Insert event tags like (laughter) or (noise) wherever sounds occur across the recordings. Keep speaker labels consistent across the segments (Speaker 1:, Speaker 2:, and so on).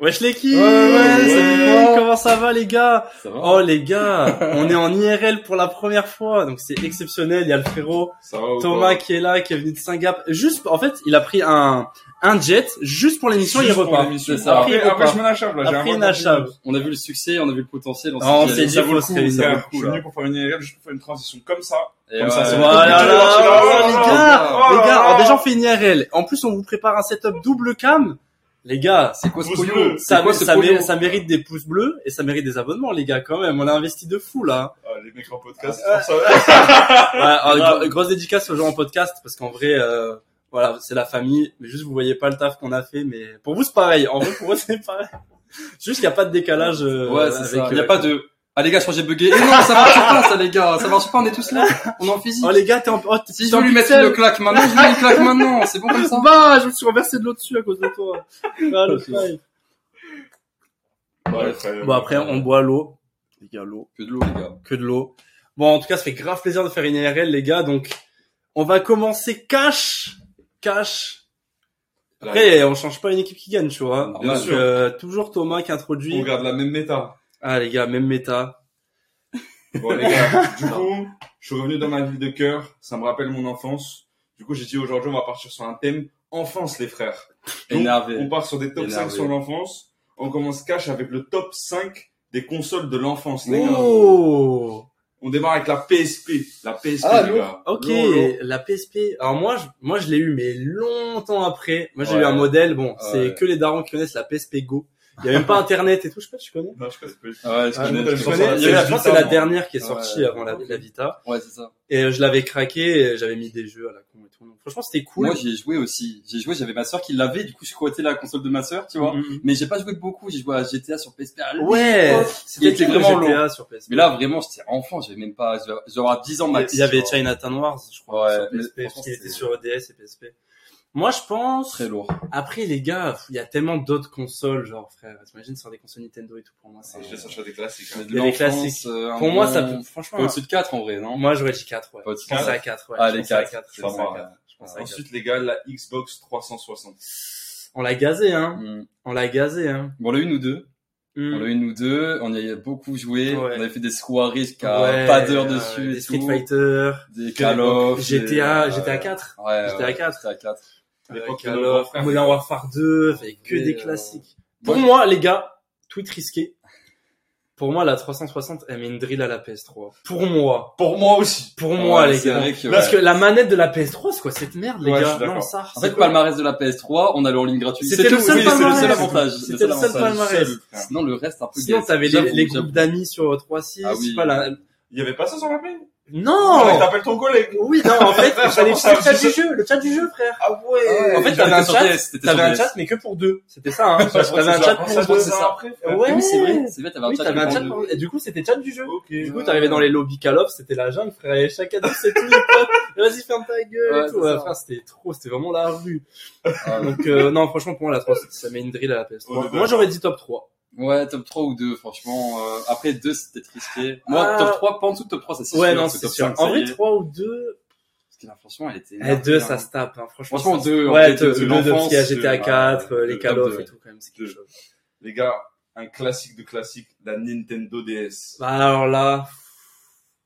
Speaker 1: Wesh l'équipe
Speaker 2: Ouais, ouais, salut, moi.
Speaker 1: Comment ça va les gars
Speaker 3: Ça va
Speaker 1: Oh les gars, on est en IRL pour la première fois, donc c'est exceptionnel. Il y a le frérot
Speaker 3: Ça va ou
Speaker 1: Thomas
Speaker 3: pas
Speaker 1: qui est là, qui est venu de Singapour. Juste, en fait, il a pris un un jet juste pour l'émission, il
Speaker 3: Juste pour
Speaker 1: repart.
Speaker 3: l'émission.
Speaker 1: C'est ça. Après,
Speaker 3: Après,
Speaker 1: il
Speaker 3: après,
Speaker 1: repart.
Speaker 3: je me lâche là. j'ai
Speaker 1: Après,
Speaker 3: un
Speaker 1: il
Speaker 3: mois
Speaker 1: lâche
Speaker 3: de-
Speaker 2: On a vu le succès, on a vu le potentiel. On
Speaker 1: Ah, on
Speaker 2: s'est dit,
Speaker 1: s'est
Speaker 2: allez,
Speaker 1: dit,
Speaker 2: ça vaut
Speaker 1: faut
Speaker 2: le
Speaker 1: se
Speaker 2: coup.
Speaker 1: réveiller, ça
Speaker 3: Gars,
Speaker 1: vaut le
Speaker 3: Je
Speaker 1: coup,
Speaker 3: suis
Speaker 1: là.
Speaker 3: venu pour faire une IRL, juste pour faire une transition comme ça.
Speaker 2: Et
Speaker 3: Comme
Speaker 2: ouais.
Speaker 3: ça, c'est
Speaker 1: Voilà, là,
Speaker 3: compliqué,
Speaker 1: là,
Speaker 3: tu
Speaker 1: les
Speaker 3: vois, tu vois.
Speaker 1: gars,
Speaker 3: Oh
Speaker 1: les
Speaker 3: là
Speaker 1: gars, on a
Speaker 3: là.
Speaker 1: déjà fait une IRL. En plus, on vous prépare un setup double cam. Les gars,
Speaker 2: C'est quoi ce
Speaker 3: Pouce
Speaker 2: pognon
Speaker 3: bleu.
Speaker 2: C'est
Speaker 1: ça,
Speaker 2: quoi ce
Speaker 1: ça, mé-
Speaker 2: pognon
Speaker 1: ça mérite des pouces bleus et ça mérite des abonnements, les gars, quand même. On a investi de fou, là.
Speaker 3: Ah, Les mecs en podcast, ils font ça.
Speaker 2: Ah,
Speaker 1: Ouais, alors, gro- grosse dédicace aux gens en podcast parce qu'en vrai, euh, voilà, c'est la famille. Mais juste, vous voyez pas le taf qu'on a fait, mais pour vous, c'est pareil. En vrai, pour vous, (laughs) c'est pareil. Juste, il n'y a pas de décalage. euh,
Speaker 2: Ouais, c'est ça.
Speaker 1: avec,
Speaker 2: Il n'y a
Speaker 1: euh,
Speaker 2: pas de. Ah les gars, je crois que j'ai bugué. Eh non, ça marche pas, ça les gars. Ça marche pas, on est tous là. On est en physique.
Speaker 1: Oh, les gars, t'es en, oh, t'es
Speaker 2: si je
Speaker 1: t'es en
Speaker 2: veux lui mettre
Speaker 1: pixel.
Speaker 2: une claque maintenant, je lui mets une claque maintenant. C'est bon comme ça.
Speaker 1: Bah, je me suis renversé de l'eau dessus à cause de toi. Ah, le fly.
Speaker 3: Ouais, frère.
Speaker 1: Bon, après, on boit l'eau. Les gars, l'eau.
Speaker 2: Que de l'eau, les gars.
Speaker 1: que de l'eau. Bon, en tout cas, ça fait grave plaisir de faire une IRL, les gars. Donc, on va commencer cash, cash. Après, on change pas une équipe qui gagne, tu vois.
Speaker 2: Bien
Speaker 1: Donc,
Speaker 3: sûr.
Speaker 1: euh, toujours Thomas qui
Speaker 3: On
Speaker 1: introduit.
Speaker 3: garde la même (laughs) méta.
Speaker 1: Ah, les gars, même méta.
Speaker 3: Bon, les gars, du coup, je suis revenu dans ma ville de cœur. Ça me rappelle mon enfance. Du coup, j'ai dit aujourd'hui, on va partir sur un thème enfance, les frères. Donc, On
Speaker 2: Énervé.
Speaker 3: part sur des top
Speaker 2: Énervé.
Speaker 3: 5 sur l'enfance. On commence cash avec le top 5 des consoles de l'enfance, les gars.
Speaker 1: Oh,
Speaker 3: On démarre avec la PSP. La PSP,
Speaker 2: Ah,
Speaker 3: les
Speaker 2: lourd.
Speaker 3: gars.
Speaker 1: ok.
Speaker 3: Lourd, lourd.
Speaker 1: La PSP. Alors moi, je, moi, je l'ai eu, mais longtemps après. Moi, j'ai
Speaker 2: Ouais. Ah
Speaker 1: eu un modèle. Bon, c'est
Speaker 2: Ouais.
Speaker 1: que les darons qui connaissent la PSP Go. Il y a même
Speaker 2: (laughs)
Speaker 1: pas Internet et tout. Je sais pas, si tu connais.
Speaker 3: Non, je passe plus.
Speaker 2: Ah Ouais, je
Speaker 3: Ah,
Speaker 2: connais,
Speaker 3: non,
Speaker 2: je
Speaker 3: je
Speaker 2: connais.
Speaker 3: pensais à
Speaker 1: Il
Speaker 2: Il
Speaker 1: y
Speaker 2: y
Speaker 1: avait-
Speaker 2: a
Speaker 1: je
Speaker 2: eu
Speaker 1: pense que
Speaker 2: la-
Speaker 1: c'est la
Speaker 3: moi.
Speaker 1: dernière qui est sortie
Speaker 2: Ouais.
Speaker 1: avant la, la Vita.
Speaker 2: Ouais, c'est ça.
Speaker 1: Et euh, je l'avais craqué, et j'avais mis des jeux à la con et tout. Donc, franchement, c'était cool.
Speaker 2: Moi, j'y ai joué aussi. J'ai joué, j'avais ma sœur qui l'avait, du coup, je squattais la console de ma sœur, tu vois.
Speaker 1: Mhm.
Speaker 2: Mais j'ai pas joué beaucoup, j'ai joué à GTA sur PSP à
Speaker 1: Ouais,
Speaker 2: l'époque.
Speaker 1: C'était
Speaker 2: était
Speaker 1: cool,
Speaker 2: vraiment
Speaker 1: GTA sur PSP.
Speaker 2: Mais là, vraiment, j'étais enfant, j'avais même pas, je devais- je devais avoir 10 ans max.
Speaker 1: il y avait
Speaker 2: tu vois.
Speaker 1: Chinatown Wars, je crois,
Speaker 2: Ouais,
Speaker 1: sur
Speaker 2: mais
Speaker 1: PSP, parce
Speaker 2: franchement,
Speaker 1: qu'il était
Speaker 2: c'est-
Speaker 1: sur EDS et PSP. Moi, je pense,
Speaker 2: Très lourd.
Speaker 1: après, les gars, il y a tellement d'autres consoles, genre, frère, t'imagines, sur des consoles Nintendo et tout, pour moi, c'est...
Speaker 3: Je laisse chercher des classiques. hein.
Speaker 2: Mais de
Speaker 1: y a des
Speaker 2: l'enfance,
Speaker 1: classiques.
Speaker 2: euh, un
Speaker 1: pour moi,
Speaker 2: bon-
Speaker 1: ça peut,
Speaker 2: Pas
Speaker 1: franchement,
Speaker 2: Au-dessus de 4 en vrai, non
Speaker 1: moi, j'aurais dit 4, ouais.
Speaker 2: Pas
Speaker 1: Je
Speaker 2: au-dessus de
Speaker 1: pensais
Speaker 2: quatre.
Speaker 1: à 4, ouais.
Speaker 2: Ah,
Speaker 1: je
Speaker 2: les
Speaker 1: pensais à
Speaker 2: 4,
Speaker 1: quatre, je
Speaker 2: c'est pas
Speaker 1: pensais à
Speaker 2: moi,
Speaker 1: quatre, je pensais à quatre.
Speaker 3: Ah, Ensuite, les gars, la Xbox 360.
Speaker 1: On l'a gazé, hein.
Speaker 2: Mm.
Speaker 1: On l'a gazé, hein.
Speaker 2: Bon, on l'a une ou deux.
Speaker 1: Mm.
Speaker 2: On l'a une ou deux. On y a beaucoup joué.
Speaker 1: Ouais.
Speaker 2: On avait fait des soirées jusqu'à
Speaker 1: Ouais,
Speaker 2: pas d'heure
Speaker 1: euh,
Speaker 2: dessus. et
Speaker 1: Des Street
Speaker 2: tout.
Speaker 1: Fighter.
Speaker 2: Des Call of.
Speaker 1: GTA,
Speaker 2: des-
Speaker 1: GTA
Speaker 2: ouais.
Speaker 1: 4.
Speaker 2: Ouais,
Speaker 1: GTA
Speaker 2: ouais,
Speaker 1: 4.
Speaker 2: GTA 4.
Speaker 3: L'époque
Speaker 1: Avec,
Speaker 3: de
Speaker 1: euh,
Speaker 3: Warfare.
Speaker 1: Modern Warfare 2, avec que
Speaker 2: Et,
Speaker 1: des
Speaker 2: euh,
Speaker 1: classiques. Pour
Speaker 2: ouais.
Speaker 1: moi, les gars, tweet risqué. Pour moi, la 360, elle met une drill à la PS3. Pour moi.
Speaker 3: Pour moi aussi.
Speaker 1: Pour moi,
Speaker 2: Ouais,
Speaker 1: les
Speaker 2: c'est
Speaker 1: gars.
Speaker 2: vrai que,
Speaker 1: Parce
Speaker 2: ouais.
Speaker 1: que la manette de la PS3, c'est quoi cette merde, les
Speaker 3: Ouais, je
Speaker 1: gars
Speaker 3: suis d'accord.
Speaker 1: Non, ça. c'est
Speaker 2: En fait, le
Speaker 1: quoi
Speaker 2: palmarès de la PS3, on allait en ligne gratuite.
Speaker 1: C'était le
Speaker 2: tout,
Speaker 1: seul
Speaker 2: oui, c'est le
Speaker 1: palmarès.
Speaker 2: seul avantage.
Speaker 1: C'était le seul
Speaker 2: avantage.
Speaker 1: palmarès.
Speaker 3: Seul, frère.
Speaker 2: Sinon, le reste, un peu
Speaker 1: Sinon,
Speaker 2: gaz.
Speaker 1: t'avais les,
Speaker 2: J'avoue,
Speaker 1: les
Speaker 2: j'avoue.
Speaker 1: groupes d'amis sur 3.6.
Speaker 2: Ah oui.
Speaker 1: c'est pas la...
Speaker 3: Il y avait pas ça sur la play Ouais,
Speaker 1: Non
Speaker 3: T'appelles ton collègue.
Speaker 1: Oui, non, en
Speaker 2: (laughs)
Speaker 1: fait,
Speaker 3: Frère,
Speaker 1: il fallait le
Speaker 3: je pense à
Speaker 1: chat
Speaker 3: un
Speaker 1: du
Speaker 3: petit
Speaker 1: jeu, le chat du jeu, frère.
Speaker 3: Ah ouais.
Speaker 1: En fait, t'avais
Speaker 2: Et j'avais
Speaker 1: un
Speaker 2: sur
Speaker 1: chat,
Speaker 2: DS, c'était sur
Speaker 1: T'avais un
Speaker 2: DS.
Speaker 1: chat, mais que pour deux. C'était
Speaker 2: (laughs)
Speaker 1: ça, hein.
Speaker 3: Je crois que
Speaker 1: T'avais un
Speaker 3: bah, c'est
Speaker 1: chat
Speaker 3: ça.
Speaker 1: pour
Speaker 3: Je crois
Speaker 1: deux.
Speaker 3: que c'est ça après, frère.
Speaker 1: Ouais,
Speaker 2: Ah oui, c'est vrai, c'est vrai, t'avais un
Speaker 1: Euh, Oui,
Speaker 2: chat.
Speaker 1: t'avais un
Speaker 2: avec
Speaker 1: chat.
Speaker 2: un jeu.
Speaker 1: pour- Et du coup, c'était chat du jeu.
Speaker 3: Ok.
Speaker 1: Du coup, t'arrivais dans les lobbies Call of, c'était la jungle, frère. Et chacun dit c'est tout, les potes. Et Vas-y, ferme ta gueule
Speaker 2: Ouais,
Speaker 1: et tout.
Speaker 2: c'est
Speaker 1: Ouais,
Speaker 2: ça.
Speaker 1: frère, c'était trop, c'était vraiment la rue.
Speaker 2: Ah, ouais.
Speaker 1: Donc, euh, non, franchement, pour moi, la 3, ça met une drill à la PS3.
Speaker 3: Ouais, ouais,
Speaker 1: moi,
Speaker 3: ouais.
Speaker 1: j'aurais dit top 3.
Speaker 2: Ouais, top 3 ou 2, franchement. euh, après, 2, c'était peut-être risqué. Moi,
Speaker 1: Ah.
Speaker 2: top 3, pas en dessous de top 3, ça c'est
Speaker 1: ouais,
Speaker 2: sûr.
Speaker 1: non,
Speaker 2: parce que
Speaker 1: c'est
Speaker 2: top
Speaker 1: sûr.
Speaker 2: 5,
Speaker 1: en
Speaker 2: ça
Speaker 1: vrai,
Speaker 2: y est.
Speaker 1: 3 ou 2.
Speaker 2: Parce que la franchement, elle était...
Speaker 1: Eh, 2,
Speaker 2: énorme.
Speaker 1: ça se tape, hein. Franchement,
Speaker 2: Franchement,
Speaker 1: ça-
Speaker 2: 2,
Speaker 1: Ouais, 2, 2, parce qu'il y a
Speaker 2: bah,
Speaker 1: GTA 4, euh, les Call of et tout, quand même, c'est quelque
Speaker 3: Deux.
Speaker 1: chose.
Speaker 3: Les gars, un classique de classique, la Nintendo DS.
Speaker 1: Bah, alors là,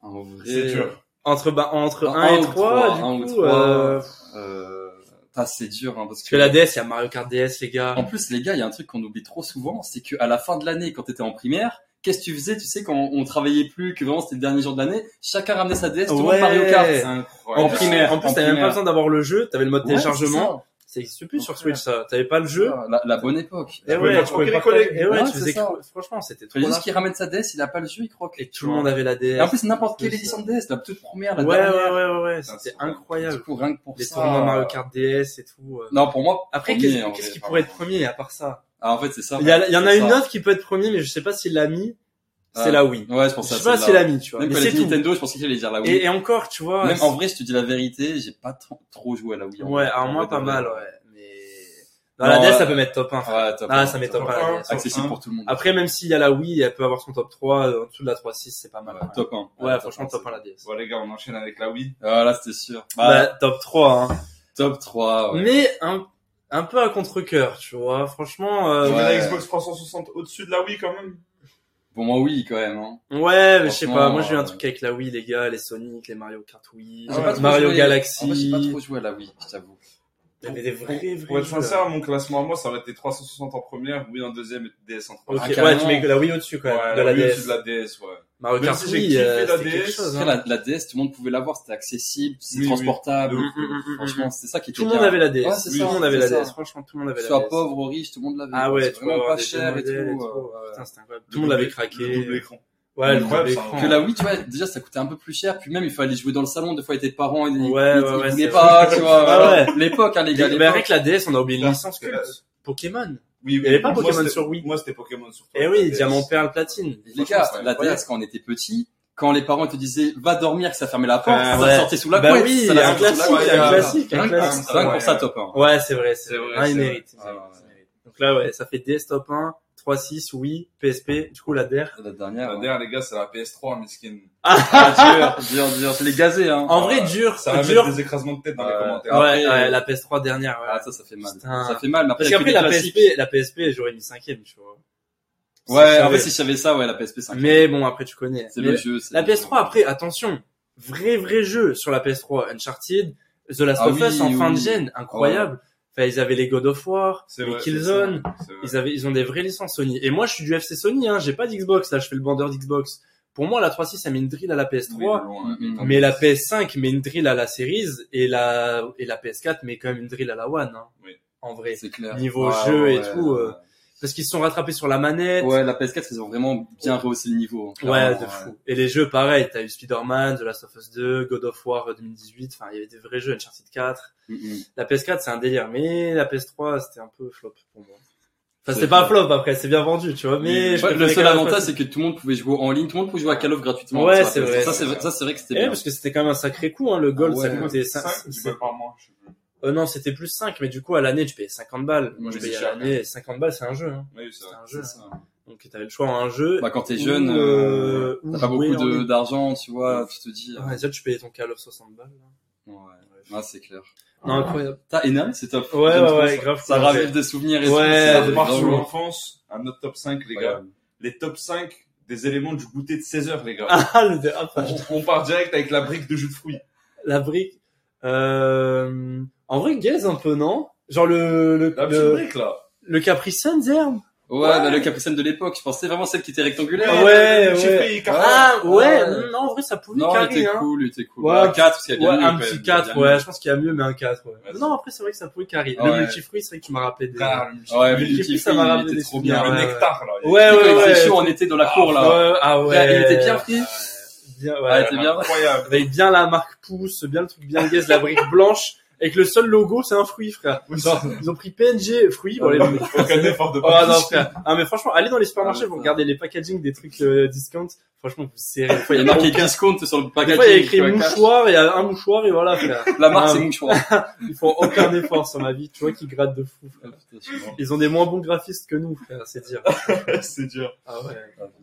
Speaker 2: En vrai...
Speaker 3: C'est dur.
Speaker 1: entre, bah, entre
Speaker 2: Un
Speaker 1: 1 et
Speaker 2: ou
Speaker 1: 3,
Speaker 2: trois, un ou
Speaker 1: du coup,
Speaker 2: trois.
Speaker 1: euh,
Speaker 2: Euh... putain, c'est dur, hein, parce
Speaker 1: parce que
Speaker 2: que...
Speaker 1: la DS, il y a Mario Kart DS, les gars.
Speaker 2: En plus, les gars, il y a un truc qu'on oublie trop souvent, c'est qu'à la fin de l'année, quand t'étais en primaire, qu'est-ce que tu faisais, tu sais, quand on travaillait plus, que vraiment c'était le dernier jour de l'année, chacun ramenait sa DS, tout le
Speaker 1: Ouais.
Speaker 2: monde Mario
Speaker 1: Ouais.
Speaker 2: Kart.
Speaker 1: En
Speaker 3: Incroyable.
Speaker 2: plus,
Speaker 1: primaire. En
Speaker 2: en
Speaker 1: plus, t'avais même pas
Speaker 2: primaire.
Speaker 1: besoin d'avoir le jeu, t'avais le mode
Speaker 2: Ouais,
Speaker 1: téléchargement.
Speaker 2: c'est
Speaker 1: Ça existe plus sur
Speaker 2: Ouais.
Speaker 1: Switch, ça. T'avais pas le
Speaker 2: ça.
Speaker 1: jeu.
Speaker 2: La, la bonne époque.
Speaker 1: Et
Speaker 3: Tu pouvais
Speaker 1: ouais,
Speaker 3: pas
Speaker 1: tu pouvais
Speaker 3: croquer les
Speaker 1: partager.
Speaker 3: collègues.
Speaker 1: Et ouais,
Speaker 2: Ouais,
Speaker 1: tu
Speaker 2: c'est
Speaker 1: faisais
Speaker 2: ça.
Speaker 1: cro- Franchement, c'était trop
Speaker 2: Fallait
Speaker 1: là.
Speaker 2: juste qu'il ramène sa DS, il a pas le jeu, il croque.
Speaker 1: Et tout le monde avait la DS.
Speaker 2: Et en plus, n'importe
Speaker 1: Oui,
Speaker 2: quelle
Speaker 1: ça.
Speaker 2: édition de DS, la toute première, la
Speaker 1: ouais, ouais,
Speaker 2: dernière.
Speaker 1: ouais, ouais, ouais,
Speaker 3: Putain,
Speaker 1: C'était
Speaker 3: c'est
Speaker 2: Du
Speaker 1: incroyable.
Speaker 2: coup, rien que pour
Speaker 1: Les
Speaker 2: ça.
Speaker 1: tournois Mario Kart DS et tout. euh.
Speaker 2: Non, pour moi,
Speaker 1: Après,
Speaker 2: premier,
Speaker 1: qu'est-ce
Speaker 2: en
Speaker 1: qu'est-ce
Speaker 2: vrai,
Speaker 1: qui
Speaker 2: pardon.
Speaker 1: pourrait être premier à part ça
Speaker 2: Ah, en fait, c'est ça.
Speaker 1: Il y, a- il y en a
Speaker 2: C'est
Speaker 1: une
Speaker 2: ça.
Speaker 1: autre qui peut être premier, mais je sais pas s'il l'a mis. C'est
Speaker 2: Ouais.
Speaker 1: la Wii.
Speaker 2: Ouais, je
Speaker 1: Je
Speaker 2: pense
Speaker 1: sais pas s'il l'a mis, tu vois.
Speaker 2: Même
Speaker 1: Mais
Speaker 2: quand
Speaker 1: c'est
Speaker 2: elle était
Speaker 1: tout.
Speaker 2: Nintendo, je pensais que j'allais dire la Wii.
Speaker 1: Et, et encore, tu vois.
Speaker 2: Même
Speaker 1: c'est-
Speaker 2: en vrai, si tu dis la vérité, j'ai pas trop, trop joué à la Wii. en
Speaker 1: Ouais,
Speaker 2: vrai.
Speaker 1: alors moi,
Speaker 2: En
Speaker 1: pas
Speaker 2: vrai,
Speaker 1: mal,
Speaker 2: de
Speaker 1: ouais. Mais. Dans la
Speaker 2: Non,
Speaker 1: DS,
Speaker 2: ouais.
Speaker 1: ça peut mettre top 1.
Speaker 2: vrai. Ouais, top.
Speaker 1: Ah,
Speaker 2: hein,
Speaker 1: ça
Speaker 2: top.
Speaker 1: m'étonne
Speaker 3: top
Speaker 1: pas. la
Speaker 3: un.
Speaker 1: DS.
Speaker 2: Accessible pour tout le monde.
Speaker 1: Après, même s'il y a la Wii, elle peut avoir son top 3. euh, En dessous de la 3.6, c'est pas mal.
Speaker 2: Ouais, top 1.
Speaker 1: Ouais, franchement, top 1 la DS.
Speaker 3: Bon, les gars, on enchaîne avec la Wii.
Speaker 2: Ah, là, c'était sûr. Bah,
Speaker 1: Bah, top 3, hein.
Speaker 3: Ah
Speaker 2: top 3, ouais.
Speaker 1: Mais, un, un peu à contre-cœur, tu vois. Franchement,
Speaker 3: Je
Speaker 1: euh,
Speaker 3: mets
Speaker 2: Ouais.
Speaker 3: la Xbox 360 au-dessus de la Wii quand même.
Speaker 2: Pour moi, oui, quand même. Hein.
Speaker 1: ouais, mais je sais pas.
Speaker 2: Franchement,
Speaker 1: Moi, j'ai eu un
Speaker 2: euh,
Speaker 1: truc avec la Wii, les gars, les Sonic, les Mario Kart Wii,
Speaker 3: Ah
Speaker 2: J'ai
Speaker 3: ouais,
Speaker 2: pas trop
Speaker 1: Mario
Speaker 2: joué-
Speaker 1: Galaxy.
Speaker 2: En fait, j'ai pas trop joué à la Wii, je t'avoue.
Speaker 1: Il y avait des vrais, vrais.
Speaker 3: Pour être
Speaker 1: jeux, là.
Speaker 3: sincère, mon classement à moi, ça va être les 360 en première, Wii en deuxième et DS en
Speaker 1: Ok,
Speaker 3: troisième.
Speaker 2: Ah,
Speaker 1: ouais,
Speaker 2: carrément.
Speaker 1: tu mets la Wii au-dessus quand même
Speaker 3: Ouais,
Speaker 1: de la
Speaker 3: Wii au-dessus
Speaker 1: DS.
Speaker 3: de la DS, ouais.
Speaker 1: Mario
Speaker 3: Même
Speaker 1: Kart
Speaker 3: si j'ai
Speaker 1: Wii,
Speaker 3: kiffé
Speaker 1: euh,
Speaker 3: la
Speaker 1: c'était
Speaker 3: DS,
Speaker 1: quelque chose.
Speaker 2: Après,
Speaker 1: hein.
Speaker 2: la, la DS, tout le monde pouvait l'avoir, c'était accessible, c'était
Speaker 3: Oui, oui.
Speaker 2: transportable.
Speaker 3: De ouf.
Speaker 1: Mm, mm, mm, mm.
Speaker 2: Franchement, c'est ça qui était
Speaker 1: Tout le monde
Speaker 2: bien.
Speaker 1: avait la DS.
Speaker 2: Ouais,
Speaker 1: tout
Speaker 2: c'est
Speaker 1: le
Speaker 2: ça,
Speaker 1: monde avait la
Speaker 2: c'est ça.
Speaker 1: DS. Franchement, tout le monde
Speaker 2: Que
Speaker 1: avait
Speaker 2: ce
Speaker 1: la
Speaker 2: soit
Speaker 1: DS.
Speaker 2: pauvre ou riche, tout le monde l'avait.
Speaker 1: Ah ouais,
Speaker 2: C'est
Speaker 1: tu
Speaker 2: vraiment
Speaker 1: vois,
Speaker 2: pas
Speaker 1: des
Speaker 2: cher et tout.
Speaker 1: modèles et
Speaker 2: euh,
Speaker 1: tout, ouais.
Speaker 2: ouais.
Speaker 1: Putain, c'était incroyable. Tout le monde l'avait
Speaker 3: Le double
Speaker 1: craqué.
Speaker 3: écran.
Speaker 1: Ouais, le double
Speaker 3: Incroyable, ça,
Speaker 1: écran.
Speaker 2: Que la Wii, tu vois, déjà, ça coûtait un peu plus cher, puis même, il fallait jouer dans le salon, des fois, tes parents, ils,
Speaker 1: Ouais,
Speaker 2: ils,
Speaker 1: ouais,
Speaker 2: ils
Speaker 1: ouais,
Speaker 2: voulaient
Speaker 1: c'est
Speaker 2: pas, tu vois.
Speaker 1: Ah ouais.
Speaker 2: L'époque, hein, les gars,
Speaker 1: Mais
Speaker 2: l'époque.
Speaker 1: avec la DS, on a oublié une
Speaker 3: Parce
Speaker 1: licence
Speaker 3: que
Speaker 1: culte.
Speaker 3: Bah, la-
Speaker 1: Pokémon.
Speaker 3: Oui,
Speaker 1: Il y avait pas
Speaker 3: moi,
Speaker 1: Pokémon
Speaker 3: c'était-
Speaker 1: sur Wii.
Speaker 3: Moi, c'était Pokémon sur toi.
Speaker 1: Eh oui, diamant, perle, platine.
Speaker 2: Les gars,
Speaker 3: Franchement,
Speaker 2: la
Speaker 1: c'était
Speaker 2: DS, quand on était petit, quand les parents te disaient, va dormir, que ça fermait la porte,
Speaker 1: Ah
Speaker 2: ça
Speaker 1: ouais.
Speaker 2: sortait sous la
Speaker 1: Bah
Speaker 2: couette,
Speaker 1: oui,
Speaker 2: ça la
Speaker 1: un
Speaker 2: sortait sous la
Speaker 1: classique,
Speaker 2: couette.
Speaker 1: un classique, un
Speaker 2: Rien que pour-
Speaker 1: classique.
Speaker 2: rien que pour
Speaker 3: Ouais.
Speaker 2: ça, top hein. 1.
Speaker 1: Ouais, c'est vrai, c'est
Speaker 3: C'est
Speaker 1: vrai.
Speaker 3: vrai,
Speaker 1: Ah,
Speaker 3: c'est
Speaker 1: il
Speaker 3: vrai.
Speaker 1: mérite. il
Speaker 2: Ah,
Speaker 1: mérite,
Speaker 2: ouais.
Speaker 1: il mérite. Donc là, ouais, ça fait DS top 1, 3, 6, Wii, PSP, du coup, la DR.
Speaker 2: Ah, La dernière.
Speaker 3: La
Speaker 2: ouais.
Speaker 3: dernière, les gars, c'est la PS3, miskin.
Speaker 2: Ah, dur, dur, dur. C'est les gazés, hein.
Speaker 1: En vrai, dur,
Speaker 3: Ça va
Speaker 1: dur.
Speaker 3: mettre des écrasements de tête dans les
Speaker 2: Ouais.
Speaker 1: Ouais,
Speaker 3: commentaires.
Speaker 2: Après,
Speaker 1: ouais,
Speaker 2: euh,
Speaker 1: la PS3 dernière, ouais.
Speaker 2: Ah, ça, ça fait mal.
Speaker 1: Putain.
Speaker 2: Ça fait mal. mais
Speaker 1: Parce
Speaker 2: il y a que
Speaker 1: qu'après,
Speaker 2: des
Speaker 1: la
Speaker 2: classiques.
Speaker 1: PSP, la PSP, j'aurais mis cinquième, tu vois.
Speaker 2: Ouais,
Speaker 1: C'est
Speaker 2: en
Speaker 1: vrai.
Speaker 2: fait, si je savais ça, ouais, la PSP 5.
Speaker 1: Mais bon, après, tu connais.
Speaker 2: C'est
Speaker 1: Mais
Speaker 2: le jeu. c'est
Speaker 1: La
Speaker 2: le jeu.
Speaker 1: PS3, après, attention. Vrai, vrai jeu sur la PS3. Uncharted, The Last
Speaker 2: Ah
Speaker 1: of Us
Speaker 2: oui,
Speaker 1: en fin de
Speaker 2: oui.
Speaker 1: gène. Incroyable. Enfin, ils avaient les God of War,
Speaker 3: Ah C'est
Speaker 1: les
Speaker 3: vrai,
Speaker 1: Killzone.
Speaker 3: c'est ça, c'est vrai.
Speaker 1: Ils avaient, ils ont des vraies licences Sony. Et moi, je suis du FC Sony, hein. J'ai pas d'Xbox, là. Je fais le bandeur d'Xbox. Pour moi, la 3.6, ça met une drill à la PS3.
Speaker 3: Oui, Ah, de loin,
Speaker 2: Mm,
Speaker 3: tant
Speaker 1: Mais
Speaker 3: pis.
Speaker 1: la PS5 met une drill à la Series et la, et la PS4 met quand même une drill à la One, hein,
Speaker 3: Oui.
Speaker 1: en vrai.
Speaker 2: C'est clair.
Speaker 1: Niveau
Speaker 2: Ouais,
Speaker 1: jeu et
Speaker 2: ouais,
Speaker 1: tout,
Speaker 2: ouais.
Speaker 1: euh, Parce qu'ils se sont rattrapés sur la manette.
Speaker 2: Ouais, la PS4, ils ont vraiment bien rehaussé le niveau. hein,
Speaker 1: Ouais,
Speaker 2: clairement,
Speaker 1: de fou. Et les jeux, pareil, t'as eu Spider-Man, The Last of Us 2, God of War euh, 2018, enfin, il y avait des vrais jeux, Uncharted 4.
Speaker 2: Mm, mm.
Speaker 1: La PS4, c'est un délire, mais la PS3, c'était un peu flop pour moi. Enfin,
Speaker 2: C'est
Speaker 1: c'était pas
Speaker 2: clair.
Speaker 1: flop après, c'est bien vendu, tu vois, mais...
Speaker 3: Oui,
Speaker 1: je
Speaker 2: Ouais,
Speaker 1: préférais
Speaker 2: le seul
Speaker 1: quand même la
Speaker 2: avantage, c'est que tout le monde pouvait jouer en ligne, tout le monde pouvait jouer à Call of gratuitement.
Speaker 1: Ouais,
Speaker 2: sur la
Speaker 1: c'est
Speaker 2: PS4.
Speaker 1: vrai,
Speaker 2: Ça,
Speaker 1: c'est
Speaker 2: c'est
Speaker 3: vrai.
Speaker 2: vrai, ça, c'est vrai que
Speaker 1: PS4.
Speaker 2: c'était
Speaker 1: Eh,
Speaker 2: bien.
Speaker 1: parce que c'était quand même un sacré coup, hein, le Gold,
Speaker 2: Ah
Speaker 1: ça
Speaker 2: ouais.
Speaker 1: coûtait 5...
Speaker 3: Cinq, tu peux par mois, je sais plus.
Speaker 1: Euh, non, c'était plus 5, mais du coup, à l'année, tu payais 50 balles. Moi,
Speaker 2: Oui,
Speaker 1: je
Speaker 3: c'est
Speaker 1: payais à
Speaker 3: cher,
Speaker 1: l'année, 50 balles, c'est un jeu, hein.
Speaker 3: Oui, c'est
Speaker 1: C'est
Speaker 3: vrai.
Speaker 1: un jeu.
Speaker 2: C'est ça.
Speaker 1: Donc, t'avais le choix en un jeu.
Speaker 2: Bah, quand t'es
Speaker 1: ou,
Speaker 2: jeune, euh,
Speaker 1: ou
Speaker 2: t'as pas
Speaker 1: jouer
Speaker 2: beaucoup
Speaker 1: en
Speaker 2: de-
Speaker 1: ligne.
Speaker 2: d'argent, tu vois, tu te dis. euh,
Speaker 1: Ouais, déjà, tu payais ton Call of 60 balles, là.
Speaker 2: Ouais, Ah, c'est clair.
Speaker 1: Non, incroyable. (coughs)
Speaker 2: T'as énorme, c'est top.
Speaker 1: Ouais,
Speaker 2: J'aime
Speaker 1: ouais,
Speaker 2: trop
Speaker 1: ouais,
Speaker 2: ça.
Speaker 1: grave
Speaker 2: Ça
Speaker 1: cool,
Speaker 2: ravive des souvenirs
Speaker 1: Ouais,
Speaker 2: et tout.
Speaker 1: de
Speaker 2: ça,
Speaker 3: On
Speaker 1: fou.
Speaker 3: part
Speaker 2: grave.
Speaker 3: sur l'enfance, un autre top 5, les gars. Les top 5 des éléments du goûter de 16 heures, les gars.
Speaker 1: Ah, le dérapage.
Speaker 3: On on part direct avec la brique de jus de fruits.
Speaker 1: La brique. Euh... En vrai, gaze un peu, non Genre le le,
Speaker 2: Ah,
Speaker 3: La petite
Speaker 1: le,
Speaker 3: brique, là.
Speaker 1: le Capri Sun, Zerbe
Speaker 2: Ouais, bah, le Capricène de l'époque, je pensais vraiment celle qui était rectangulaire.
Speaker 1: Ah ouais,
Speaker 3: Le petit
Speaker 1: ouais.
Speaker 3: fruit, carré.
Speaker 1: Ah, ouais,
Speaker 2: ouais.
Speaker 1: mm, non, en vrai, ça pouvait
Speaker 2: Non, il
Speaker 1: carrer,
Speaker 2: était
Speaker 1: hein.
Speaker 2: cool, il était cool.
Speaker 1: Ouais.
Speaker 2: Ouais, 4, parce qu'il y a
Speaker 1: Ouais,
Speaker 2: bien mieux,
Speaker 1: un
Speaker 2: quand même,
Speaker 1: petit
Speaker 2: il y a
Speaker 1: 4,
Speaker 2: bien
Speaker 1: ouais,
Speaker 2: mieux.
Speaker 1: je pense qu'il y a mieux, mais un 4, ouais.
Speaker 3: Ouais,
Speaker 1: non, après, c'est vrai que ça pouvait carrer. Le
Speaker 2: Ouais.
Speaker 1: multifruit, c'est vrai que tu m'as rappelé des...
Speaker 3: Ah, le petit
Speaker 2: Ouais,
Speaker 1: Le
Speaker 2: mais
Speaker 1: kiwi,
Speaker 2: le kiwi,
Speaker 1: ça m'a rappelé
Speaker 2: il
Speaker 1: des
Speaker 2: était trop
Speaker 3: Il y
Speaker 1: souvenirs,
Speaker 2: bien.
Speaker 3: a un
Speaker 1: ouais.
Speaker 3: nectar, là. Il y a-
Speaker 1: Ouais,
Speaker 2: Tu sais,
Speaker 1: ouais,
Speaker 2: quand il
Speaker 1: ouais.
Speaker 2: faisait chaud, on était dans la cour, là.
Speaker 1: Ouais, ah ouais.
Speaker 2: Frère, Il était bien frit.
Speaker 1: Bien, ouais.
Speaker 2: Ah, il était bien.
Speaker 1: (laughs)
Speaker 3: Incroyable.
Speaker 1: Avec bien la marque pouce, bien le truc bien gaze, la brique blanche, avec le seul logo, c'est un fruit, frère.
Speaker 3: Oui,
Speaker 1: Genre,
Speaker 3: ça-
Speaker 1: ils ont pris PNG, fruit, bon, les
Speaker 3: Aucun effort de
Speaker 1: Oh non
Speaker 3: partie.
Speaker 1: frère. Ah mais franchement, allez dans les supermarchés,
Speaker 2: Ah, ouais,
Speaker 1: vous
Speaker 2: ça.
Speaker 1: regardez les packaging des trucs euh, discount. Franchement, vous serrez. Des fois,
Speaker 2: Il y a
Speaker 1: il y a
Speaker 2: marqué discount sur le
Speaker 1: des
Speaker 2: packaging.
Speaker 1: fois, il y a écrit
Speaker 2: tu vois, cash.
Speaker 1: mouchoir, il y a un mouchoir et voilà frère.
Speaker 2: La marque, c'est
Speaker 1: Ah. (laughs)
Speaker 2: mouchoir.
Speaker 1: Ils font aucun effort sur ma vie, tu vois qu'ils grattent de fou. frère. Ils ont des moins bons graphistes que nous frère, c'est dire.
Speaker 3: (laughs) C'est dur.
Speaker 1: Ah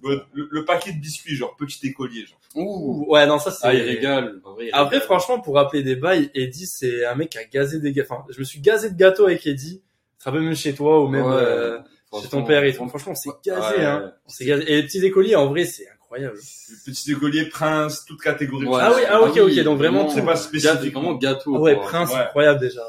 Speaker 1: ouais.
Speaker 3: Le, le paquet de biscuits, genre petit écolier, genre.
Speaker 2: Ouh.
Speaker 1: Ouh, Ouais non ça c'est.
Speaker 2: Ah, il régale. En vrai, il
Speaker 1: Après
Speaker 2: régale.
Speaker 1: franchement pour rappeler des bails, Eddie c'est un mec qui a gazé des gâteaux. Enfin, je me suis gazé de gâteaux avec Eddie. Tu te rappelles même chez toi ou même
Speaker 2: Ouais.
Speaker 1: euh, chez ton
Speaker 2: Franchement,
Speaker 1: père et tout. Franchement on s'est gazé
Speaker 2: Ouais.
Speaker 1: hein. On s'est gazé. Et les petits écoliers en vrai c'est incroyable.
Speaker 3: Le petit écolier, prince, toute catégorie.
Speaker 2: Ouais.
Speaker 1: Ah oui, ah ok, ok,
Speaker 2: oui,
Speaker 1: donc vraiment,
Speaker 3: C'est pas
Speaker 2: Gâteau,
Speaker 3: spécifique.
Speaker 2: vraiment gâteau.
Speaker 1: Ah ouais
Speaker 2: quoi.
Speaker 1: Prince
Speaker 3: Ouais.
Speaker 1: incroyable déjà.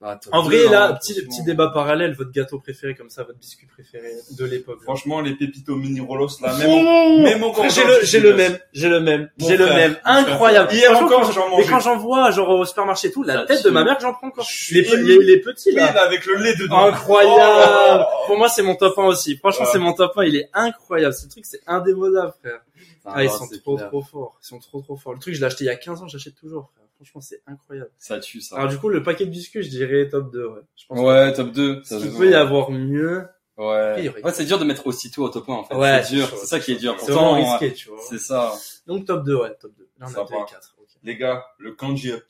Speaker 2: Bah, top
Speaker 1: En vrai,
Speaker 2: deux,
Speaker 1: là,
Speaker 2: hein,
Speaker 1: petit,
Speaker 2: franchement.
Speaker 1: petit débat parallèle, votre gâteau préféré comme ça, votre biscuit préféré de l'époque.
Speaker 3: Franchement, les pépitos mini rolos, là,
Speaker 1: Oh,
Speaker 3: même.
Speaker 1: Franchement,
Speaker 3: même encore,
Speaker 1: j'ai
Speaker 3: j'en
Speaker 1: le,
Speaker 3: suis
Speaker 1: j'ai le
Speaker 3: dégueulasse.
Speaker 1: même, j'ai le même,
Speaker 3: Mon
Speaker 1: j'ai le
Speaker 3: frère,
Speaker 1: même,
Speaker 3: mon frère.
Speaker 1: incroyable.
Speaker 3: Hier
Speaker 1: Franchement,
Speaker 3: encore,
Speaker 1: quand
Speaker 3: j'en
Speaker 1: je- mais
Speaker 3: mangeais.
Speaker 1: quand j'en vois, genre au supermarché et tout, la
Speaker 2: Ça
Speaker 1: tête
Speaker 2: tue.
Speaker 1: de ma mère, j'en prends encore.
Speaker 3: Je suis
Speaker 1: Les, pe- les, les petits
Speaker 3: Oui,
Speaker 1: là,
Speaker 3: mais avec le lait dedans.
Speaker 1: incroyable.
Speaker 3: Oh.
Speaker 1: Pour moi, c'est mon top 1 aussi. Franchement,
Speaker 3: Ouais.
Speaker 1: c'est mon top 1, il est incroyable. Ce truc, c'est indémodable, frère.
Speaker 2: Ah,
Speaker 1: Ah, ils
Speaker 2: bah,
Speaker 1: sont
Speaker 2: c'est
Speaker 1: trop,
Speaker 2: clair.
Speaker 1: trop forts. Ils sont trop, trop forts. Le truc, je l'ai acheté il y a 15 ans, j'achète toujours, frère. Franchement, c'est incroyable.
Speaker 2: Ça tue,
Speaker 3: Ah.
Speaker 2: ça.
Speaker 1: Alors du coup, le paquet de biscuits, je dirais top 2, ouais. Je Ah, pense
Speaker 2: Ouais, top 2.
Speaker 1: que tu peux y avoir mieux. il y
Speaker 2: Ouais.
Speaker 1: aurait-
Speaker 2: Ouais, c'est dur de mettre aussitôt au top 1, en fait.
Speaker 1: Ouais,
Speaker 2: c'est dur.
Speaker 1: c'est chaud,
Speaker 2: C'est ça qui est dur.
Speaker 1: C'est vraiment
Speaker 2: Pourtant, ouais,
Speaker 1: risqué, tu vois.
Speaker 2: c'est ça.
Speaker 1: Donc top 2, ouais, top 2. Là, on
Speaker 3: Ça
Speaker 1: a 2 et
Speaker 3: va.
Speaker 1: 4. ok.
Speaker 3: Les gars, le kanji up.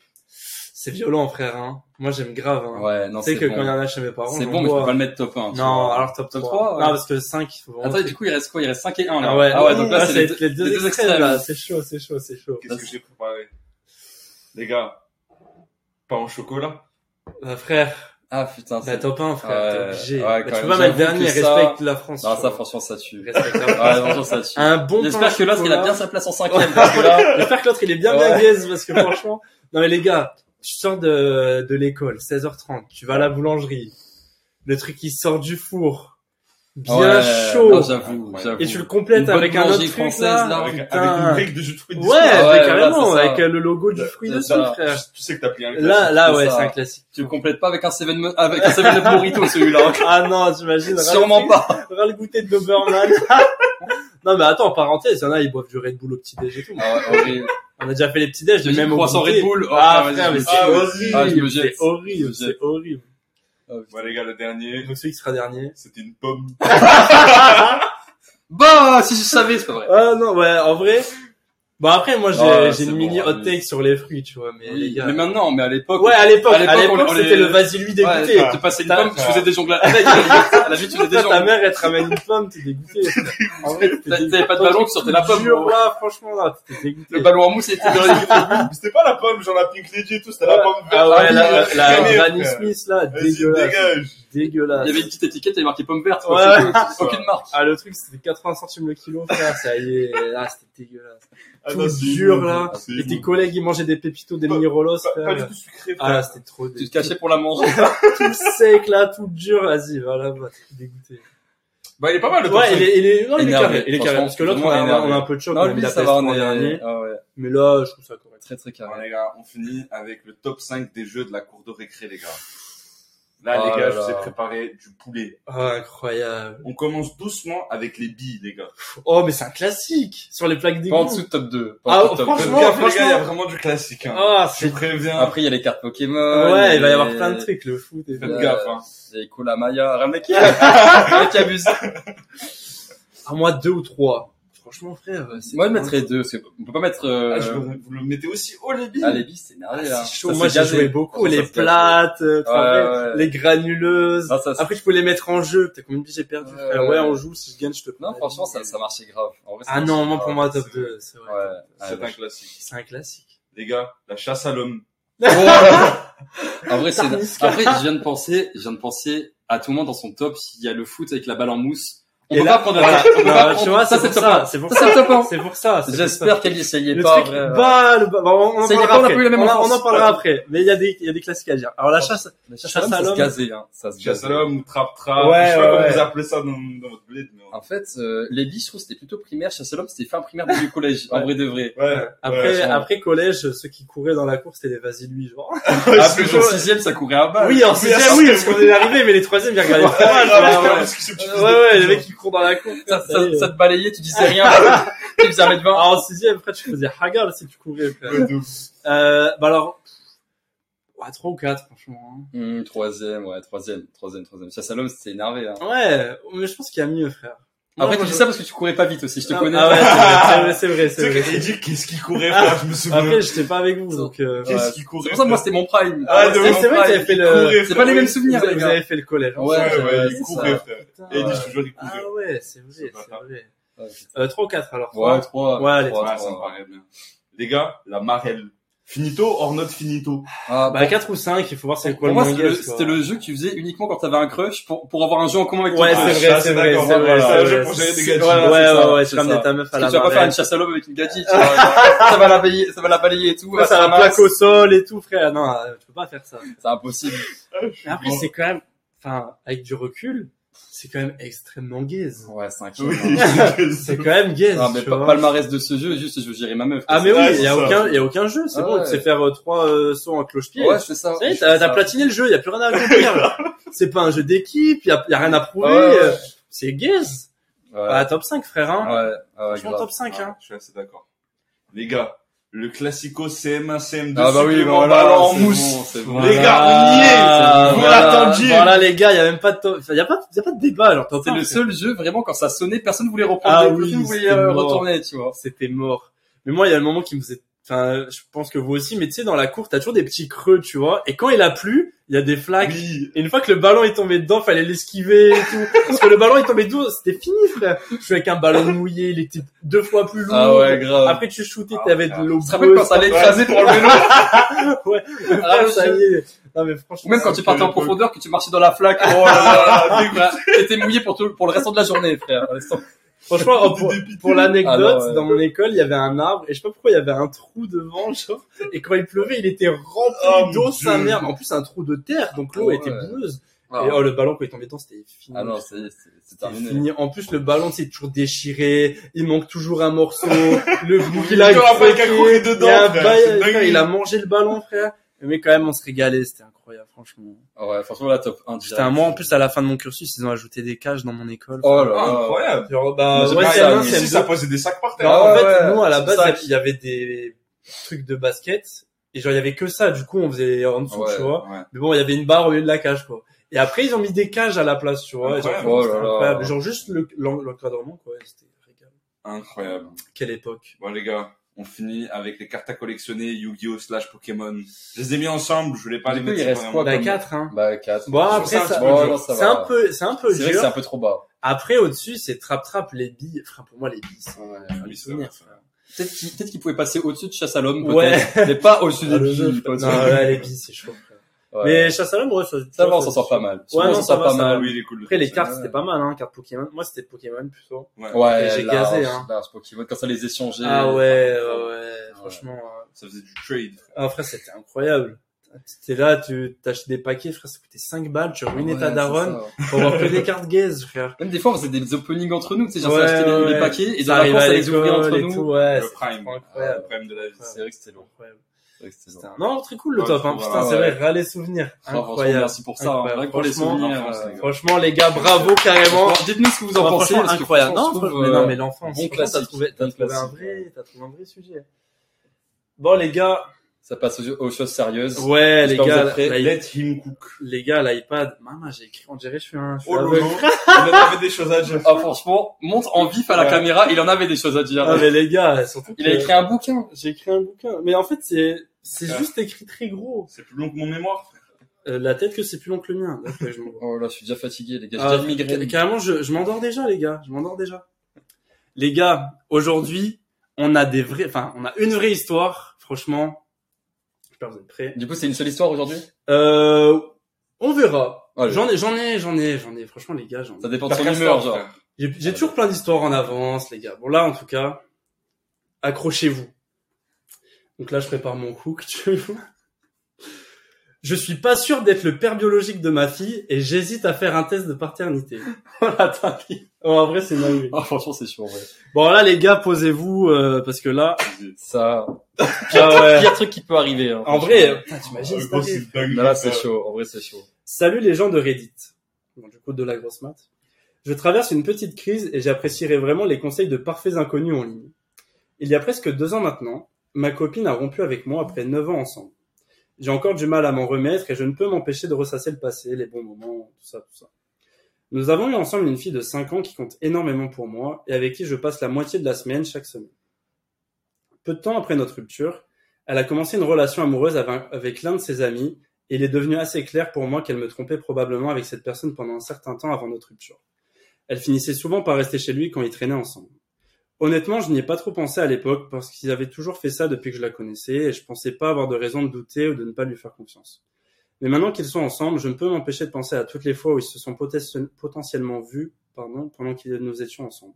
Speaker 1: C'est violent, frère. Hein. Moi, j'aime grave. Hein.
Speaker 2: Ouais, non,
Speaker 1: tu sais
Speaker 2: c'est
Speaker 1: que quand il y
Speaker 2: bon.
Speaker 1: en a chez mes parents,
Speaker 2: C'est
Speaker 1: j'en
Speaker 2: bon, mais tu
Speaker 1: bois.
Speaker 2: peux pas le mettre top 1. tu
Speaker 1: Non,
Speaker 2: vois.
Speaker 1: alors top 3.
Speaker 2: Top 3, ouais.
Speaker 1: Non, parce que 5, il faut vraiment...
Speaker 2: Attends, et du coup, il reste quoi? Il reste 5 et 1, là.
Speaker 1: ah ouais,
Speaker 2: ah ouais donc là, c'est les
Speaker 1: ça va
Speaker 2: deux,
Speaker 1: être les deux,
Speaker 2: les deux
Speaker 1: extrêmes,
Speaker 2: extrêmes.
Speaker 1: là. C'est chaud, c'est chaud, c'est chaud.
Speaker 3: Qu'est-ce que j'ai préparé Les gars, pain au chocolat.
Speaker 1: Bah, frère,
Speaker 2: Ah putain,
Speaker 1: T'as
Speaker 2: c'est...
Speaker 1: top 1, frère,
Speaker 2: Ouais,
Speaker 1: t'es obligé.
Speaker 2: ouais,
Speaker 1: Bah,
Speaker 2: quand
Speaker 1: tu peux
Speaker 2: même.
Speaker 1: pas mettre
Speaker 2: J'avoue que
Speaker 1: dernier,
Speaker 2: ça-
Speaker 1: respecte la France.
Speaker 2: Non,
Speaker 1: tu
Speaker 2: ça
Speaker 1: vois.
Speaker 2: franchement, ça tue. Ouais,
Speaker 1: Respecte la France.
Speaker 2: franchement, ça tue.
Speaker 1: Un bon
Speaker 2: J'espère que l'autre, il a bien sa place
Speaker 1: (laughs)
Speaker 2: en cinquième, parce que là...
Speaker 1: J'espère que l'autre, il est bien
Speaker 2: Ouais.
Speaker 1: blaguez parce que franchement... Non mais les gars, tu sors de, de l'école, 16h30, tu vas à la boulangerie, le truc, il sort du four, bien
Speaker 2: Ouais,
Speaker 1: chaud,
Speaker 2: non, j'avoue,
Speaker 3: Ouais.
Speaker 2: j'avoue.
Speaker 1: et tu le complètes
Speaker 2: Une
Speaker 1: avec
Speaker 2: bonne
Speaker 1: un autre
Speaker 2: boulangerie
Speaker 1: truc,
Speaker 2: française,
Speaker 1: là.
Speaker 2: là. Ah,
Speaker 3: avec, avec
Speaker 1: putain.
Speaker 3: une brique de jus de fruits.
Speaker 1: Ouais,
Speaker 3: dessus.
Speaker 2: Ah ouais,
Speaker 1: mais
Speaker 2: voilà,
Speaker 1: carrément,
Speaker 2: c'est ça.
Speaker 1: avec euh, le logo du fruit
Speaker 2: c'est
Speaker 1: dessus,
Speaker 2: ça.
Speaker 1: frère.
Speaker 3: Tu sais que t'as pris un
Speaker 1: Là, là,
Speaker 2: c'est
Speaker 1: ouais,
Speaker 2: ça.
Speaker 1: c'est un classique.
Speaker 2: Tu le complètes pas avec un 7 avec un
Speaker 1: (laughs)
Speaker 2: 7 Morito, celui-là.
Speaker 1: Ah non, j'imagine.
Speaker 2: Sûrement pas.
Speaker 1: Ras le goûter de Doberman. (laughs) non, mais attends, parenthèse, il y en a, ils boivent du Red Bull au petit déj et tout.
Speaker 2: Ah ouais, horrible.
Speaker 1: On a déjà fait les petits déj,
Speaker 2: J'ai
Speaker 1: même
Speaker 2: même
Speaker 1: au
Speaker 2: croissant
Speaker 1: goûter.
Speaker 2: Red Bull. Oh,
Speaker 1: Ah,
Speaker 2: vas-y,
Speaker 1: frère,
Speaker 2: je
Speaker 1: mais
Speaker 2: me
Speaker 1: c'est
Speaker 2: tire.
Speaker 1: horrible.
Speaker 2: Ah, je me jette.
Speaker 1: c'est horrible,
Speaker 2: Je me jette.
Speaker 1: c'est horrible.
Speaker 3: Bon, les gars, le dernier,
Speaker 1: Donc celui qui sera dernier.
Speaker 3: c'était une pomme. (laughs)
Speaker 2: Bah, si je savais, c'est pas vrai.
Speaker 1: Ah non, ouais, en vrai. Bon après, moi j'ai
Speaker 2: Ouais,
Speaker 1: j'ai
Speaker 2: Ah, c'est
Speaker 1: une
Speaker 2: bon,
Speaker 1: mini
Speaker 2: ouais,
Speaker 1: hot
Speaker 2: mais-
Speaker 1: take sur les fruits, tu vois, mais les
Speaker 2: Oui,
Speaker 1: gars.
Speaker 2: Mais maintenant, mais à l'époque.
Speaker 1: Ouais, à l'époque,
Speaker 2: À l'époque,
Speaker 1: à l'époque,
Speaker 2: on les-
Speaker 1: c'était le vas-y-lui
Speaker 2: Ouais,
Speaker 1: dégoûté.
Speaker 2: tu passais une
Speaker 1: T'as-
Speaker 2: pomme, tu faisais des jongles
Speaker 1: (laughs)
Speaker 2: avec. À la vie, tu faisais des
Speaker 1: Toi, ta
Speaker 2: jongles.
Speaker 1: mère, elle te ramène une pomme, t'es
Speaker 2: (laughs)
Speaker 1: dégoûté. En vrai, t'es
Speaker 2: T'avais
Speaker 1: dégoûté.
Speaker 2: pas de ballon, tu sortais la pomme.
Speaker 1: Jure, là, franchement, là, t'es dégoûté.
Speaker 2: Le ballon en mousse était dans les
Speaker 3: c'était pas la pomme, genre la pink lady et tout, c'était la pomme
Speaker 1: Ah
Speaker 3: verte.
Speaker 1: ouais, la,
Speaker 2: euh,
Speaker 3: Vas-y,
Speaker 1: la,
Speaker 3: dégage,
Speaker 1: la Granny
Speaker 3: frère.
Speaker 1: Smith, là,
Speaker 3: Vas-y,
Speaker 1: dégueulasse.
Speaker 3: dégage.
Speaker 1: Dégueulasse.
Speaker 2: Il y avait une petite étiquette, il y avait marqué pomme verte.
Speaker 1: Ouais.
Speaker 2: quoi, c'est tout, Aucune marque.
Speaker 1: Ah, le truc, c'était 80 centimes le kilo, frère, ça y est. Ah, c'était dégueulasse.
Speaker 3: Ah
Speaker 1: Tout
Speaker 3: non, c'est
Speaker 1: dur,
Speaker 3: immonde.
Speaker 1: là.
Speaker 3: C'est
Speaker 1: Et tes
Speaker 3: immonde.
Speaker 1: collègues, ils mangeaient des pépitos, des
Speaker 3: Pas-
Speaker 1: mini rolos,
Speaker 3: Pas pas du
Speaker 1: frère.
Speaker 3: tout sucré,
Speaker 1: Ah, là,
Speaker 3: frère.
Speaker 1: c'était trop
Speaker 2: Tu te
Speaker 1: dégueulasse.
Speaker 2: cachais pour la manger.
Speaker 1: Tout sec, là, tout dur. Vas-y, voilà, bah, t'es dégoûté.
Speaker 3: Bah, il est pas mal, le
Speaker 1: Ouais, il
Speaker 3: il
Speaker 1: est, il est, non, il est
Speaker 2: Énervé,
Speaker 1: carré. Il est
Speaker 2: franchement,
Speaker 1: carré. Parce que l'autre, on
Speaker 2: vraiment
Speaker 1: a,
Speaker 2: énervé.
Speaker 1: on a un peu de choc.
Speaker 2: Non,
Speaker 1: on a mis
Speaker 2: lui,
Speaker 1: la
Speaker 2: ça
Speaker 1: peste
Speaker 2: va, on
Speaker 1: en
Speaker 2: est,
Speaker 1: dernier.
Speaker 2: ah ouais.
Speaker 1: Mais là, je trouve ça correct.
Speaker 2: Très, très carré.
Speaker 3: Bon, les gars, on finit avec le top 5 des jeux de la cour de récré, les gars. Là,
Speaker 2: Ah
Speaker 3: les gars,
Speaker 2: là
Speaker 3: je vous ai
Speaker 2: là.
Speaker 3: préparé du poulet.
Speaker 1: Ah, incroyable.
Speaker 3: On commence doucement avec les billes, les gars.
Speaker 1: Oh, mais c'est un classique. Sur les plaques
Speaker 2: Pas en
Speaker 1: d'égout.
Speaker 2: dessous de top 2.
Speaker 1: Ah,
Speaker 2: Pas en dessous de top
Speaker 1: franchement,
Speaker 3: Les
Speaker 2: 2.
Speaker 3: gars, les gars, il y a
Speaker 1: franchement.
Speaker 3: vraiment du classique. Hein.
Speaker 1: Ah,
Speaker 3: je
Speaker 1: c'est,
Speaker 3: te préviens.
Speaker 2: Après, il y a les cartes Pokémon.
Speaker 1: ouais, il va y
Speaker 2: les-
Speaker 1: avoir plein de trucs, le foot et tout.
Speaker 3: Faites gaffe. Hein.
Speaker 2: Les
Speaker 1: (laughs)
Speaker 2: Maya. Rien, le mec, il le mec abuse.
Speaker 1: À moi, deux ou trois. Franchement, frère, c'est
Speaker 2: Moi, je mettrais deux, parce qu'on peut pas mettre, euh,
Speaker 3: Ah, je veux- vous le mettez aussi haut, les billes.
Speaker 2: ah, les bis, c'est énervé, là.
Speaker 1: C'est chaud.
Speaker 2: Ça,
Speaker 1: Moi,
Speaker 2: c'est
Speaker 1: j'ai
Speaker 2: gazé.
Speaker 1: joué beaucoup.
Speaker 2: Ça, ça,
Speaker 1: les
Speaker 2: c'est gazé.
Speaker 1: plates, euh, tu te
Speaker 2: Ouais,
Speaker 1: rappelles,
Speaker 2: ouais.
Speaker 1: les granuleuses.
Speaker 2: Non, ça, c'est-
Speaker 1: Après, je pouvais les mettre en jeu. Putain, combien de billes j'ai perdu
Speaker 2: Ouais,
Speaker 1: frère.
Speaker 2: ouais.
Speaker 1: Ouais, on joue. Si je gagne, je te prends.
Speaker 2: Euh, non, franchement, ça, ça marchait grave. En vrai, ça
Speaker 1: Ah non,
Speaker 2: marchait
Speaker 1: moi, pour
Speaker 2: grave.
Speaker 1: moi, top 2. C'est vrai.
Speaker 2: Ouais. Ah,
Speaker 3: C'est un
Speaker 2: ouais.
Speaker 3: classique.
Speaker 1: C'est un classique.
Speaker 3: Les gars, la chasse à l'homme.
Speaker 2: (laughs) En vrai, c'est,
Speaker 1: Tarnisca.
Speaker 2: après, je viens de penser, je viens de penser, à tout le monde dans son top, s'il y a le foot avec la balle en mousse. On
Speaker 1: Et
Speaker 2: peut
Speaker 1: là-
Speaker 2: pas prendre
Speaker 1: Voilà.
Speaker 2: la on peut pas
Speaker 1: Non,
Speaker 2: prendre-
Speaker 1: Tu vois, c'est pour
Speaker 2: top un.
Speaker 1: ça. C'est pour
Speaker 2: Ça,
Speaker 1: ça.
Speaker 2: c'est le top un.
Speaker 1: C'est pour ça. c'est pour ça.
Speaker 2: J'espère qu'elle y essayait
Speaker 1: Le
Speaker 2: pas.
Speaker 1: truc
Speaker 2: vrai. euh,
Speaker 1: bas, le bas, bah, on, on en
Speaker 2: Ça y est,
Speaker 1: parlera
Speaker 2: on a
Speaker 1: après.
Speaker 2: plus la même
Speaker 1: on, en-
Speaker 2: enfance.
Speaker 1: on en parlera après. Mais il y a des, il y a des classiques à dire. Alors la chasse,
Speaker 2: Mais
Speaker 1: Chasse
Speaker 2: Shalom,
Speaker 1: à
Speaker 2: ça se
Speaker 1: l'homme.
Speaker 2: gazait, hein. Ça se
Speaker 3: Chasse à
Speaker 2: gazait.
Speaker 3: l'homme ou trap-trap.
Speaker 1: Ouais,
Speaker 3: je sais pas
Speaker 1: ouais,
Speaker 3: comment
Speaker 1: ouais.
Speaker 3: vous appelez ça dans, dans votre bled, mais.
Speaker 2: En fait, euh, les billes, je trouve, c'était plutôt primaire. Chasse à l'homme, c'était fin primaire début collège. En
Speaker 1: Ouais.
Speaker 2: vrai de vrai.
Speaker 3: Ouais.
Speaker 1: après,
Speaker 2: sûrement.
Speaker 1: après collège, ceux qui couraient dans la cour, c'était les vas-y lui, genre.
Speaker 2: Ah,
Speaker 3: c'est
Speaker 2: plus
Speaker 3: chaud.
Speaker 2: en sixième, ça courait à balle.
Speaker 1: Oui, en sixième, oui, parce qu'on est arrivé, mais les troisièmes, ils regardaient très mal.
Speaker 3: Ah,
Speaker 1: Ouais,
Speaker 3: putain,
Speaker 1: ouais.
Speaker 3: parce que c'est petit.
Speaker 1: Ouais, ouais, les mecs qui courent dans la cour.
Speaker 2: Ça,
Speaker 1: ça y
Speaker 2: ça,
Speaker 1: est.
Speaker 2: ça te balayait, tu
Speaker 1: (laughs)
Speaker 2: disais rien. tu faisais 1m20.
Speaker 1: Ah, en sixième, frère, tu faisais hagar si tu courais, frère.
Speaker 3: Ouais, de ouf.
Speaker 1: Euh, bah alors, ouais, trois ou quatre, franchement. hein.
Speaker 2: Hum, troisième, ouais, troisième, troisième, troisième. Chasse à l'homme, c'était énervé, hein.
Speaker 1: Ouais, mais je pense qu'il y a mieux, frère.
Speaker 2: Après,
Speaker 1: Moi,
Speaker 2: tu dis
Speaker 1: je-
Speaker 2: ça parce que tu courais pas vite aussi, je te
Speaker 1: Ah,
Speaker 2: connais.
Speaker 1: Ah ouais, c'est
Speaker 2: (laughs)
Speaker 1: vrai, c'est
Speaker 3: C'est
Speaker 1: vrai,
Speaker 3: vrai
Speaker 1: c'est vrai.
Speaker 3: dit qu'est-ce qu'il courait, frère, je me souviens.
Speaker 1: Après, j'étais pas avec vous, donc, euh,
Speaker 2: Ouais.
Speaker 3: Qu'est-ce qu'il courait
Speaker 2: C'est pour ça que moi, c'était mon prime.
Speaker 3: Ah,
Speaker 2: Ouais,
Speaker 3: de
Speaker 2: c'est
Speaker 3: ouf,
Speaker 2: mon
Speaker 1: c'est vrai
Speaker 2: prime.
Speaker 1: qu'il y avait fait le-
Speaker 3: courait,
Speaker 2: C'est pas les
Speaker 3: frère,
Speaker 2: mêmes
Speaker 3: oui.
Speaker 1: vous
Speaker 2: souvenirs, les
Speaker 1: avez vous
Speaker 2: gars.
Speaker 1: avez fait le collège.
Speaker 2: Ouais,
Speaker 1: ensemble.
Speaker 3: Ouais, ouais, il
Speaker 2: c'est
Speaker 3: courait,
Speaker 2: ça.
Speaker 3: frère.
Speaker 1: Putain,
Speaker 3: Et
Speaker 1: ouais.
Speaker 3: je te jure, il courait.
Speaker 1: Ah ouais, c'est vrai,
Speaker 3: C'est pas
Speaker 1: c'est
Speaker 3: grave.
Speaker 1: vrai.
Speaker 2: Ouais,
Speaker 1: Euh, trois ou quatre, alors.
Speaker 2: Ouais, trois.
Speaker 1: Ouais, les
Speaker 3: Ouais,
Speaker 2: trois,
Speaker 3: ça
Speaker 2: trois.
Speaker 3: me paraît bien. Les gars, la marelle. Finito, hors note finito.
Speaker 2: Ah,
Speaker 1: Bah, quatre ou cinq, il faut voir c'est quoi
Speaker 2: Pour moi,
Speaker 1: le
Speaker 2: c'était
Speaker 1: manga.
Speaker 2: le,
Speaker 1: quoi.
Speaker 2: c'était le jeu que tu faisais uniquement quand t'avais un crush pour, pour avoir un jeu en commun avec ton
Speaker 1: Ouais,
Speaker 2: crush.
Speaker 1: c'est
Speaker 3: Ah,
Speaker 1: vrai,
Speaker 3: ça,
Speaker 1: c'est
Speaker 3: c'est
Speaker 1: vrai,
Speaker 3: d'accord,
Speaker 1: c'est vrai.
Speaker 3: voilà.
Speaker 1: c'est
Speaker 3: C'est un
Speaker 1: vrai.
Speaker 3: jeu pour gérer des gadgets.
Speaker 1: Ouais,
Speaker 2: C'est
Speaker 1: ouais,
Speaker 2: ça,
Speaker 1: ouais,
Speaker 2: c'est
Speaker 1: tu ramenais
Speaker 2: ça.
Speaker 1: ta meuf à
Speaker 2: Parce que
Speaker 1: Ah, la
Speaker 2: tu vas pas faire une
Speaker 1: marelle.
Speaker 2: chasse à l'homme avec une gadget. tu vois, ça va la balayer, ça va la balayer et tout.
Speaker 1: Ouais,
Speaker 2: elle
Speaker 1: ça la
Speaker 2: ramasse.
Speaker 1: plaque au sol et tout, frère. Non, euh, tu peux pas faire ça.
Speaker 2: C'est impossible.
Speaker 1: Mais après, c'est quand même, enfin, avec du recul, c'est quand même extrêmement
Speaker 2: (laughs)
Speaker 1: gaze.
Speaker 2: Ouais, c'est
Speaker 3: Oui.
Speaker 2: inquiétant.
Speaker 1: C'est quand même gaze.
Speaker 2: Ah, mais
Speaker 1: tu
Speaker 2: pas,
Speaker 1: vois.
Speaker 2: palmarès de ce jeu, juste je veux gérer ma meuf.
Speaker 1: Ah, mais
Speaker 3: Ouais,
Speaker 1: oui, il
Speaker 3: c'est
Speaker 1: y a
Speaker 3: ça.
Speaker 1: aucun, il y a aucun jeu. C'est
Speaker 2: Ah
Speaker 1: bon,
Speaker 2: ouais.
Speaker 1: tu sais faire euh, trois euh, sons en cloche-pied.
Speaker 2: Ouais, c'est ça.
Speaker 1: Tu sais,
Speaker 2: Je
Speaker 1: T'as
Speaker 2: fais
Speaker 1: t'as
Speaker 2: ça.
Speaker 1: platiné le jeu, y a plus rien à accomplir.
Speaker 2: (laughs)
Speaker 1: là. c'est pas un jeu d'équipe, y a, y a rien à prouver.
Speaker 2: Ouais, ouais.
Speaker 1: euh, C'est gaze.
Speaker 2: Ouais, Ah,
Speaker 1: Bah, top 5, frère, hein.
Speaker 2: ouais, ouais,
Speaker 1: Franchement,
Speaker 2: grave.
Speaker 1: top 5, hein.
Speaker 3: Je suis assez d'accord. Les gars, le classico CM1, CM2,
Speaker 2: Ah bah oui,
Speaker 3: supplément
Speaker 2: voilà,
Speaker 3: ballon en
Speaker 2: c'est
Speaker 3: mousse.
Speaker 2: bon, c'est bon.
Speaker 3: les gars,
Speaker 1: Voilà,
Speaker 3: on y est. Vous
Speaker 1: voilà,
Speaker 3: l'attendiez.
Speaker 1: Voilà, les gars, y a même pas de, top- enfin, y a pas, y a pas de débat, genre, top
Speaker 2: C'est
Speaker 1: 1,
Speaker 2: le
Speaker 1: c'est-
Speaker 2: seul jeu, vraiment, quand ça sonnait, personne voulait reprendre.
Speaker 1: Ah
Speaker 2: personne
Speaker 1: oui,
Speaker 2: voulait
Speaker 1: c'était
Speaker 2: euh,
Speaker 1: mort.
Speaker 2: retourner, tu vois.
Speaker 1: c'était mort. Mais moi, il y a un moment qui me faisait, enfin, je pense que vous aussi, mais tu sais, dans la cour, t'as toujours des petits creux, tu vois. Et quand il a plu, il y a des flaques.
Speaker 3: Oui.
Speaker 1: Et une fois que le ballon est tombé dedans, fallait l'esquiver et tout. Parce que le ballon est tombé dedans, c'était fini, frère. Je suis avec un ballon mouillé, il était deux fois plus lourd.
Speaker 2: Ah ouais, grave.
Speaker 1: Après, tu shootais,
Speaker 3: Ah,
Speaker 1: t'avais
Speaker 3: frère.
Speaker 1: de l'eau
Speaker 2: Tu te rappelles quand ça allait écraser pour enlever l'eau
Speaker 1: Frère,
Speaker 2: Ah,
Speaker 1: ça y est. Non, mais franchement.
Speaker 2: Ou même quand tu partais en profondeur, que tu marchais dans la flaque. Oh là (laughs) là, voilà, t'étais mouillé pour, tout, pour le restant de la journée, frère.
Speaker 1: Franchement, oh, pour, pour l'anecdote,
Speaker 2: Ah non, ouais.
Speaker 1: dans mon école, il y avait un arbre, et je sais pas pourquoi il y avait un trou devant, genre, et quand il pleuvait, il était rempli
Speaker 3: Oh, mon
Speaker 1: d'eau, sa
Speaker 3: Dieu.
Speaker 1: mère. En plus, un trou de terre, donc l'eau
Speaker 2: Ouais.
Speaker 1: était boueuse.
Speaker 2: Ah,
Speaker 1: Et oh, le ballon, quand il est tombé dedans, c'était fini.
Speaker 2: ah non, c'est c'est- c'est
Speaker 1: C'est
Speaker 2: terminé.
Speaker 1: fini. En plus, le ballon, c'est toujours déchiré. Il manque toujours un
Speaker 3: (laughs)
Speaker 1: morceau. le bout, il a
Speaker 3: Il y aura pas qu'à
Speaker 1: craqué.
Speaker 3: courir dedans,
Speaker 1: Il y a un
Speaker 3: frère,
Speaker 1: bail-
Speaker 3: c'est dingue.
Speaker 1: frère, il a mangé le ballon, frère. Mais quand même, on se régalait. C'était incroyable, franchement.
Speaker 2: Ah ouais, franchement, là, top 1
Speaker 1: C'était un mois. En plus, à la fin de mon cursus, ils ont ajouté des cages dans mon école.
Speaker 2: Oh là
Speaker 3: Ah,
Speaker 2: là.
Speaker 3: incroyable.
Speaker 1: Genre, bah,
Speaker 2: Mais c'est
Speaker 1: ouais,
Speaker 2: pas
Speaker 1: c'est
Speaker 2: ça,
Speaker 1: un,
Speaker 2: mais
Speaker 1: c'est
Speaker 3: Ici,
Speaker 1: deux.
Speaker 3: ça posait des sacs par
Speaker 1: Genre,
Speaker 3: terre.
Speaker 2: Ah
Speaker 1: en fait,
Speaker 2: ouais,
Speaker 1: nous, à la base,
Speaker 2: c'est ça.
Speaker 1: il y avait des trucs de basket. Et genre, il y avait que ça. Du coup, on faisait en dessous,
Speaker 2: Ouais,
Speaker 1: tu vois.
Speaker 3: ouais.
Speaker 1: Mais bon, il y avait une barre au milieu de la cage, quoi. Et après, ils ont mis des cages à la place, tu vois. Et genre,
Speaker 3: Incroyable.
Speaker 2: Oh là là.
Speaker 1: incroyable. Genre, juste le- l'en- l'encadrement, quoi. Et C'était régal.
Speaker 3: Incroyable.
Speaker 1: Quelle époque.
Speaker 3: Bon, les gars, on finit avec les cartes à collectionner Yu-Gi-Oh! slash Pokémon. Je les ai mis ensemble, je voulais pas
Speaker 2: Du
Speaker 3: les
Speaker 2: coup,
Speaker 3: mettre
Speaker 2: il reste
Speaker 3: séparément.
Speaker 2: quoi
Speaker 1: Bah,
Speaker 2: comme-
Speaker 1: 4, hein.
Speaker 2: Bah, 4.
Speaker 1: Bon, après,
Speaker 3: ça,
Speaker 1: ça-
Speaker 3: tu vois,
Speaker 2: non, ça
Speaker 1: c'est
Speaker 2: va.
Speaker 1: un peu, c'est un peu
Speaker 2: C'est vrai que c'est un
Speaker 1: dur.
Speaker 2: peu trop bas.
Speaker 1: Après, au-dessus, c'est trap-trap, les billes. Enfin, pour moi, les billes, c'est
Speaker 3: Ah oui, c'est vrai,
Speaker 1: Souvenir,
Speaker 3: ça.
Speaker 2: Peut-être qu'il peut pouvait passer au-dessus de chasse à l'homme,
Speaker 1: Ouais.
Speaker 2: peut-être. Mais pas au-dessus
Speaker 1: Ah,
Speaker 2: des
Speaker 1: le jeu,
Speaker 2: billes. pas
Speaker 1: Non,
Speaker 2: au-dessus des billes.
Speaker 1: là, les billes, c'est chaud. frère.
Speaker 2: Ouais.
Speaker 1: Mais chasse à l'homme, ouais, ça,
Speaker 2: Ça va, on s'en sort pas mal. Souvent,
Speaker 1: Ouais,
Speaker 2: on
Speaker 1: non,
Speaker 2: s'en
Speaker 1: ça
Speaker 2: sort
Speaker 1: va,
Speaker 2: pas
Speaker 1: ça
Speaker 3: Ah
Speaker 2: mal.
Speaker 3: oui, il est cool.
Speaker 1: Après, les cartes,
Speaker 2: Ouais.
Speaker 1: c'était pas mal, hein, cartes Pokémon. Moi, c'était Pokémon, plutôt.
Speaker 2: Ouais,
Speaker 1: J'ai
Speaker 2: large,
Speaker 1: gazé, hein.
Speaker 2: large Pokémon, quand ça les échangeait.
Speaker 1: Ah ouais, ouais, ouais,
Speaker 2: Ouais.
Speaker 1: franchement. euh,
Speaker 3: Ça faisait du trade.
Speaker 1: Ah, frère, c'était incroyable. T'étais là, tu t'achetais des paquets, frère, ça coûtait 5 balles, tu ruinais
Speaker 2: Ouais,
Speaker 1: ta
Speaker 2: c'est
Speaker 1: daronne
Speaker 2: ça.
Speaker 1: pour avoir que des cartes gaze, frère.
Speaker 2: Même des fois, on faisait des openings entre nous, tu sais, genre,
Speaker 1: Ouais,
Speaker 2: ça achetait les-
Speaker 1: ouais,
Speaker 2: les
Speaker 1: ouais.
Speaker 2: paquets, et dans
Speaker 1: Ça
Speaker 2: la
Speaker 1: arrivait
Speaker 2: course,
Speaker 1: à
Speaker 2: ça les ouvrait
Speaker 1: l'école
Speaker 2: entre
Speaker 1: et
Speaker 2: nous.
Speaker 1: tout, ouais.
Speaker 3: le
Speaker 1: c'est
Speaker 3: prime.
Speaker 1: incroyable.
Speaker 3: Le prime de la vie.
Speaker 2: C'est vrai que c'était long.
Speaker 1: incroyable.
Speaker 2: C'est vrai que c'était long.
Speaker 1: Putain, Non, très cool le
Speaker 3: Ouais,
Speaker 1: top, hein.
Speaker 3: ouais,
Speaker 1: Putain, c'est
Speaker 2: ouais.
Speaker 1: vrai, râler souvenirs.
Speaker 2: Ah, franchement,
Speaker 1: Incroyable.
Speaker 2: Merci pour ça, hein.
Speaker 1: Incroyable.
Speaker 2: Rien que pour les
Speaker 1: Franchement,
Speaker 2: souvenirs.
Speaker 3: l'enfance,
Speaker 2: euh,
Speaker 3: les gars.
Speaker 1: Franchement, les gars, bravo carrément.
Speaker 2: Bon, Dites-nous ce que vous en pensez.
Speaker 1: Franchement,
Speaker 2: parce que
Speaker 1: incroyable.
Speaker 2: franchement,
Speaker 1: Non,
Speaker 2: je trouve,
Speaker 1: mais
Speaker 2: euh,
Speaker 1: non, mais l'enfance.
Speaker 2: bon
Speaker 1: franchement, T'as
Speaker 2: classique,
Speaker 1: trouvé,
Speaker 2: bon
Speaker 1: t'as trouvé un
Speaker 2: classique.
Speaker 1: vrai, t'as trouvé un vrai sujet. Bon, les gars.
Speaker 2: Ça passe aux, aux choses sérieuses.
Speaker 1: Ouais, les
Speaker 2: J'espère que vous
Speaker 1: gars.
Speaker 2: êtes prêts.
Speaker 1: l'i-
Speaker 3: Let him cook.
Speaker 1: Les gars, l'iPad. Maman, j'ai écrit, on dirait, je suis un, je suis
Speaker 3: Oh
Speaker 1: aveugle.
Speaker 3: lolo, on avait des choses à dire.
Speaker 2: Ah, franchement, montre en vif à la
Speaker 1: Ouais.
Speaker 2: caméra, il en avait des choses à dire.
Speaker 1: Ah, mais les gars, surtout.
Speaker 2: Il a
Speaker 1: que
Speaker 2: écrit un bouquin. Ah.
Speaker 1: J'ai écrit un bouquin. Mais en fait, c'est, c'est
Speaker 3: Ouais.
Speaker 1: juste écrit très gros.
Speaker 3: C'est plus long que mon mémoire. frère.
Speaker 1: Euh, la tête que c'est plus long que le mien. Là, après, je
Speaker 2: (laughs)
Speaker 1: m'en vais.
Speaker 2: Oh là, je suis déjà fatigué, les gars. J'ai
Speaker 1: Ah,
Speaker 2: déjà une
Speaker 1: ca-
Speaker 2: migraine.
Speaker 1: carrément, je, je m'endors déjà, les gars. Je m'endors déjà. Les gars, aujourd'hui, on a des vrais, enfin, on a une vraie histoire. Franchement, j'espère que vous êtes prêts.
Speaker 2: Du coup, c'est une seule histoire aujourd'hui
Speaker 1: Euh, on verra.
Speaker 2: Allez.
Speaker 1: J'en ai, j'en ai, j'en ai, j'en ai. Franchement, les gars, j'en ai.
Speaker 2: Ça dépend de
Speaker 3: Dark
Speaker 2: son
Speaker 3: Castor,
Speaker 2: humeur, genre.
Speaker 3: frère.
Speaker 1: J'ai j'ai toujours plein d'histoires en avance, les gars. Bon, là, en tout cas, accrochez-vous. Donc là, je prépare mon cook, tu vois. Je suis pas sûr d'être le père biologique de ma fille et j'hésite à faire un test de paternité. (laughs)
Speaker 2: Oh la tapis.
Speaker 1: Oh, en vrai, c'est dingue.
Speaker 2: Oh, franchement, c'est chaud, ouais.
Speaker 1: Bon, là, les gars, posez-vous, euh, parce que là...
Speaker 2: Ça,
Speaker 1: Ah ouais.
Speaker 2: pire truc qui peut arriver. hein,
Speaker 1: En
Speaker 2: franchement. Bah,
Speaker 1: vrai, euh, putain,
Speaker 3: Ah,
Speaker 1: t'imagines, ça
Speaker 3: gros,
Speaker 1: arrive.
Speaker 3: c'est dingue.
Speaker 2: Là, là, c'est chaud. En vrai, c'est chaud.
Speaker 1: Salut les gens de Reddit. Bon, du coup, de la grosse maths. Je traverse une petite crise et j'apprécierais vraiment les conseils de parfaits inconnus en ligne. Il y a presque deux ans maintenant, ma copine a rompu avec moi après neuf ans ensemble. J'ai encore du mal à m'en remettre et je ne peux m'empêcher de ressasser le passé, les bons moments, tout ça, tout ça. Nous avons eu ensemble une fille de 5 ans qui compte énormément pour moi et avec qui je passe la moitié de la semaine chaque semaine. Peu de temps après notre rupture, elle a commencé une relation amoureuse avec- avec l'un de ses amis et il est devenu assez clair pour moi qu'elle me trompait probablement avec cette personne pendant un certain temps avant notre rupture. Elle finissait souvent par rester chez lui quand ils traînaient ensemble. Honnêtement, je n'y ai pas trop pensé à l'époque parce qu'ils avaient toujours fait ça depuis que je la connaissais et je pensais pas avoir de raison de douter ou de ne pas lui faire confiance. Mais maintenant qu'ils sont ensemble, je ne peux m'empêcher de penser à toutes les fois où ils se sont potes- potentiellement vus pardon, pendant que nous étions ensemble.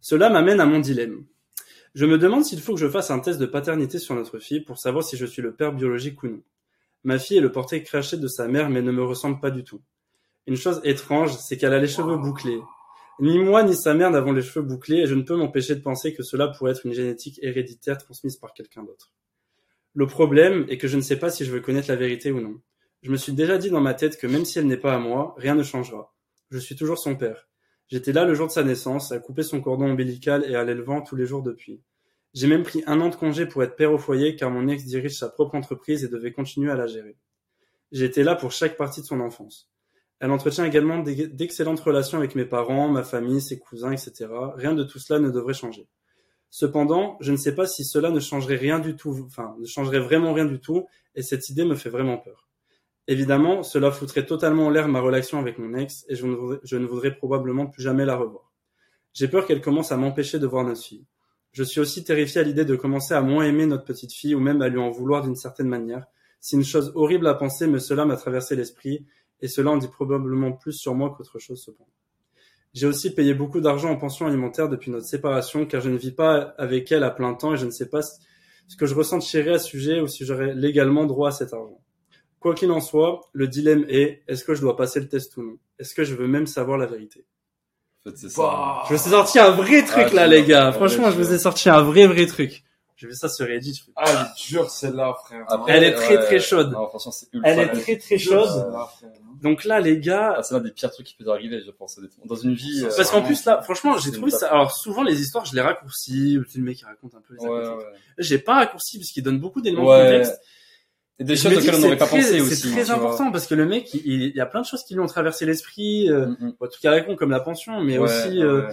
Speaker 1: Cela m'amène à mon dilemme. Je me demande s'il faut que je fasse un test de paternité sur notre fille pour savoir si je suis le père biologique ou non. Ma fille est le portrait craché de sa mère, mais ne me ressemble pas du tout. Une chose étrange, c'est qu'elle a les cheveux bouclés. Ni moi ni sa mère n'avons les cheveux bouclés, et je ne peux m'empêcher de penser que cela pourrait être une génétique héréditaire transmise par quelqu'un d'autre. Le problème est que je ne sais pas si je veux connaître la vérité ou non. Je me suis déjà dit dans ma tête que même si elle n'est pas à moi, rien ne changera. Je suis toujours son père. J'étais là le jour de sa naissance, à couper son cordon ombilical et à l'élevant tous les jours depuis. J'ai même pris un an de congé pour être père au foyer car mon ex dirige sa propre entreprise et devait continuer à la gérer. J'étais là pour chaque partie de son enfance. Elle entretient également d'ex- d'excellentes relations avec mes parents, ma famille, ses cousins, etc. Rien de tout cela ne devrait changer. Cependant, je ne sais pas si cela ne changerait rien du tout, enfin, ne changerait vraiment rien du tout, et cette idée me fait vraiment peur. Évidemment, cela foutrait totalement en l'air ma relation avec mon ex, et je ne, voudrais, je ne voudrais probablement plus jamais la revoir. J'ai peur qu'elle commence à m'empêcher de voir notre fille. Je suis aussi terrifié à l'idée de commencer à moins aimer notre petite fille, ou même à lui en vouloir d'une certaine manière. C'est une chose horrible à penser, mais cela m'a traversé l'esprit, et cela en dit probablement plus sur moi qu'autre chose cependant. J'ai aussi payé beaucoup d'argent en pension alimentaire depuis notre séparation car je ne vis pas avec elle à plein temps et je ne sais pas ce que je ressens de chérie à ce sujet ou si j'aurais légalement droit à cet argent. Quoi qu'il en soit, le dilemme est est-ce que je dois passer le test ou non Est-ce que je veux même savoir la vérité
Speaker 2: En fait, c'est ça.
Speaker 3: Bah.
Speaker 1: Je vous ai sorti un vrai truc
Speaker 2: Ah,
Speaker 1: là
Speaker 2: tu
Speaker 1: les
Speaker 2: l'as-
Speaker 1: gars.
Speaker 2: ouais,
Speaker 1: Franchement, je
Speaker 2: tu
Speaker 1: vous ai
Speaker 2: l'as.
Speaker 1: sorti un vrai vrai truc. J'ai vu ça sur Reddit. je fais-
Speaker 3: Ah, elle est dure celle-là, frère.
Speaker 2: Après,
Speaker 1: Elle est très, très chaude.
Speaker 2: Non, franchement, c'est ultra
Speaker 1: Elle est
Speaker 2: chaude.
Speaker 1: très très
Speaker 3: Dure,
Speaker 1: chaude.
Speaker 3: celle-là, frère.
Speaker 1: Donc là les gars,
Speaker 2: Ah, c'est l'un des pires trucs qui peut arriver, je pense, honnêtement. Dans une vie. euh,
Speaker 1: parce qu'en plus là, franchement, j'ai
Speaker 2: c'est
Speaker 1: trouvé
Speaker 2: une
Speaker 1: ça. Alors souvent les histoires, je les raccourcis. ou C'est le mec qui raconte un peu les
Speaker 2: Ouais,
Speaker 1: anecdotes.
Speaker 2: ouais.
Speaker 1: J'ai pas raccourci parce qu'il donne beaucoup d'éléments de
Speaker 2: ouais.
Speaker 1: contexte.
Speaker 2: Et des
Speaker 1: Je me
Speaker 2: choses
Speaker 1: dis
Speaker 2: auxquelles on
Speaker 1: que
Speaker 2: n'aurait pas
Speaker 1: c'est très-
Speaker 2: pensé aussi.
Speaker 1: C'est très
Speaker 2: tu vois.
Speaker 1: important parce que le mec, il, il y a plein de choses qui lui ont traversé l'esprit, euh,
Speaker 2: Mm, mm.
Speaker 1: bon, tout cas avec con comme la pension, mais
Speaker 2: Ouais,
Speaker 1: aussi
Speaker 2: ouais.
Speaker 1: euh,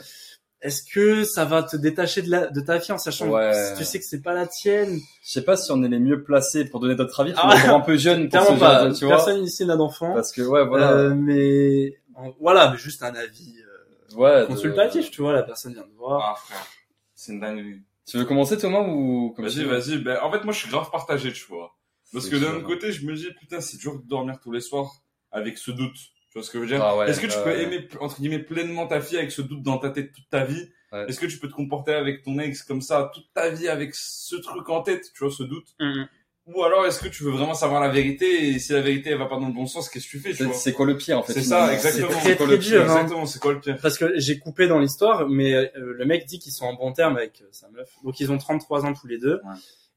Speaker 1: est-ce que ça va te détacher de, la, de ta vie en sachant
Speaker 2: Ouais.
Speaker 1: que tu sais que c'est pas la tienne
Speaker 2: Je sais pas si on est les mieux placés pour donner notre avis, tu
Speaker 1: Ah.
Speaker 2: vois, encore un peu jeune pour ce
Speaker 1: Clairement
Speaker 2: genre
Speaker 1: pas.
Speaker 2: de- tu vois.
Speaker 1: Personne ici n'a d'enfant,
Speaker 2: Parce que, ouais, voilà.
Speaker 1: Euh, mais en- voilà, mais juste un avis euh,
Speaker 2: ouais, de-
Speaker 1: consultatif, tu vois, la personne vient de voir.
Speaker 3: Ah, frère. C'est une dinguerie.
Speaker 2: Tu veux commencer, Thomas, ou comme
Speaker 3: Vas-y,
Speaker 2: tu veux
Speaker 3: vas-y. Ben, en fait, moi, je suis grave partagé, tu vois. Parce
Speaker 2: C'est euh,
Speaker 3: que d'un
Speaker 2: sûr.
Speaker 1: hein.
Speaker 3: autre côté, je me dis, putain, c'est dur de dormir tous les soirs avec ce doute. Tu vois ce que je veux dire
Speaker 2: Ah ouais,
Speaker 3: Est-ce que tu
Speaker 2: ouais,
Speaker 3: peux
Speaker 2: ouais.
Speaker 3: aimer, entre guillemets, pleinement ta fille avec ce doute dans ta tête toute ta vie
Speaker 2: Ouais.
Speaker 3: Est-ce que tu peux te comporter avec ton ex comme ça toute ta vie avec ce truc en tête, tu vois, ce doute
Speaker 2: Mm,
Speaker 3: Ou alors, est-ce que tu veux vraiment savoir la vérité Et si la vérité, elle va pas dans le bon sens, qu'est-ce que tu fais, tu
Speaker 2: C'est-
Speaker 3: vois
Speaker 2: C'est quoi le pire, en fait
Speaker 3: C'est ça,
Speaker 2: finalement
Speaker 3: exactement.
Speaker 1: très,
Speaker 3: quoi
Speaker 1: très
Speaker 3: le pire
Speaker 1: dur, hein.
Speaker 3: Exactement, c'est quoi le pire
Speaker 1: Parce que j'ai coupé dans l'histoire, mais euh, le mec dit qu'ils sont en bon terme avec euh, sa meuf. Donc ils ont 33 ans tous les deux.
Speaker 2: Ouais.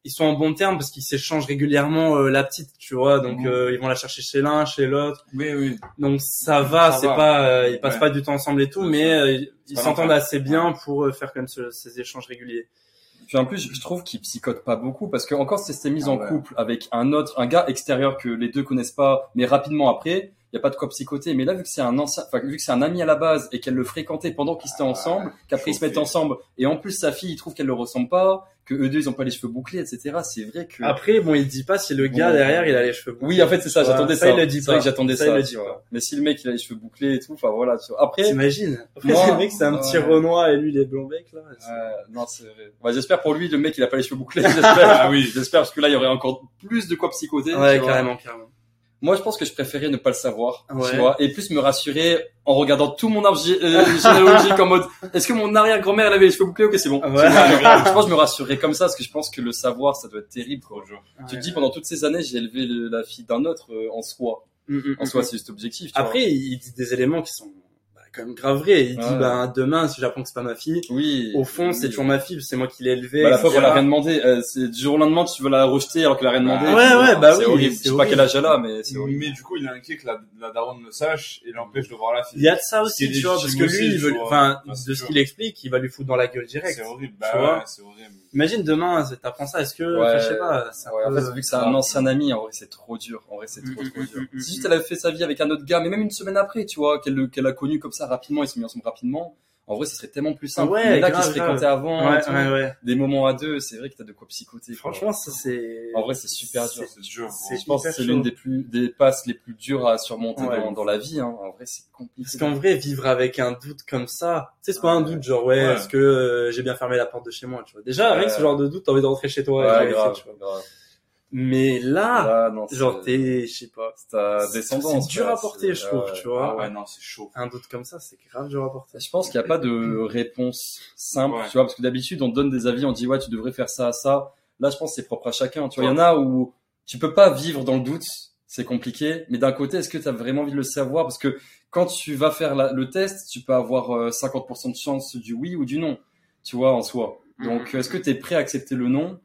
Speaker 1: Ils sont en bon terme parce qu'ils s'échangent régulièrement euh, la petite, tu vois. Donc
Speaker 3: Mhm.
Speaker 1: euh, ils vont la chercher chez l'un, chez l'autre.
Speaker 3: Oui, oui.
Speaker 1: Donc ça va,
Speaker 3: Ça
Speaker 1: c'est
Speaker 3: va.
Speaker 1: pas, euh, ils passent
Speaker 3: Ouais.
Speaker 1: pas du temps ensemble et tout,
Speaker 3: Ouais,
Speaker 1: mais
Speaker 3: ça
Speaker 1: euh, ils
Speaker 3: pas
Speaker 1: s'entendent
Speaker 3: l'enfer.
Speaker 1: assez bien pour euh, faire comme ce- ces échanges réguliers.
Speaker 2: Puis en plus, je- je trouve qu'il psychote pas beaucoup parce que encore si c'était mise
Speaker 3: Ah
Speaker 2: en
Speaker 3: ouais.
Speaker 2: couple avec un autre, un gars extérieur que les deux connaissent pas, mais rapidement après, il y a pas de quoi psychoter. Mais là, vu que c'est un ancien, enfin, vu que c'est un ami à la base et qu'elle le fréquentait pendant qu'ils étaient
Speaker 3: Ah,
Speaker 2: ensemble, qu'après ils se
Speaker 3: chauffé.
Speaker 2: mettent ensemble, et en plus sa fille, il trouve qu'elle le ressemble pas, que eux deux ils ont pas les cheveux bouclés, etc. C'est vrai que.
Speaker 3: Ah.
Speaker 1: Après, bon, il dit pas si le gars
Speaker 2: Ouais.
Speaker 1: derrière il a les cheveux. bouclés.
Speaker 2: oui, en fait, c'est ça.
Speaker 1: Tu vois,
Speaker 2: J'attendais ça.
Speaker 1: ça. il le dit
Speaker 2: C'est vrai
Speaker 1: pas.
Speaker 2: que j'attendais ça.
Speaker 1: Ça, il le
Speaker 2: tu
Speaker 1: dit
Speaker 2: vois.
Speaker 1: pas.
Speaker 2: Mais si le mec il a les cheveux bouclés et tout, enfin voilà. tu vois. Après.
Speaker 1: T'imagines Après,
Speaker 2: Moi,
Speaker 1: le mec, c'est un petit
Speaker 2: ouais.
Speaker 1: Renoir et lui, il est blond bec là. C'est-
Speaker 2: Euh, non, c'est vrai. Bah, j'espère pour lui, le mec, il a pas les cheveux bouclés. (laughs) J'espère.
Speaker 3: Ah oui.
Speaker 2: J'espère parce que là, il y aurait encore plus de quoi psychoter.
Speaker 1: Ouais,
Speaker 2: tu vois.
Speaker 1: carrément, carrément.
Speaker 2: Moi, je pense que je préférais ne pas le savoir,
Speaker 1: Ouais.
Speaker 2: tu vois, et plus me rassurer en regardant tout mon arbre gé- euh, généalogique en mode, est-ce que mon arrière-grand-mère elle avait les cheveux bouclés Ok, c'est bon.
Speaker 1: Ouais.
Speaker 2: C'est bon, grave. je pense que je me rassurerais comme ça, parce que je pense que le savoir, ça doit être terrible. quoi.
Speaker 3: Trop dur.
Speaker 2: Tu te
Speaker 1: Ouais.
Speaker 2: dis, pendant toutes ces années, j'ai élevé le- la fille d'un autre euh, en soi.
Speaker 1: Mm, mm,
Speaker 2: En
Speaker 1: mm,
Speaker 2: soi, c'est juste objectif. Tu
Speaker 1: Après, il dit des éléments qui sont bah, quand même grave vrais. Il dit,
Speaker 2: Ouais.
Speaker 1: bah, demain, si j'apprends que c'est pas ma fille,
Speaker 2: vois. oui.
Speaker 1: au fond, c'est
Speaker 2: Oui.
Speaker 1: toujours ma fille, c'est moi qui l'ai élevée.
Speaker 2: Bah, la
Speaker 1: etc.
Speaker 2: pauvre, elle a rien demandé. Euh, c'est du jour au lendemain, tu veux la rejeter alors qu'elle a rien demandé.
Speaker 3: Ouais,
Speaker 2: tu vois.
Speaker 1: ouais, bah
Speaker 2: C'est
Speaker 1: oui,
Speaker 2: horrible.
Speaker 1: c'est
Speaker 2: Je sais pas quel âge elle a, mais c'est horrible.
Speaker 3: Mais du coup, il est inquiet que la, la daronne le sache et l'empêche de voir la fille.
Speaker 1: Il y a de ça
Speaker 3: C'est
Speaker 1: aussi, tu vois, parce que
Speaker 3: légitime
Speaker 1: lui, il
Speaker 3: aussi,
Speaker 1: veut,
Speaker 3: tu vois.
Speaker 1: enfin,
Speaker 3: Ouais, c'est
Speaker 1: de ce
Speaker 3: sûr.
Speaker 1: qu'il explique, il va lui foutre dans la gueule direct.
Speaker 3: C'est horrible.
Speaker 1: tu
Speaker 3: Bah
Speaker 1: vois.
Speaker 3: ouais, c'est horrible.
Speaker 1: Imagine demain, c'est- t'apprends ça, est-ce que,
Speaker 2: Ouais.
Speaker 1: enfin, je sais pas, c'est un
Speaker 2: Ouais, en
Speaker 1: peu-
Speaker 2: fait, vu que c'est un ancien ami, en vrai, c'est trop dur. En vrai, c'est trop,
Speaker 1: Euh, Mm,
Speaker 2: trop
Speaker 1: mm,
Speaker 2: dur.
Speaker 1: mm, mm,
Speaker 2: Si juste elle avait fait sa vie avec un autre gars, mais même une semaine après, tu vois, qu'elle le- qu'elle a connu comme ça rapidement, ils se sont mis ensemble rapidement, en vrai, ce serait tellement plus simple.
Speaker 1: Ouais,
Speaker 2: mais là, qu'ils
Speaker 1: grave,
Speaker 2: se fréquentaient avant, et
Speaker 1: ouais,
Speaker 2: tout,
Speaker 1: ouais, ouais.
Speaker 2: des moments à deux, c'est vrai que t'as de quoi psychoter. quoi.
Speaker 1: Franchement, ça, c'est,
Speaker 2: En vrai, c'est super dur.
Speaker 3: C'est dur. gros.
Speaker 1: c'est
Speaker 2: Je pense que
Speaker 1: hyper
Speaker 2: c'est
Speaker 1: chaud.
Speaker 2: l'une des plus, des passes les plus dures à surmonter
Speaker 1: Ouais.
Speaker 2: dans, dans la vie, hein. En vrai, c'est
Speaker 1: parce
Speaker 2: compliqué.
Speaker 1: qu'en vrai, vivre avec un doute comme ça, tu sais, c'est pas un doute genre, Ah ouais,
Speaker 3: Ouais.
Speaker 1: est-ce que euh, j'ai bien fermé la porte de chez moi, tu vois. Déjà, rien que ce
Speaker 2: Ouais.
Speaker 1: genre de doute, t'as envie de rentrer chez toi.
Speaker 2: Ouais,
Speaker 1: et de
Speaker 2: grave,
Speaker 1: vérifier, tu vois.
Speaker 2: grave.
Speaker 1: Mais là,
Speaker 2: Là, non,
Speaker 1: genre,
Speaker 2: c'est
Speaker 1: t'es, je sais pas.
Speaker 2: c'est ta
Speaker 1: c'est-
Speaker 2: descendance.
Speaker 1: c'est dur
Speaker 2: là,
Speaker 1: à porter,
Speaker 2: c'est-
Speaker 1: je trouve,
Speaker 2: ouais.
Speaker 1: tu
Speaker 3: Ah
Speaker 1: vois.
Speaker 3: ouais, non, c'est chaud.
Speaker 1: Un doute comme ça, c'est grave dur à porter.
Speaker 2: Je pense qu'il n'y a pas de réponse simple,
Speaker 3: Ouais.
Speaker 2: tu vois, parce que d'habitude, on te donne des avis, on te dit, ouais, tu devrais faire ça, ça. Là, je pense que c'est propre à chacun, tu vois. Il y en a où tu peux pas vivre dans le doute, c'est compliqué, mais d'un côté, est-ce que tu as vraiment envie de le savoir Parce que quand tu vas faire la- le test, tu peux avoir euh, 50% de chance du oui ou du non, tu vois, en soi. Donc, est-ce que tu es prêt à accepter le non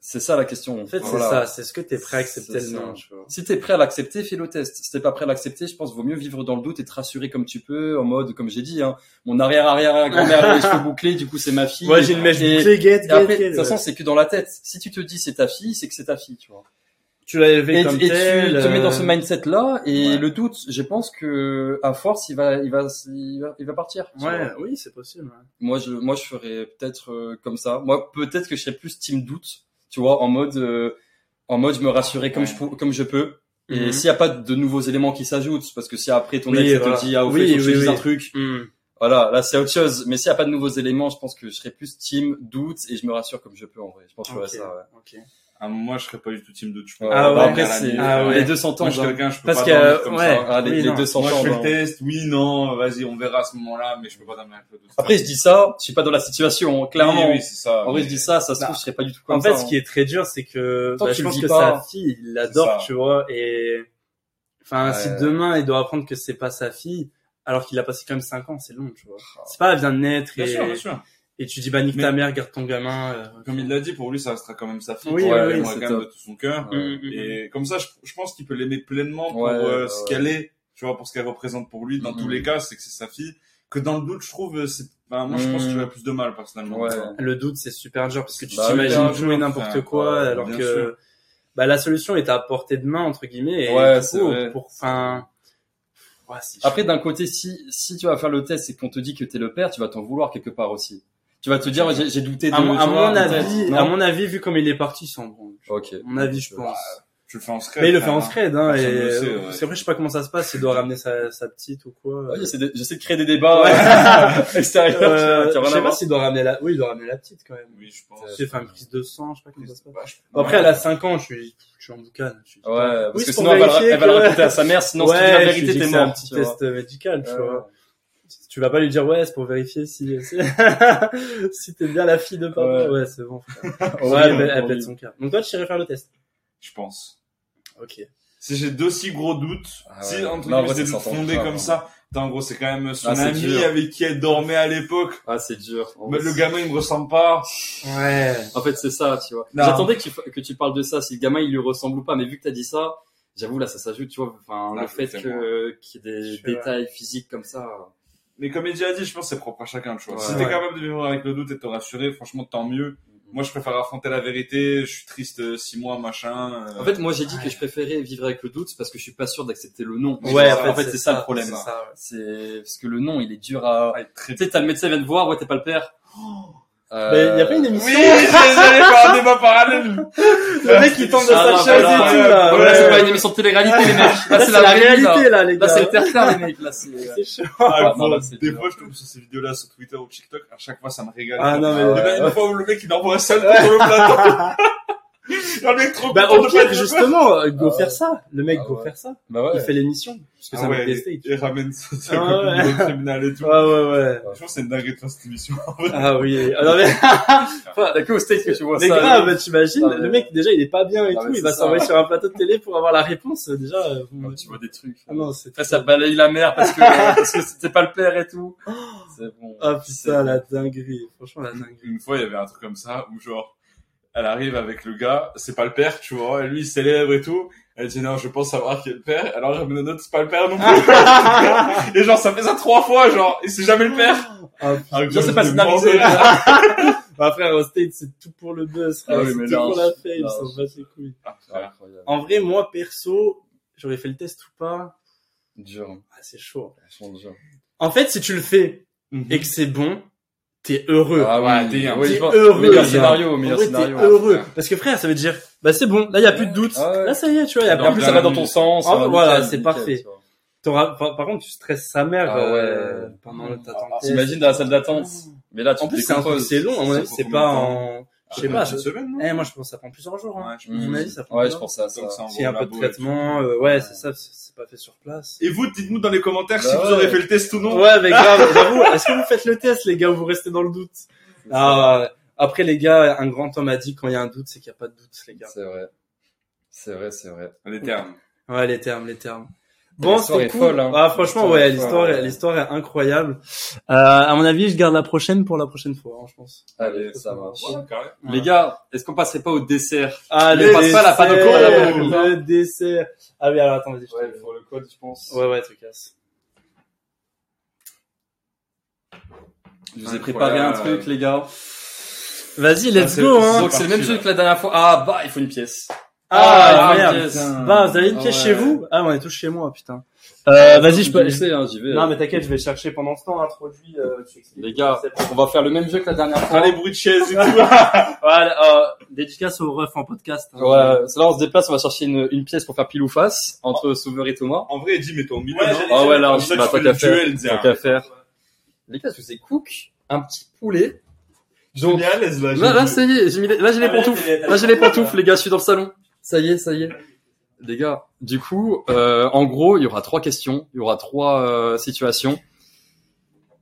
Speaker 2: C'est ça la question.
Speaker 1: En fait, c'est
Speaker 2: Voilà.
Speaker 1: ça. C'est ce que t'es prêt à accepter le
Speaker 2: C'est
Speaker 1: non,
Speaker 2: ça.
Speaker 1: tu vois.
Speaker 2: Si t'es prêt à l'accepter, fais le test. Si t'es pas prêt à l'accepter, je pense vaut mieux vivre dans le doute et te rassurer comme tu peux, en mode, comme j'ai dit, hein, mon arrière-arrière-grand-mère
Speaker 1: (laughs)
Speaker 2: avait les cheveux bouclés, du coup c'est ma fille.
Speaker 1: Moi, j'ai une mèche
Speaker 2: Et-
Speaker 1: bouclée, guette,
Speaker 2: Et après,
Speaker 1: guette,
Speaker 2: de toute
Speaker 1: guette.
Speaker 2: façon, c'est que dans la tête. Si tu te dis c'est ta fille, c'est que c'est ta fille, tu vois.
Speaker 1: tu l'as élevé
Speaker 2: Et,
Speaker 1: comme
Speaker 2: et tu
Speaker 1: tel,
Speaker 2: te mets dans
Speaker 1: euh,
Speaker 2: ce mindset-là, et
Speaker 1: ouais.
Speaker 2: le doute, je pense que à force, il va, il va, il va, il va partir. tu vois.
Speaker 1: Ouais, oui, c'est possible. ouais.
Speaker 2: Moi, je, moi, je ferais peut-être euh, comme ça. Moi, peut-être que je serais plus team doute, tu vois, en mode, euh, en mode, je me rassurer comme
Speaker 3: Ouais.
Speaker 2: je, pou- comme je peux. Et
Speaker 1: Mhm.
Speaker 2: s'il n'y a pas de nouveaux éléments qui s'ajoutent, parce que si après ton
Speaker 1: Oui,
Speaker 2: ex elle
Speaker 1: voilà.
Speaker 2: te dit, ah, au fait,
Speaker 1: Oui,
Speaker 2: faut que je te
Speaker 1: oui,
Speaker 2: dise
Speaker 1: oui.
Speaker 2: un truc,
Speaker 1: Hmm.
Speaker 2: voilà, là, c'est autre chose. Mais s'il n'y a pas de nouveaux éléments, je pense que je serais plus team doute et je me rassure comme je peux, en vrai. Je pense que ouais,
Speaker 1: Ok.
Speaker 2: ça, ouais.
Speaker 1: Ok.
Speaker 3: Ah, moi, je serais pas du tout team doute. je peux
Speaker 2: Ouais,
Speaker 3: pas
Speaker 1: Ah
Speaker 2: bah
Speaker 1: ouais.
Speaker 3: dormir
Speaker 2: Après,
Speaker 3: la nuit.
Speaker 2: c'est,
Speaker 1: Ah ouais.
Speaker 2: les deux s'entendent.
Speaker 3: Moi, je suis
Speaker 2: hein.
Speaker 3: quelqu'un, je peux
Speaker 1: Parce
Speaker 3: pas
Speaker 1: que, euh,
Speaker 3: dormir comme
Speaker 1: ouais.
Speaker 3: ça.
Speaker 2: Ah, les,
Speaker 1: Oui,
Speaker 2: les
Speaker 1: non.
Speaker 2: deux
Speaker 3: Moi, je
Speaker 2: s'entendent.
Speaker 3: fais
Speaker 2: hein.
Speaker 3: le test. Oui, non, vas-y, on verra à ce moment-là, mais je peux pas dormir avec le doute.
Speaker 2: Après, je dis ça, je suis pas dans la situation, hein, clairement.
Speaker 3: Oui, oui, c'est ça.
Speaker 2: En vrai,
Speaker 3: mais-
Speaker 2: je dis ça, ça se
Speaker 1: Bah,
Speaker 2: trouve, je serais pas du tout comme
Speaker 1: En fait,
Speaker 2: ça,
Speaker 1: ce
Speaker 2: hein.
Speaker 1: qui est très dur, c'est que
Speaker 2: Tant
Speaker 1: bah, je
Speaker 2: que tu le
Speaker 1: pense
Speaker 2: dis
Speaker 1: que
Speaker 2: pas.
Speaker 1: sa fille, il
Speaker 3: ça.
Speaker 1: l'adore, tu vois. Et enfin, si
Speaker 2: Ouais.
Speaker 1: demain il doit apprendre que c'est pas sa fille, alors qu'il a passé quand même 5 ans, c'est long, tu vois.
Speaker 2: Ah.
Speaker 1: C'est pas elle vient de naître
Speaker 3: Bien
Speaker 1: et,
Speaker 3: sûr, bien sûr.
Speaker 1: et tu dis bah nique
Speaker 3: Mais-
Speaker 1: ta mère, garde ton gamin. euh,
Speaker 3: Comme il l'a dit, pour lui, ça restera quand même sa fille.
Speaker 1: Oui,
Speaker 3: Pour
Speaker 1: oui,
Speaker 3: elle,
Speaker 1: oui,
Speaker 3: elle l'aimera
Speaker 2: c'est
Speaker 3: quand même de
Speaker 2: top.
Speaker 3: tout son cœur.
Speaker 1: Mm, mm, mm.
Speaker 3: Et comme ça, je, je pense qu'il peut l'aimer pleinement pour
Speaker 2: Ouais,
Speaker 3: euh,
Speaker 2: ouais,
Speaker 3: ce
Speaker 2: ouais.
Speaker 3: qu'elle est, tu vois, pour ce qu'elle représente pour lui. Dans
Speaker 2: Mm,
Speaker 3: tous
Speaker 2: mm.
Speaker 3: les cas, c'est que c'est sa fille. Que dans le doute, je trouve, euh, c'est, enfin, moi, je pense que
Speaker 2: Mm.
Speaker 3: j'aurais plus de mal, personnellement.
Speaker 2: Ouais.
Speaker 1: Le doute, c'est super dur parce que tu
Speaker 2: Bah oui,
Speaker 1: t'imagines
Speaker 2: bien
Speaker 1: jouer
Speaker 3: sûr,
Speaker 1: n'importe
Speaker 3: enfin,
Speaker 1: quoi
Speaker 2: ouais,
Speaker 1: alors
Speaker 3: bien
Speaker 1: que
Speaker 3: sûr.
Speaker 1: bah la solution est à portée de main entre guillemets. Et
Speaker 2: Ouais,
Speaker 1: du
Speaker 2: c'est
Speaker 1: coup,
Speaker 2: vrai.
Speaker 1: pour enfin. ouais, c'est
Speaker 2: Après, d'un côté, si, si tu vas faire le test et qu'on te dit que t'es le père, tu vas t'en vouloir quelque part aussi. Tu vas te dire, j'ai j'ai douté de
Speaker 1: à, mon- à
Speaker 2: tu vois,
Speaker 1: mon
Speaker 2: peut-être.
Speaker 1: avis,
Speaker 2: Non
Speaker 1: à mon avis, vu comme il est parti, sans bon.
Speaker 2: Ok.
Speaker 1: Mon avis, je
Speaker 2: Bah,
Speaker 1: pense.
Speaker 3: Tu le fais en secret.
Speaker 1: Mais il le fait
Speaker 3: frère,
Speaker 1: en
Speaker 3: hein.
Speaker 1: scred, hein.
Speaker 3: Personne
Speaker 1: et
Speaker 3: ne le sait,
Speaker 1: euh,
Speaker 3: ouais.
Speaker 1: C'est vrai, je sais pas comment ça se passe. Il doit ramener sa, sa petite ou quoi.
Speaker 2: Ouais, j'essaie de, j'essaie de créer des débats
Speaker 1: Ouais.
Speaker 2: euh, (laughs) extérieurs.
Speaker 1: Euh,
Speaker 2: tu vois,
Speaker 1: je
Speaker 2: rien à
Speaker 1: sais pas
Speaker 2: voir.
Speaker 1: s'il doit ramener la. Oui, il doit ramener la petite quand même.
Speaker 3: hein. Oui, je pense.
Speaker 1: J'ai fait une prise de sang, je sais pas comment ça se passe.
Speaker 3: Bah, je-
Speaker 1: Après,
Speaker 3: Ouais.
Speaker 1: elle a 5 ans. Je suis, je suis en boucan. Je suis-
Speaker 2: Ouais, parce
Speaker 1: Oui,
Speaker 2: que
Speaker 1: c'est pour
Speaker 2: sinon, elle va, la-
Speaker 1: vérifier
Speaker 2: elle va la
Speaker 1: que-
Speaker 2: raconter à sa mère, sinon, si tu dis la
Speaker 1: Ouais, je lui dis
Speaker 2: vérité,
Speaker 1: que
Speaker 2: t'es
Speaker 1: c'est un
Speaker 2: mort.
Speaker 1: petit
Speaker 2: tu vois.
Speaker 1: test médical, tu
Speaker 2: Ouais.
Speaker 1: vois. Tu vas pas lui dire ouais, c'est pour vérifier si si- (laughs) si t'es bien la fille de papa.
Speaker 2: Ouais.
Speaker 1: Ouais, c'est bon. frère. Ouais,
Speaker 2: Horrible,
Speaker 1: elle, elle
Speaker 2: horrible.
Speaker 1: pète son cœur. Donc toi, tu irais faire le test.
Speaker 3: Je pense.
Speaker 1: Ok.
Speaker 3: Si j'ai d'aussi gros doutes,
Speaker 2: Ah
Speaker 3: si
Speaker 2: ouais.
Speaker 3: entre
Speaker 2: Non, en
Speaker 3: guillemets,
Speaker 2: vrai,
Speaker 3: c'est des
Speaker 2: ça
Speaker 3: doutes
Speaker 2: s'entend
Speaker 3: fondés
Speaker 2: grave,
Speaker 3: comme
Speaker 2: hein.
Speaker 3: ça, putain, en gros, c'est quand même euh, son
Speaker 2: Ah, c'est
Speaker 3: ami
Speaker 2: dur.
Speaker 3: avec qui elle dormait à l'époque.
Speaker 2: Ah, c'est dur. En
Speaker 3: Mais
Speaker 2: vrai,
Speaker 3: le
Speaker 2: c'est-
Speaker 3: gamin, il me ressemble pas.
Speaker 1: Ouais.
Speaker 2: En fait, c'est ça, tu vois.
Speaker 3: Non.
Speaker 2: J'attendais que tu, fa- que tu parles de ça, si le gamin il lui ressemble ou pas, mais vu que t'as dit ça, j'avoue, là, ça s'ajoute, tu vois, enfin,
Speaker 3: Ah,
Speaker 2: le fait
Speaker 3: c'est
Speaker 2: que, qu'il y ait des
Speaker 1: Je fais, ouais.
Speaker 2: détails physiques comme ça.
Speaker 3: Mais comme Eddie a dit, je pense que c'est propre à chacun, tu vois.
Speaker 2: Ouais. Mhm.
Speaker 3: Si t'es
Speaker 1: Ouais.
Speaker 3: capable de vivre avec le doute et de te rassurer, franchement, tant mieux. Moi, je préfère affronter la vérité. Je suis triste euh, six mois, machin. euh,
Speaker 2: En fait, moi, j'ai dit que je préférais vivre avec le doute parce que je suis pas sûr d'accepter le non.
Speaker 3: Ouais,
Speaker 2: C'est
Speaker 3: en
Speaker 2: ça,
Speaker 3: fait,
Speaker 2: c'est ça le problème. hein.
Speaker 1: c'est ça, ouais.
Speaker 2: C'est, parce que le non, il est dur à,
Speaker 3: ah, il est très...
Speaker 2: tu sais, t'as le médecin vient te voir, ouais, t'es pas le père. Euh,
Speaker 1: Mais y a pas une
Speaker 3: Oui,
Speaker 1: émission.
Speaker 2: (laughs)
Speaker 3: désolé, par un débat parallèle.
Speaker 1: Le mec il tombe de
Speaker 2: Ah,
Speaker 1: sa
Speaker 2: non,
Speaker 1: chaise
Speaker 2: voilà.
Speaker 1: et tout là.
Speaker 2: Ah Là,
Speaker 3: Ouais,
Speaker 2: c'est
Speaker 3: ouais,
Speaker 2: pas une émission de télé-réalité, les mecs. Là,
Speaker 1: Là,
Speaker 2: c'est la, réalité. Là,
Speaker 1: là, les
Speaker 2: Là,
Speaker 1: gars.
Speaker 2: c'est le terre-terre, les mecs. Là, c'est... euh,
Speaker 1: C'est chaud.
Speaker 3: Ah,
Speaker 2: non,
Speaker 3: bon,
Speaker 2: là, c'est
Speaker 3: des
Speaker 2: dur.
Speaker 3: fois, je tombe sur ces vidéos-là sur Twitter ou TikTok. À chaque fois, ça me régale.
Speaker 1: Ah, non, mais-
Speaker 3: Le mec, une fois où le mec, il envoie un sale coup sur le plateau.
Speaker 1: (laughs)
Speaker 3: Ah, le mec, trop
Speaker 1: Bah,
Speaker 3: content
Speaker 1: au
Speaker 3: de
Speaker 1: pire,
Speaker 3: pas-
Speaker 1: justement, euh, go
Speaker 2: Ah
Speaker 1: faire ça. Le mec,
Speaker 2: Ah
Speaker 1: go
Speaker 2: ouais.
Speaker 1: faire ça.
Speaker 2: Bah
Speaker 1: Il fait l'émission. Parce que
Speaker 3: Ah
Speaker 1: ça
Speaker 3: ouais,
Speaker 1: me déteste.
Speaker 3: il ramène ça, ça
Speaker 1: Ah,
Speaker 3: comme
Speaker 1: ouais.
Speaker 3: le tribunal et tout.
Speaker 1: Ouais, Ah ouais, ouais.
Speaker 3: Je pense que c'est une dinguerie de faire cette émission.
Speaker 1: Ah oui. Ah, non, mais,
Speaker 2: Enfin, la queue au steak que tu vois
Speaker 1: mais
Speaker 2: ça.
Speaker 1: grave, t'imagines,
Speaker 2: Ah, ouais.
Speaker 1: le mec, déjà, il est pas bien et
Speaker 2: Ah,
Speaker 1: tout.
Speaker 2: mais
Speaker 1: Il
Speaker 2: c'est
Speaker 1: va
Speaker 2: ça.
Speaker 1: s'envoyer sur un plateau de télé pour avoir la réponse. euh, Déjà, euh,
Speaker 2: Ouais, Tu vois des trucs.
Speaker 1: ah non, c'est
Speaker 2: Après, ça balaye la mère parce
Speaker 1: (laughs)
Speaker 2: que, parce que c'était pas le père et tout. C'est bon.
Speaker 1: Ah putain,
Speaker 2: C'est-
Speaker 1: la dinguerie. Franchement, la dinguerie.
Speaker 3: Une fois, il y avait un truc comme ça où genre, elle arrive avec le gars, c'est pas le père, tu vois, et lui, il célèbre et tout. Elle dit non, je pense savoir qui est le père. Alors, ramène un autre, c'est pas le père
Speaker 1: (laughs)
Speaker 3: non plus. et genre, ça fait ça trois fois, genre, et c'est jamais le père.
Speaker 1: Ah,
Speaker 3: Ah,
Speaker 2: Genre, c'est pas
Speaker 3: de
Speaker 2: scénarisé.
Speaker 3: bordel.
Speaker 1: bah, frère, au state, c'est tout pour le buzz, frère.
Speaker 2: Ah oui,
Speaker 1: c'est
Speaker 2: mais
Speaker 1: tout
Speaker 2: large,
Speaker 1: pour la fame.
Speaker 2: large.
Speaker 1: Ça me passe les couilles.
Speaker 3: Ah,
Speaker 2: C'est
Speaker 3: frère.
Speaker 2: incroyable.
Speaker 1: En vrai, moi, perso, j'aurais fait le test ou pas.
Speaker 2: Dur. hein.
Speaker 1: Ah, c'est chaud.
Speaker 2: Franchement, dur.
Speaker 1: En fait, si tu le fais et
Speaker 3: Mhm.
Speaker 1: que c'est bon, t'es heureux.
Speaker 2: Ah
Speaker 3: ouais,
Speaker 2: ouais,
Speaker 3: t'es-
Speaker 2: oui,
Speaker 1: t'es
Speaker 2: je vois.
Speaker 1: heureux,
Speaker 2: Meilleur
Speaker 1: gars.
Speaker 2: scénario,
Speaker 1: En
Speaker 2: meilleur
Speaker 1: vrai,
Speaker 2: scénario.
Speaker 1: t'es heureux. Parce que frère, ça veut dire, bah c'est bon, là, il y a plus de doute.
Speaker 2: Ah ouais.
Speaker 1: Là, ça y est, tu vois, il y a
Speaker 2: Et en plus, ça va dans ton sens.
Speaker 1: Ah,
Speaker 2: hein,
Speaker 1: voilà,
Speaker 2: nickel,
Speaker 1: c'est
Speaker 2: nickel,
Speaker 1: parfait.
Speaker 2: tu vois.
Speaker 1: T'auras- par, par contre, tu stresses sa mère
Speaker 2: Ah ouais.
Speaker 1: euh, pendant le t'attends. le test.
Speaker 2: T'imagines dans la salle d'attente. Mais là, tu
Speaker 1: En plus,
Speaker 2: te
Speaker 1: c'est un truc,
Speaker 2: décomposes.
Speaker 1: c'est long. À mon
Speaker 3: Ça
Speaker 1: avis,
Speaker 3: prend
Speaker 1: c'est
Speaker 3: combien
Speaker 1: pas
Speaker 3: de temps
Speaker 1: en... Je sais
Speaker 3: Après,
Speaker 1: pas.
Speaker 3: une
Speaker 1: je-
Speaker 3: semaine, non
Speaker 1: Eh, moi, je pense que ça prend plusieurs jours. Hein.
Speaker 3: Ouais, je
Speaker 1: À mon
Speaker 2: Mhm.
Speaker 1: avis, ça prend
Speaker 2: Ouais, je
Speaker 1: plusieurs
Speaker 2: pense à ça.
Speaker 3: Donc, c'est en
Speaker 1: S'il y a un
Speaker 3: gros
Speaker 1: peu de
Speaker 3: labo et tout.
Speaker 1: traitement, euh, ouais, c'est ça, c'est c'est pas fait sur place.
Speaker 3: Et vous, dites-nous dans les commentaires
Speaker 2: Bah
Speaker 3: si vous
Speaker 2: ouais.
Speaker 3: aurez fait le test ou non.
Speaker 1: Ouais, mais grave, j'avoue, est-ce que vous faites le test, les gars, ou vous restez dans le doute ah, Après, les gars, un grand homme a dit quand il y a un doute, c'est qu'il n'y a pas de doute, les gars.
Speaker 2: C'est vrai. C'est vrai, c'est vrai.
Speaker 3: Les termes.
Speaker 1: Ouais, les termes, les termes. Bon,
Speaker 2: L'histoire
Speaker 1: c'était
Speaker 2: est
Speaker 1: cool.
Speaker 2: folle, hein.
Speaker 1: Ah, franchement,
Speaker 2: L'histoire
Speaker 1: ouais,
Speaker 2: est
Speaker 1: l'histoire,
Speaker 2: folle,
Speaker 1: est-
Speaker 2: ouais.
Speaker 1: l'histoire est incroyable. Euh, à mon avis, je garde la prochaine pour la prochaine fois, hein, je pense.
Speaker 2: Allez, ça marche.
Speaker 3: Ouais, carré.
Speaker 2: Les gars, est-ce qu'on passerait pas au dessert
Speaker 1: ah,
Speaker 2: ne
Speaker 1: le
Speaker 2: passe pas la
Speaker 1: dessert,
Speaker 2: panoplie
Speaker 3: à la panoplie,
Speaker 1: le
Speaker 2: hein.
Speaker 1: dessert. Ah oui, alors attends, vas-y. je te-
Speaker 2: pour le code, je pense.
Speaker 1: Ouais, ouais, tu casses.
Speaker 2: Je vous ai préparé un
Speaker 3: Incroyable.
Speaker 2: truc, les gars.
Speaker 1: Vas-y,
Speaker 3: Ah,
Speaker 1: let's
Speaker 3: c'est-
Speaker 1: go, hein.
Speaker 2: Donc c'est le même jeu que la dernière fois. Ah bah, Ah, il faut une pièce.
Speaker 1: Ah,
Speaker 2: Ah,
Speaker 1: merde.
Speaker 2: yes.
Speaker 4: putain.
Speaker 1: Bah, vous avez une pièce
Speaker 4: Ouais.
Speaker 1: chez vous Ah, on est tous chez moi, putain.
Speaker 2: Ah,
Speaker 1: Euh, vas-y, je peux...
Speaker 2: Tu sais, hein, j'y vais.
Speaker 1: Non, mais t'inquiète, je vais chercher pendant ce temps, introduit, euh, tu expliques.
Speaker 2: Les gars, on va faire le même jeu que la dernière fois.
Speaker 3: Faire Ah, les bruits de chaises et tout.
Speaker 1: Voilà, euh, dédicace au ref en podcast. hein.
Speaker 2: Ouais, c'est là on se déplace, on va chercher une, une pièce pour faire pile ou face entre Sauveur et Thomas.
Speaker 3: En hein. vrai, Eddie, mets-toi au milieu.
Speaker 1: Ouais,
Speaker 3: non
Speaker 1: j'allais-
Speaker 2: Ah ouais, là, on
Speaker 3: Comme
Speaker 2: se
Speaker 3: ça, tu
Speaker 2: dit, bah,
Speaker 3: fais
Speaker 2: tant
Speaker 3: le
Speaker 2: qu'à faire.
Speaker 3: duel,
Speaker 2: Tant
Speaker 3: Zéa.
Speaker 2: qu'à faire. Les gars, est-ce que c'est cook, un petit poulet.
Speaker 3: Je suis
Speaker 2: Donc,
Speaker 3: bien à l'aise, là.
Speaker 2: là,
Speaker 3: j'ai
Speaker 2: là,
Speaker 3: vu.
Speaker 2: ça y est, Ah, j'ai mis les- là, j'ai les
Speaker 1: Ah, là,
Speaker 2: pantoufles.
Speaker 1: t'es- t'as-
Speaker 2: Là, j'ai les pantoufles, les gars, je suis dans le salon. Ça y est, ça y est. Les gars, du coup, euh, en gros, il y aura trois questions, il y aura trois euh, situations.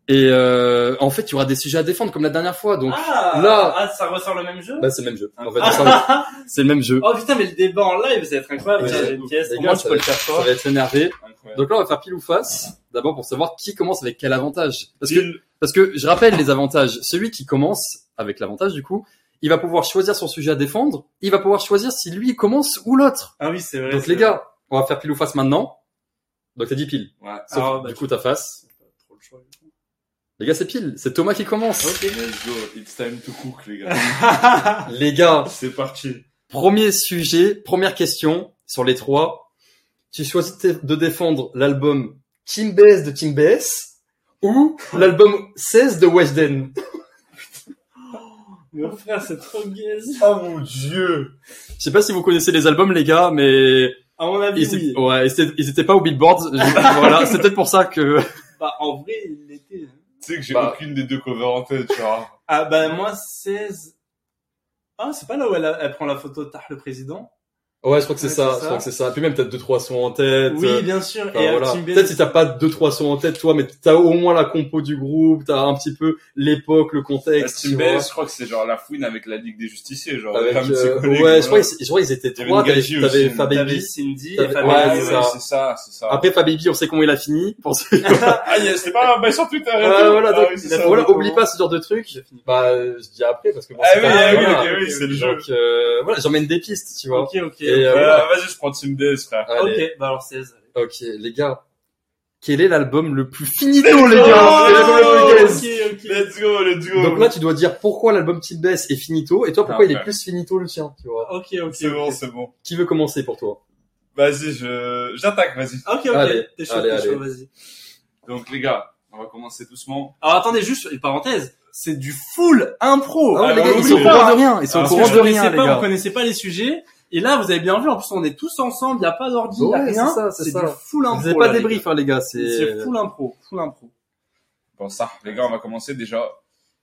Speaker 2: Et euh, en fait, il y aura des sujets à défendre comme la dernière fois. Donc
Speaker 1: Ah,
Speaker 2: là-
Speaker 1: ah, ça ressort le même jeu
Speaker 2: là, c'est le même jeu. En fait, on s'en- (laughs) c'est le même jeu.
Speaker 1: Oh putain, mais le débat en live, ça va être incroyable.
Speaker 2: Ouais.
Speaker 1: Tiens, J'ai une pièce,
Speaker 2: Les
Speaker 1: au
Speaker 2: gars,
Speaker 1: moins tu
Speaker 2: ça
Speaker 1: peux
Speaker 2: va
Speaker 1: le faire
Speaker 2: Ça
Speaker 1: toi.
Speaker 2: va être énervé.
Speaker 3: Incroyable.
Speaker 2: Donc là, on va faire pile ou face. D'abord pour savoir qui commence avec quel avantage. Parce que,
Speaker 3: Deal.
Speaker 2: parce que je rappelle les avantages. Celui qui commence avec l'avantage, du coup, il va pouvoir choisir son sujet à défendre. Il va pouvoir choisir si lui commence ou l'autre.
Speaker 1: Ah oui, c'est vrai.
Speaker 2: Donc
Speaker 1: c'est
Speaker 2: les
Speaker 1: vrai.
Speaker 2: gars, on va faire pile ou face maintenant. Donc t'as dit pile.
Speaker 3: Ouais.
Speaker 2: Sauf,
Speaker 1: Ah, bah,
Speaker 2: du coup, ta face.
Speaker 1: Trop le choix.
Speaker 2: Les gars, c'est pile. C'est Thomas qui commence.
Speaker 3: Let's go. It's time to cook, les gars.
Speaker 2: Les gars,
Speaker 3: Ah, C'est parti.
Speaker 2: premier sujet, première question sur les trois. Tu choisis de- de défendre l'album Team BS de Team BS ou l'album 16 de Wesden.
Speaker 1: Mon frère, c'est trop gaze.
Speaker 3: Oh mon dieu.
Speaker 2: Je sais pas si vous connaissez les albums, les gars, mais
Speaker 1: À mon avis,
Speaker 2: ils,
Speaker 1: oui.
Speaker 2: étaient- ouais, ils étaient- ils étaient pas au Billboard. Je- (laughs) voilà, c'est peut-être pour ça que
Speaker 1: Bah, en vrai, il l'était. hein.
Speaker 3: Tu sais que j'ai
Speaker 2: Bah.
Speaker 3: aucune des deux covers en tête, tu vois.
Speaker 1: Ah bah, moi, 16... Ah, c'est pas là où elle, a- elle prend la photo de Tah le président
Speaker 2: ouais, je crois que c'est
Speaker 1: Ouais,
Speaker 2: ça,
Speaker 1: c'est
Speaker 2: je
Speaker 1: ça.
Speaker 2: crois que c'est ça. Puis même t'as deux trois sons en tête.
Speaker 1: Oui,
Speaker 2: euh,
Speaker 1: bien sûr.
Speaker 2: Enfin,
Speaker 1: et euh,
Speaker 2: voilà.
Speaker 1: Team BS.
Speaker 2: Peut-être si t'as pas deux trois sons en tête toi, mais t'as au moins la compo du groupe, t'as un petit peu l'époque, le
Speaker 3: La
Speaker 2: contexte.
Speaker 3: Team
Speaker 2: tu vois.
Speaker 3: BS, je crois que c'est genre la fouine avec la Ligue des Justiciers, genre.
Speaker 2: Avec,
Speaker 3: Comme ses
Speaker 2: euh,
Speaker 3: collègues,
Speaker 2: ouais, je crois,
Speaker 3: voilà.
Speaker 2: ils, je crois ils étaient
Speaker 3: T'avais
Speaker 2: trois.
Speaker 3: une
Speaker 2: T'avais
Speaker 3: Gaji
Speaker 2: t'avais
Speaker 3: aussi,
Speaker 1: T'avais
Speaker 2: Fababy.
Speaker 1: Cindy et
Speaker 2: T'avais-
Speaker 1: Fabien.
Speaker 2: Ouais,
Speaker 3: Ah,
Speaker 2: c'est ça.
Speaker 3: C'est ça, c'est ça.
Speaker 2: Après Fababy, on sait comment il a fini.
Speaker 3: (laughs)
Speaker 2: Pour ceux-
Speaker 3: Ah, yes, c'est pas bah, sur Twitter. et
Speaker 2: Ouais,
Speaker 3: tout.
Speaker 2: voilà,
Speaker 3: Ah
Speaker 2: donc,
Speaker 3: oui, c'est
Speaker 1: il a-
Speaker 3: ça.
Speaker 1: voilà.
Speaker 2: voilà, oublie pas ce genre de truc.
Speaker 1: J'ai fini.
Speaker 2: Bah, euh, je dis après parce que bon,
Speaker 3: Ah
Speaker 2: c'est
Speaker 3: oui,
Speaker 2: pas-
Speaker 3: ah oui,
Speaker 2: voilà.
Speaker 3: ok, oui, c'est le jeu.
Speaker 2: Donc, euh, voilà, j'emmène des pistes, tu vois.
Speaker 1: Ok, ok.
Speaker 2: Et, euh,
Speaker 3: Ouais,
Speaker 2: voilà.
Speaker 3: Vas-y, je prends Team BS, frère.
Speaker 2: Allez,
Speaker 1: Ok, bah alors 16.
Speaker 2: ok, les gars. Quel est l'album le plus finito, les gars
Speaker 3: Oh,
Speaker 2: Quel est l'album le plus finito
Speaker 1: ok, ok.
Speaker 3: Let's go, le duo.
Speaker 2: Donc là, tu dois dire pourquoi l'album Team Bess est finito et toi pourquoi
Speaker 3: Euh, Ah,
Speaker 2: il est
Speaker 3: ouais.
Speaker 2: plus finito le tien, tu vois.
Speaker 1: Ok, ok.
Speaker 3: c'est bon,
Speaker 1: ok.
Speaker 3: c'est bon.
Speaker 2: Qui veut commencer pour toi
Speaker 3: Vas-y, je, j'attaque, vas-y.
Speaker 1: Ah, Ok, ok.
Speaker 2: Allez,
Speaker 1: t'es chaud,
Speaker 2: allez,
Speaker 1: t'es chaud,
Speaker 2: allez.
Speaker 1: vas-y.
Speaker 3: Donc, les gars, on va commencer doucement.
Speaker 1: Alors attendez, juste une parenthèse. C'est du full impro.
Speaker 3: ouais,
Speaker 2: Ah,
Speaker 3: Ah,
Speaker 2: les
Speaker 3: bah,
Speaker 2: gars, ils
Speaker 3: oui,
Speaker 2: sont au
Speaker 3: mais-
Speaker 2: courant de rien, ils sont au
Speaker 3: Alors,
Speaker 1: Parce
Speaker 2: courant
Speaker 1: que je
Speaker 2: de rien,
Speaker 1: connaissais
Speaker 2: les
Speaker 1: pas, vous
Speaker 2: gars.
Speaker 1: connaissez pas les sujets. Et là, vous avez bien vu, en plus, on est tous ensemble, y a pas d'ordi, y a
Speaker 2: Ouais,
Speaker 1: rien.
Speaker 2: c'est ça, c'est ça.
Speaker 1: du full impro.
Speaker 2: Vous n'avez pas
Speaker 1: là, les
Speaker 2: débrief,
Speaker 1: gars.
Speaker 2: hein, les gars,
Speaker 1: C'est
Speaker 2: c'est...
Speaker 1: full impro, full impro.
Speaker 3: Bon, ça, les gars, on va commencer déjà.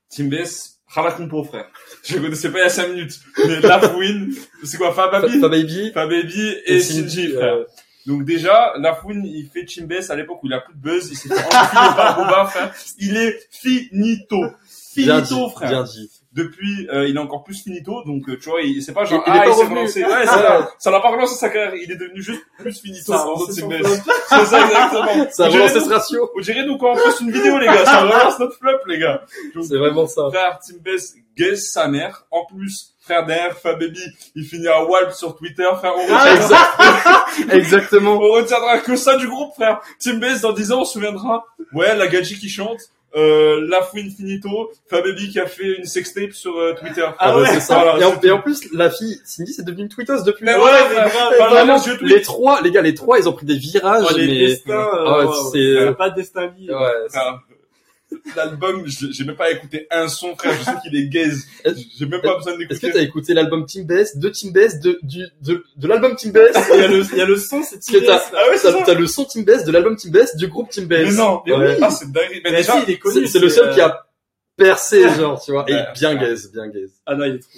Speaker 3: Team BS, Rala Compo, frère. (laughs) Je le connaissais pas il y a 5 minutes. Mais la fouine, c'est quoi, Fababi?
Speaker 2: Fababy
Speaker 3: Fababy et Shinji, frère.
Speaker 2: euh,
Speaker 3: Donc déjà, Lafoune, il fait Chimbes à l'époque où il a plus de buzz, il s'est fait enculer
Speaker 2: (laughs)
Speaker 3: par Boba, frère. Il est finito.
Speaker 2: Bien
Speaker 3: Finito,
Speaker 2: dit,
Speaker 3: frère.
Speaker 2: bien dit.
Speaker 3: Depuis, euh, il est encore plus finito, donc euh, tu vois, il, c'est pas genre,
Speaker 2: Il- il est
Speaker 3: ah,
Speaker 2: pas
Speaker 3: il s'est
Speaker 2: revenu. (laughs)
Speaker 3: relancé. Ouais, ça l'a- ça l'a pas relancé sa carrière, il est devenu juste plus finito
Speaker 1: Ça,
Speaker 3: en
Speaker 1: c'est
Speaker 3: mode
Speaker 1: son
Speaker 3: Chimbes.
Speaker 1: flop.
Speaker 3: (laughs) C'est ça, exactement.
Speaker 2: (laughs) Ça a
Speaker 3: on, dirait
Speaker 2: relancé ce
Speaker 3: nous,
Speaker 2: ratio.
Speaker 3: on dirait nous quand on poste une vidéo, les gars, ça relance notre flop, les gars. Donc,
Speaker 2: C'est vraiment ça.
Speaker 3: Frère, Timbes guess sa mère. En plus, frère derrière, Fababy, il finit à Walp sur Twitter. Frère,
Speaker 2: Ah,
Speaker 3: on retient- (laughs)
Speaker 2: Exact- Exactement.
Speaker 3: on retiendra que ça du groupe, frère. Team Base, dans 10 ans, on se souviendra. Ouais, la Gadji qui chante. Euh, la Fouine Finito. Fababy qui a fait une sextape sur euh, Twitter.
Speaker 2: Ah ouais, c'est ça.
Speaker 3: Voilà,
Speaker 2: Et en,
Speaker 3: c'est
Speaker 2: et en
Speaker 3: tout.
Speaker 2: plus, la fille, Cindy, c'est devenue une tweetos depuis.
Speaker 3: Mais
Speaker 2: Et
Speaker 3: ouais,
Speaker 1: mais
Speaker 3: frère,
Speaker 1: grave,
Speaker 3: par la
Speaker 2: vraiment,
Speaker 3: version Twitter.
Speaker 2: les trois, les gars, les trois, ils ont pris Ah, des virages,
Speaker 1: Oh, les
Speaker 2: mais...
Speaker 1: destins, euh,
Speaker 2: Ah ouais,
Speaker 1: waouh,
Speaker 2: c'est- Ah,
Speaker 1: ça a pas de destin lié.
Speaker 2: Ouais, c'est-
Speaker 3: Frère, L'album, j'ai j'ai même pas écouté un son, frère. Je sais qu'il est gaze. J'ai même pas besoin
Speaker 2: Est-ce
Speaker 3: d'écouter.
Speaker 2: que t'as écouté l'album Team Best, de Team Best, de, du, de, de l'album Team Best?
Speaker 1: Il y a le, il y a le son, c'est
Speaker 2: Parce que
Speaker 1: tiré.
Speaker 2: t'as-
Speaker 1: ça.
Speaker 3: Ah ouais, c'est
Speaker 2: T'as
Speaker 3: ça.
Speaker 2: t'as le son Team Best, de l'album Team Best, du groupe Team Best.
Speaker 3: Mais non, mais
Speaker 2: Ouais.
Speaker 3: oui. Ah, c'est dingue. Mais
Speaker 1: Mais
Speaker 3: déjà,
Speaker 1: si, il est connu.
Speaker 2: C'est c'est le seul
Speaker 1: euh,
Speaker 2: qui a percé, genre, tu vois. Et
Speaker 3: Ouais.
Speaker 2: bien gaze, bien gaze.
Speaker 1: Ah non, il est trop.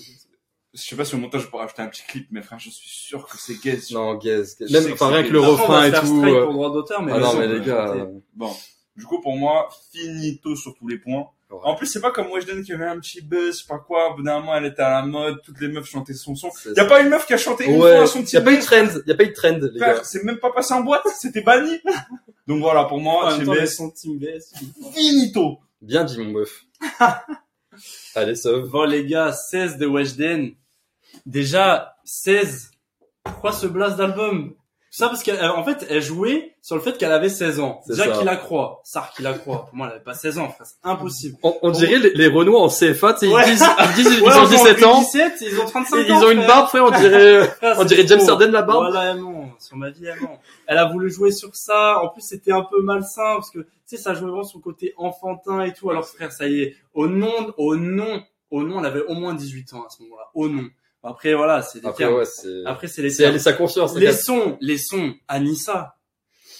Speaker 3: je sais pas si au montage je pourrais acheter un petit clip, mais frère, je suis sûr que c'est gaze.
Speaker 2: Non, gaze.
Speaker 3: Je
Speaker 2: gaze.
Speaker 3: sais
Speaker 2: Même,
Speaker 3: que
Speaker 2: enfin,
Speaker 3: c'est
Speaker 2: rien que le
Speaker 3: gaze.
Speaker 1: Après, on va
Speaker 2: refrain
Speaker 1: se
Speaker 2: et
Speaker 1: faire
Speaker 2: tout.
Speaker 1: strike
Speaker 2: euh,
Speaker 1: pour droit d'auteur, mais
Speaker 2: Ah non,
Speaker 1: vas-y,
Speaker 2: mais
Speaker 1: on
Speaker 2: les
Speaker 1: va
Speaker 2: gars.
Speaker 1: arrêter.
Speaker 2: euh,
Speaker 3: Bon. Du coup, pour moi, finito sur tous les points. En plus, c'est pas comme Weshden qui avait un petit buzz, je sais pas quoi. Au bout d'un moment, elle était à la mode, toutes les meufs chantaient son son.
Speaker 2: c'est-
Speaker 3: Y a pas une meuf qui a chanté une
Speaker 2: Ouais.
Speaker 3: fois son petit
Speaker 2: Y a pas eu de
Speaker 3: buzz.
Speaker 2: trend, y a pas eu de trend, les gars.
Speaker 3: frère. C'est même pas passé en boîte, (laughs) c'était banni. Donc voilà, pour
Speaker 1: En
Speaker 3: moi,
Speaker 1: même
Speaker 3: chez
Speaker 1: temps, le
Speaker 3: BS,
Speaker 1: son Team BS.
Speaker 3: finito.
Speaker 2: Bien dit, mon meuf. Allez, sauve.
Speaker 1: Bon, les gars, 16 de Weshden. Déjà, 16. Pourquoi ce blast d'album Ça parce qu'en fait, elle jouait sur le fait qu'elle avait 16 ans.
Speaker 2: C'est
Speaker 1: Déjà
Speaker 2: ça.
Speaker 1: qu'il la croit, Sark qu'il la croit. Pour moi, elle avait pas 16 ans, frère, c'est impossible.
Speaker 2: On, on dirait les, les Renois en CFA, tu sais,
Speaker 1: Ouais.
Speaker 2: ils disent, ils, disent, ils
Speaker 1: Ouais,
Speaker 2: ont
Speaker 1: ils
Speaker 2: 17 ans,
Speaker 1: 17, ils ont 35
Speaker 2: et ils
Speaker 1: ans.
Speaker 2: ont une
Speaker 1: frère.
Speaker 2: barbe, frère, on dirait,
Speaker 1: Frère,
Speaker 2: on
Speaker 1: c'est
Speaker 2: dirait James
Speaker 1: trop.
Speaker 2: Harden la barbe.
Speaker 1: Voilà, elle ment. Sur ma vie, elle ment. Elle a voulu jouer sur ça. En plus, c'était un peu malsain parce que, tu sais, ça jouait vraiment son côté enfantin et tout. Alors, frère, ça y est. Au nom, au nom, au nom, elle avait au moins 18 ans à ce moment-là. Au nom. Après, voilà, c'est des
Speaker 2: Après,
Speaker 1: termes.
Speaker 2: ouais, c'est,
Speaker 1: Après, c'est les
Speaker 2: c'est elle
Speaker 1: termes.
Speaker 2: et sa conscience.
Speaker 1: Les
Speaker 2: regarde.
Speaker 1: sons, les sons, Anissa.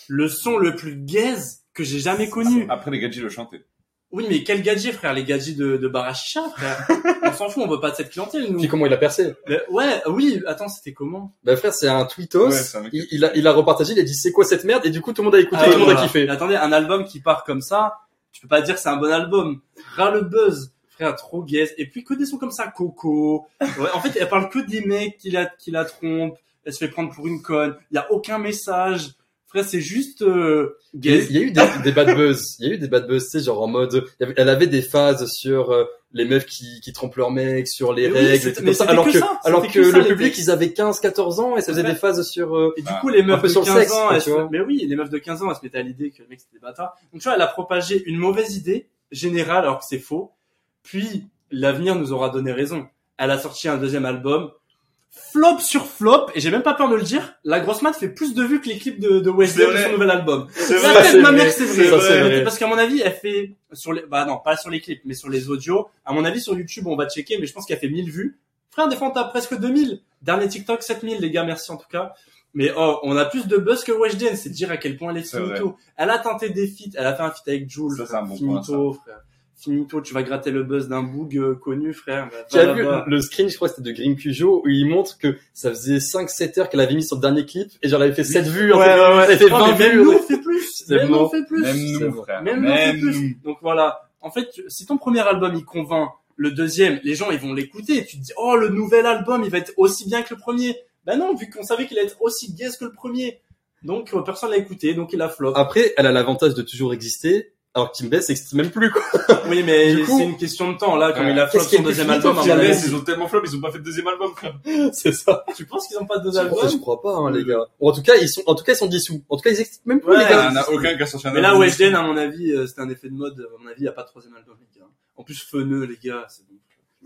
Speaker 1: Le son le plus gaze que j'ai jamais connu.
Speaker 3: Après, les gadgets le chantaient.
Speaker 1: Oui, mais quel gadget, frère? Les gadgets de, de Barachicha,
Speaker 2: (laughs)
Speaker 1: frère. on s'en fout, on veut pas de cette clientèle, nous.
Speaker 2: Puis comment il a percé?
Speaker 1: Mais ouais, oui, attends, c'était comment?
Speaker 2: Bah, frère, c'est un tweetos.
Speaker 3: Ouais, c'est un mec.
Speaker 2: il, il a, il a repartagé, il a dit, c'est quoi cette merde? Et du coup, tout le monde a écouté,
Speaker 1: Ah
Speaker 2: tout
Speaker 1: oui,
Speaker 2: le monde a
Speaker 1: voilà.
Speaker 2: kiffé.
Speaker 1: Mais attendez, un album qui part comme ça, tu peux pas dire que c'est un bon album. Ras le buzz, frère, trop gaze. Et puis que des sons comme ça, Coco. Ouais, en fait, elle parle que des mecs qui la, qui la trompent. Elle se fait prendre pour une conne. Il y a aucun message. Frère, c'est juste euh,
Speaker 2: Il y a-
Speaker 1: gaze.
Speaker 2: il y a eu des, des bad buzz. Il y a eu des bad buzz, tu sais, genre en mode, il y avait- elle avait des phases sur euh, les meufs qui, qui trompent leurs mecs, sur les
Speaker 1: Mais oui,
Speaker 2: règles,
Speaker 1: c'était-
Speaker 2: et tout
Speaker 1: mais
Speaker 2: comme ça.
Speaker 1: c'était
Speaker 2: Alors
Speaker 1: que
Speaker 2: que,
Speaker 1: ça,
Speaker 2: alors que,
Speaker 1: c'était que ça,
Speaker 2: le
Speaker 1: les
Speaker 2: public,
Speaker 1: textes.
Speaker 2: ils avaient 15, 14 ans et ça faisait
Speaker 1: Ouais.
Speaker 2: des phases sur, euh,
Speaker 1: Et du
Speaker 3: Bah,
Speaker 1: coup, les meufs
Speaker 2: peu
Speaker 1: de
Speaker 2: sur
Speaker 1: 15
Speaker 2: le sexe,
Speaker 1: ans,
Speaker 2: quoi,
Speaker 1: elles
Speaker 2: tu
Speaker 1: se-
Speaker 2: vois.
Speaker 1: mais oui, les meufs de 15 ans, elles se mettaient à l'idée que le mec c'était des bâtards. Donc tu vois, elle a propagé une mauvaise idée générale alors que c'est faux. Puis l'avenir nous aura donné raison. Elle a sorti un deuxième album, flop sur flop, et j'ai même pas peur de le dire. La grosse mat fait plus de vues que les clips de, de Wesley de
Speaker 3: C'est vrai.
Speaker 1: son nouvel album.
Speaker 3: C'est
Speaker 1: La
Speaker 2: vrai,
Speaker 1: tête
Speaker 2: c'est
Speaker 1: de ma
Speaker 2: vrai,
Speaker 1: mère, c'est vrai.
Speaker 2: c'est vrai.
Speaker 1: Mais c'est Parce qu'à mon avis, elle fait sur les, bah non, pas sur les clips, mais sur les audios. À mon avis, sur YouTube, on va checker, mais je pense qu'elle fait 1000 vues. Frère, des fois, on tape presque 2000. Dernier TikTok, 7000, les gars, merci en tout cas. Mais oh, on a plus de buzz que Weshden, c'est dire à quel point elle est
Speaker 3: C'est
Speaker 1: finito. Elle a tenté des feats, elle a fait un feat avec Jules.
Speaker 3: Ça, c'est un bon point,
Speaker 1: finito, frère. Finito, tu vas gratter le buzz d'un boug euh, connu, frère. Va-
Speaker 2: Tu as
Speaker 1: va
Speaker 2: vu
Speaker 1: là-bas.
Speaker 2: le screen, je crois que c'était de Grim Cujo, où il montre que ça faisait 5-7 heures qu'elle avait mis sur le dernier clip, et genre elle avait fait 7 vues, en fait. elle avait fait
Speaker 1: Oh,
Speaker 2: 20
Speaker 1: mais même
Speaker 2: vues.
Speaker 1: nous,
Speaker 2: ouais.
Speaker 1: on fait plus.
Speaker 2: C'est
Speaker 1: Même nous,
Speaker 2: bon.
Speaker 1: on fait plus.
Speaker 3: Même
Speaker 2: C'est
Speaker 3: nous,
Speaker 2: vrai.
Speaker 3: frère.
Speaker 1: Même, nous. c'est plus. Donc voilà. En fait, tu- si ton premier album il convainc, le deuxième, les gens ils vont l'écouter. et Tu te dis oh le nouvel album il va être aussi bien que le premier. Ben non, vu qu'on savait qu'il allait être aussi gaze que le premier. Donc euh, personne l'a écouté, donc il a flop.
Speaker 2: Après, elle a l'avantage de toujours exister, alors que Timbé s'existe même plus, quoi.
Speaker 1: oui, mais
Speaker 2: du coup-
Speaker 1: c'est une question de temps là. Comme
Speaker 3: Ouais.
Speaker 1: il a flop
Speaker 2: Qu'est-ce qui est
Speaker 1: son
Speaker 2: plus
Speaker 1: deuxième
Speaker 2: finito,
Speaker 1: album, à mon
Speaker 2: Timbez,
Speaker 1: avis.
Speaker 2: c'est-
Speaker 3: ils ont tellement flop, ils ont pas fait de deuxième album, frère.
Speaker 2: C'est ça.
Speaker 1: tu penses qu'ils ont pas deux
Speaker 2: Je crois, je
Speaker 1: albums
Speaker 2: crois pas, hein, les gars. Ou en tout cas, ils sont, en tout cas, ils sont dissous. En tout cas, ils existent même plus,
Speaker 1: Ouais.
Speaker 2: les
Speaker 3: Il y
Speaker 2: gars.
Speaker 3: en a aucun qui a sorti un
Speaker 1: Mais là,
Speaker 3: album.
Speaker 1: Weshden, à mon avis, euh, c'était un effet de mode. À mon avis, il n'y a pas de troisième album, les gars. En plus, feneux, les gars, c'est bon.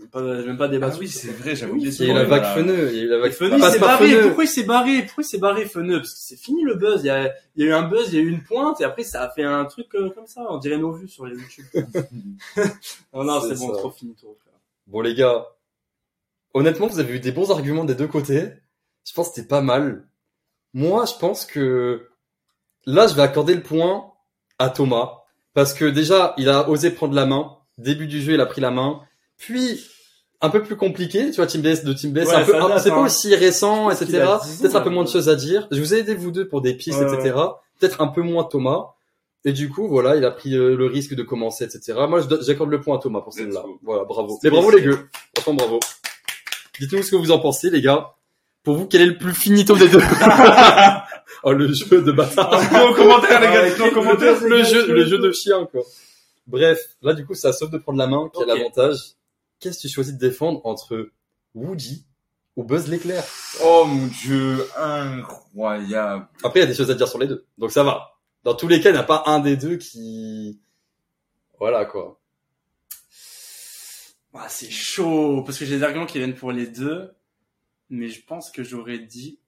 Speaker 1: Je vais même pas, je vais même pas
Speaker 3: Ah
Speaker 1: débattre.
Speaker 3: oui,
Speaker 1: sur
Speaker 3: c'est
Speaker 1: ça.
Speaker 3: vrai, j'avais
Speaker 1: Oui,
Speaker 3: oublié
Speaker 2: Il y a eu la
Speaker 3: point,
Speaker 2: vague
Speaker 3: mais là-
Speaker 2: feneux, il y a eu la vague
Speaker 1: Feneux, il
Speaker 2: Passe
Speaker 1: s'est
Speaker 2: par
Speaker 1: barré.
Speaker 2: Feneux.
Speaker 1: Pourquoi il s'est barré Pourquoi il s'est barré, Feneux Parce que c'est fini le buzz. Il y, a, il y a eu un buzz, il y a eu une pointe, et après ça a fait un truc euh, comme ça. On dirait nos vues sur les
Speaker 2: (laughs)
Speaker 1: YouTube. non, non, c'est
Speaker 2: C'est
Speaker 1: bon,
Speaker 2: ça.
Speaker 1: trop fini, trop. frère.
Speaker 2: Bon les gars, honnêtement vous avez eu des bons arguments des deux côtés. Je pense que c'était pas mal. Moi je pense que là je vais accorder le point à Thomas. Parce que déjà il a osé prendre la main. Début du jeu il a pris la main. Puis un peu plus compliqué, tu vois, Team DS de Team DS,
Speaker 1: Ouais,
Speaker 2: c'est un peu-
Speaker 1: ça date,
Speaker 2: c'est pas
Speaker 1: hein.
Speaker 2: aussi récent, etc.
Speaker 1: qu'il a 10 ans,
Speaker 2: Peut-être un peu
Speaker 1: là.
Speaker 2: moins de choses à dire. Je vous ai aidé vous deux pour des pistes,
Speaker 1: Ouais,
Speaker 2: etc. Peut-être un peu moins Thomas. Et du coup, voilà, il a pris euh, le risque de commencer, etc. Moi, je do- j'accorde le point à Thomas pour
Speaker 3: Let's
Speaker 2: celle-là.
Speaker 3: go.
Speaker 2: Voilà, bravo.
Speaker 1: C'est
Speaker 2: Mais bravo
Speaker 1: bien.
Speaker 2: les gueux. Franchement, bravo. Dites-nous ce que vous en pensez, les gars. Pour vous, quel est le plus finito des deux (laughs) Oh, le jeu de bâtard.
Speaker 3: Dites-nous
Speaker 2: (laughs)
Speaker 3: en commentaire, les
Speaker 1: Ah
Speaker 3: gars, dites-nous en
Speaker 1: Le
Speaker 3: commentaire.
Speaker 1: buzz, les
Speaker 2: le
Speaker 1: gars,
Speaker 2: jeu,
Speaker 1: sur
Speaker 2: le
Speaker 1: YouTube.
Speaker 2: jeu de chien, quoi. Bref, là, du coup, ça sauf de prendre la main, qui a
Speaker 1: Ok.
Speaker 2: l'avantage. Qu'est-ce que tu choisis de défendre entre Woody ou Buzz l'éclair
Speaker 3: Oh mon dieu, incroyable.
Speaker 2: Après, il y a des choses à dire sur les deux. Donc ça va. Dans tous les cas, il n'y a pas un des deux qui... Voilà, quoi.
Speaker 1: Ah, c'est chaud parce que j'ai des arguments qui viennent pour les deux, mais je pense que j'aurais dit.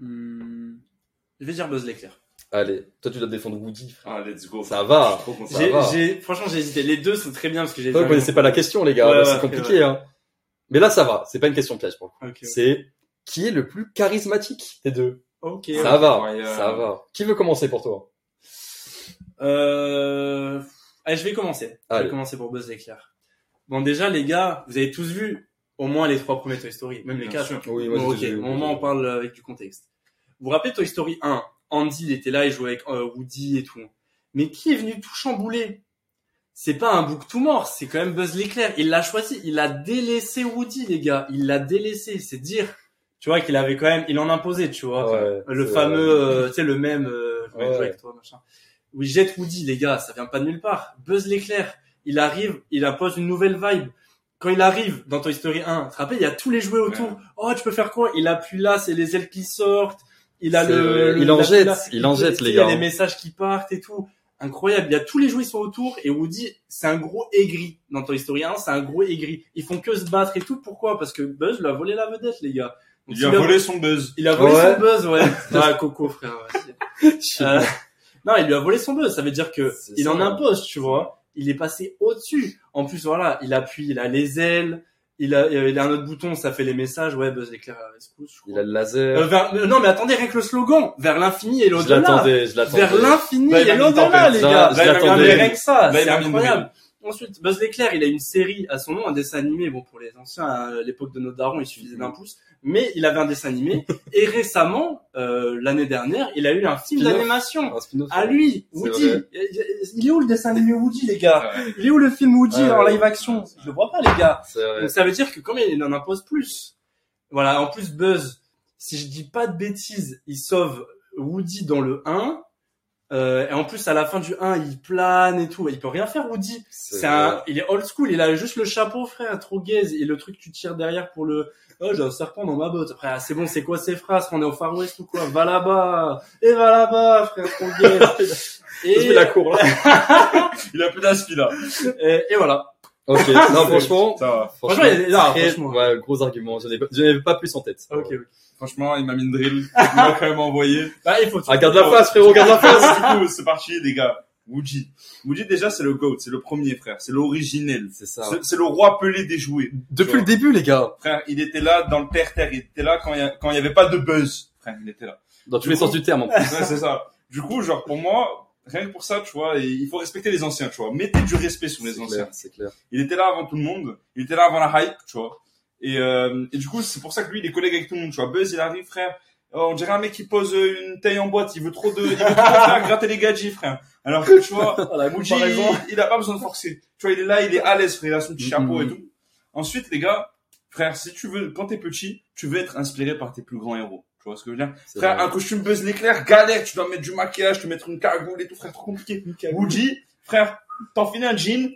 Speaker 1: Hmm, Je vais dire Buzz l'éclair.
Speaker 2: Allez, toi, tu dois défendre Woody, frère.
Speaker 3: Ah, let's go.
Speaker 2: Ça va.
Speaker 3: Trop content.
Speaker 2: Ça
Speaker 1: J'ai-
Speaker 2: va.
Speaker 1: j'ai- Franchement, j'ai hésité. Les deux sont très bien parce que j'ai.
Speaker 2: Vous
Speaker 1: des
Speaker 2: ne connaissez pas la question, les gars.
Speaker 1: Ouais,
Speaker 2: Bah,
Speaker 1: ouais,
Speaker 2: c'est compliqué, hein. Mais là, ça va. C'est pas une question piège, pour le coup.
Speaker 1: arguments. Ok.
Speaker 2: C'est qui est le plus charismatique des deux?
Speaker 1: Ok.
Speaker 2: ça va.
Speaker 3: incroyable.
Speaker 2: Ça va. Qui veut commencer pour toi?
Speaker 1: Euh... Allez, je vais commencer. Je
Speaker 2: Allez.
Speaker 1: vais commencer pour Buzz l'éclair. Bon, déjà, les gars, vous avez tous vu au moins les trois premiers Toy Story, même les
Speaker 3: Bien
Speaker 1: quatre.
Speaker 3: sûr.
Speaker 2: Oui,
Speaker 1: Bon, ok, au moment où on parle euh, avec du contexte. Vous vous rappelez Toy Story 1 Andy, il était là, il jouait avec euh, Woody et tout. Mais qui est venu tout chambouler C'est pas un bouc tout mort, c'est quand même Buzz l'éclair. Il l'a choisi, il a délaissé Woody, les gars. Il l'a délaissé, c'est dire. Tu vois qu'il avait quand même, il en imposait, tu vois.
Speaker 2: Ouais,
Speaker 1: Ah, le
Speaker 2: c'est
Speaker 1: fameux,
Speaker 2: vrai.
Speaker 1: euh, tu sais, le même, euh, je vais
Speaker 2: Ouais.
Speaker 1: jouer avec toi, machin. Oui, jette Woody, les gars, ça vient pas de nulle part. Buzz l'éclair, il arrive, il impose une nouvelle vibe. quand il arrive dans Toy Story 1, tu te rappelles, il y a tous les jouets autour.
Speaker 3: Ouais.
Speaker 1: Oh, tu peux faire quoi Il appuie là, c'est les ailes qui sortent. Il a
Speaker 5: C'est
Speaker 1: le,
Speaker 5: vrai.
Speaker 1: le-
Speaker 2: Il en
Speaker 1: appuie
Speaker 2: jette,
Speaker 1: là.
Speaker 2: il en
Speaker 1: peut-
Speaker 2: jette, les
Speaker 1: Il y a
Speaker 2: gars,
Speaker 1: les
Speaker 2: hein.
Speaker 1: messages qui partent et tout. Incroyable. Il y a tous les jouets qui sont autour et Woody, c'est un gros aigri. Dans Toy Story 1, c'est un gros aigri. Ils font que se battre et tout. Pourquoi Parce que Buzz lui a volé la vedette, les gars. Donc,
Speaker 3: Il lui a
Speaker 1: s'il
Speaker 3: volé son buzz.
Speaker 1: il a volé
Speaker 2: Ouais.
Speaker 1: son buzz,
Speaker 2: (laughs)
Speaker 1: ouais. Ah, Coco, frère. ouais. Euh, non, il lui a volé son buzz. Ça veut dire que
Speaker 2: C'est
Speaker 1: euh, il
Speaker 2: ça.
Speaker 1: en impose, tu vois. Il est passé au-dessus. En plus, voilà, il appuie, il a les ailes, il a, euh, il a un autre bouton, ça fait les messages. Ouais, buzz éclair à la rescousse, je
Speaker 2: Il
Speaker 1: crois.
Speaker 2: a le
Speaker 1: Euh,
Speaker 2: laser.
Speaker 1: vers- euh, non, mais attendez, rien que le slogan, vers l'infini et
Speaker 2: Je
Speaker 1: l'au-delà.
Speaker 2: l'attendais, je l'attendais. Bah,
Speaker 1: Vers l'infini
Speaker 3: Là, il
Speaker 1: et
Speaker 3: a mis une
Speaker 1: l'au-delà,
Speaker 3: tempête.
Speaker 1: les
Speaker 2: Ça,
Speaker 1: gars. Bah,
Speaker 2: je
Speaker 3: Là, il a mis une
Speaker 1: Non,
Speaker 2: l'attendais. Bah,
Speaker 1: mais
Speaker 3: tempête.
Speaker 1: rien que
Speaker 2: Ah,
Speaker 1: ça,
Speaker 3: Là, il
Speaker 1: c'est
Speaker 3: a mis une
Speaker 1: incroyable. Ensuite, Buzz l'éclair, il a une série à son nom, un dessin animé. Bon, pour les anciens, à l'époque de nos darons, il suffisait
Speaker 2: Mmh.
Speaker 1: d'un pouce. Mais il avait un dessin animé. Et récemment, euh, l'année dernière, il a eu un film
Speaker 2: Spin-off.
Speaker 1: d'animation.
Speaker 2: Un spin-off.
Speaker 1: À Ah, lui,
Speaker 2: C'est
Speaker 1: Woody.
Speaker 2: vrai.
Speaker 1: Il est où le dessin animé Woody, les gars Il est où le film Woody
Speaker 2: Ouais,
Speaker 1: en
Speaker 2: ouais.
Speaker 1: live action Je le vois pas, les gars.
Speaker 2: Ah, C'est vrai.
Speaker 1: Donc ça veut dire que quand même, il en impose plus. Voilà, en plus Buzz, si je dis pas de bêtises, il sauve Woody dans le 1. Euh, et en plus, à la fin du 1, il plane et tout. Il peut rien faire, Woody. C'est un, il est old school. Il a juste le chapeau, frère, trop gaze. Et le truc, que tu tires derrière pour le, oh, j'ai un serpent dans ma botte. Après, ah, c'est bon, c'est quoi ces phrases? On est au Far West ou quoi? Va là-bas! Et va là-bas, frère, trop gaze.
Speaker 2: (laughs) Je
Speaker 1: et,
Speaker 2: fais
Speaker 1: (laughs)
Speaker 2: la cour, là.
Speaker 3: (laughs) Il a plus d'aspi, là.
Speaker 1: et, et voilà.
Speaker 2: Ok, non, franchement.
Speaker 3: Ça va.
Speaker 1: Franchement, il y a- non,
Speaker 2: très-
Speaker 1: franchement.
Speaker 2: Ouais, gros argument. J'en ai, pas- j'en avais pas plus en tête.
Speaker 1: Ah, Ok, ok.
Speaker 3: Franchement, il m'a mis une
Speaker 2: (laughs)
Speaker 3: drill. Il m'a quand même envoyé.
Speaker 1: Bah, il faut
Speaker 2: Ah, Garde la face,
Speaker 1: (laughs)
Speaker 2: frérot, garde la face.
Speaker 3: du coup, c'est parti, les gars. Woody. Woody, déjà, c'est le GOAT. C'est le premier, frère. C'est l'originel.
Speaker 2: C'est ça.
Speaker 3: C'est- C'est le roi pelé des jouets.
Speaker 2: Depuis le début, les gars.
Speaker 3: Frère, il était là dans le terre-terre. Il était là quand il y a- quand il y avait pas de buzz. Frère, il
Speaker 2: (laughs)
Speaker 3: était là.
Speaker 2: Dans tous les sens du
Speaker 1: (laughs)
Speaker 2: terme, en plus.
Speaker 3: Ouais, c'est ça. Du coup, genre, pour moi, rien que pour ça, tu vois, et il faut respecter les anciens, tu vois. Mettez du respect sur les
Speaker 2: C'est
Speaker 3: anciens.
Speaker 2: clair, C'est clair.
Speaker 3: Il était là avant tout le monde. Il était là avant la hype, tu vois. Et, euh, et du coup, c'est pour ça que lui, il est collègue avec tout le monde, tu vois. Buzz, il arrive, frère. Oh, on dirait un mec qui pose euh, une taille en boîte. Il veut trop de, il veut trop faire gratter les gadgets, frère. Alors que, tu
Speaker 2: (laughs)
Speaker 3: vois,
Speaker 1: la
Speaker 3: Muji, il a pas besoin de forcer. Tu vois, il est là, il est à l'aise, frère, il a son petit chapeau
Speaker 2: Mm-hmm.
Speaker 3: et tout. Ensuite, les gars, frère, si tu veux, quand t'es petit, tu veux être inspiré par tes plus grands héros. Tu vois ce que je veux dire?
Speaker 2: C'est
Speaker 3: Frère,
Speaker 2: vrai.
Speaker 3: un costume Buzz l'éclair, galère, tu dois mettre du maquillage, te mettre une cagoule et tout, frère, trop compliqué.
Speaker 2: (laughs)
Speaker 3: Woody, frère, t'enfiles un jean,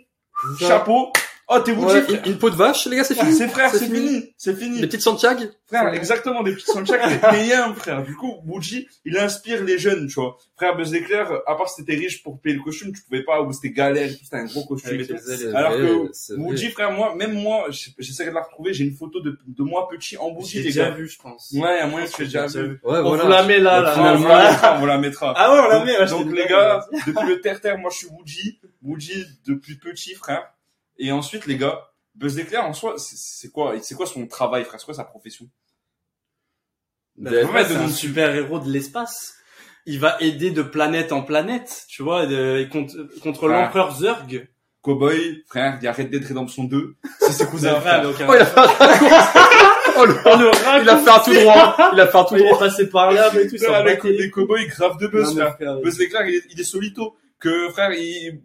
Speaker 3: chapeau, oh, t'es Woody,
Speaker 2: Ouais,
Speaker 3: frère.
Speaker 2: une, une peau de vache, les gars, c'est fini.
Speaker 3: C'est frère, c'est fini, c'est fini.
Speaker 2: Les petites Santiago.
Speaker 3: Frère, exactement, des petits soundtracks, mais rien, frère. Du coup, Woody, il inspire les jeunes, tu vois. Frère, Buzz l'éclair, à part si t'étais riche pour payer le costume, tu pouvais pas, ou c'était galère, et tout, c'était un gros costume et tout. Alors que Woody, frère, moi, même moi, j'essaierai de la retrouver, j'ai une photo de, de moi petit en Woody,
Speaker 1: J'ai
Speaker 3: les
Speaker 1: déjà
Speaker 3: gars.
Speaker 1: vu, je pense.
Speaker 3: Ouais, à moyen que tu l'aies déjà vu.
Speaker 2: Ouais,
Speaker 1: On vous la
Speaker 2: voilà.
Speaker 1: met là, là.
Speaker 3: Ah, on
Speaker 1: là.
Speaker 3: vous la mettra, on vous la mettra.
Speaker 1: Ah ouais, on la
Speaker 3: Donc-
Speaker 1: met. ouais, je
Speaker 3: Donc
Speaker 1: t'ai
Speaker 3: les
Speaker 1: dit,
Speaker 3: gars, depuis le terre-terre, moi je suis Woody, Woody depuis petit frère. Et ensuite les gars, Buzz l'éclair en soi, c'est- c'est quoi C'est quoi son travail frère C'est quoi sa profession
Speaker 1: Bah,
Speaker 2: Des-
Speaker 1: en fait, c'est
Speaker 3: Ouais,
Speaker 1: un
Speaker 3: de-
Speaker 1: super héros de l'espace. Il va aider de planète en planète, tu vois, de- contre, contre
Speaker 3: Ouais.
Speaker 1: l'empereur Zurg.
Speaker 3: Cowboy, frère, il arrête d'être Redemption 2. C'est ses
Speaker 1: C'est
Speaker 3: cousins
Speaker 1: vrai,
Speaker 3: frère.
Speaker 1: avec
Speaker 2: Oh, il a
Speaker 1: un-
Speaker 2: fait un raccourci. (laughs) Oh, le-
Speaker 1: On (laughs) le raconte.
Speaker 2: Il a fait un tout droit. Il a fait un tout
Speaker 1: Il
Speaker 2: droit.
Speaker 1: est passé par là, mais tout
Speaker 3: Frère,
Speaker 1: ça.
Speaker 3: les, les cowboys grave de Buzz frère.
Speaker 1: Buzz,
Speaker 3: Buzz l'éclair, il est, il est solito. Que frère, il,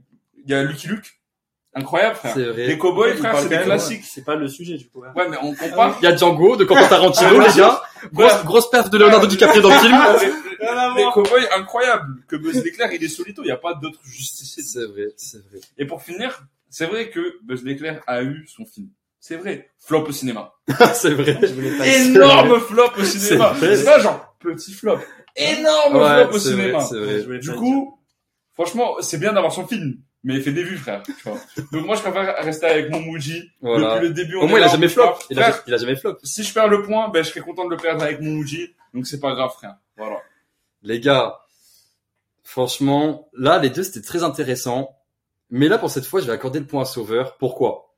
Speaker 3: il y a Lucky Luke. Incroyable frère.
Speaker 2: C'est vrai.
Speaker 3: Les cowboys frère, c'est des classiques.
Speaker 1: C'est pas le sujet, du coup. hein. ouais.
Speaker 3: Ouais mais on compare.
Speaker 2: Il y a Django de Quentin Tarantino, les gars. Grosse, grosse perf de Leonardo DiCaprio dans le film.
Speaker 1: Rien à
Speaker 3: Les
Speaker 1: voir.
Speaker 3: cowboys incroyables. Que Buzz l'éclair, il est solito. Il n'y a pas d'autre justicier.
Speaker 2: C'est vrai, c'est vrai.
Speaker 3: Et pour finir, c'est vrai que Buzz l'éclair a eu son film. C'est vrai. Flop au cinéma.
Speaker 2: (laughs) Bah, c'est vrai.
Speaker 1: Je voulais pas-
Speaker 3: Énorme flop au cinéma.
Speaker 2: C'est vrai.
Speaker 3: C'est pas genre petit flop. Énorme
Speaker 2: Ouais,
Speaker 3: flop au
Speaker 2: c'est vrai,
Speaker 3: cinéma.
Speaker 2: c'est vrai.
Speaker 1: Je voulais
Speaker 3: Du
Speaker 1: pas
Speaker 3: coup, franchement, c'est bien d'avoir son film. Mais il fait des vues, frère. tu
Speaker 2: (laughs)
Speaker 3: vois. Donc moi, je préfère rester avec mon Muji.
Speaker 2: Voilà.
Speaker 3: Depuis le début, on
Speaker 2: Au moins,
Speaker 3: est
Speaker 2: il a
Speaker 3: là,
Speaker 2: jamais
Speaker 3: on parle.
Speaker 2: flop. Il a,
Speaker 3: Frère,
Speaker 2: il a jamais flop.
Speaker 3: si je perds le point, ben, je serais content de le perdre avec mon Muji. Donc c'est pas grave, frère. Voilà.
Speaker 2: Les gars, franchement, là, les deux, c'était très intéressant. Mais là, pour cette fois, je vais accorder le point à Sauveur. Pourquoi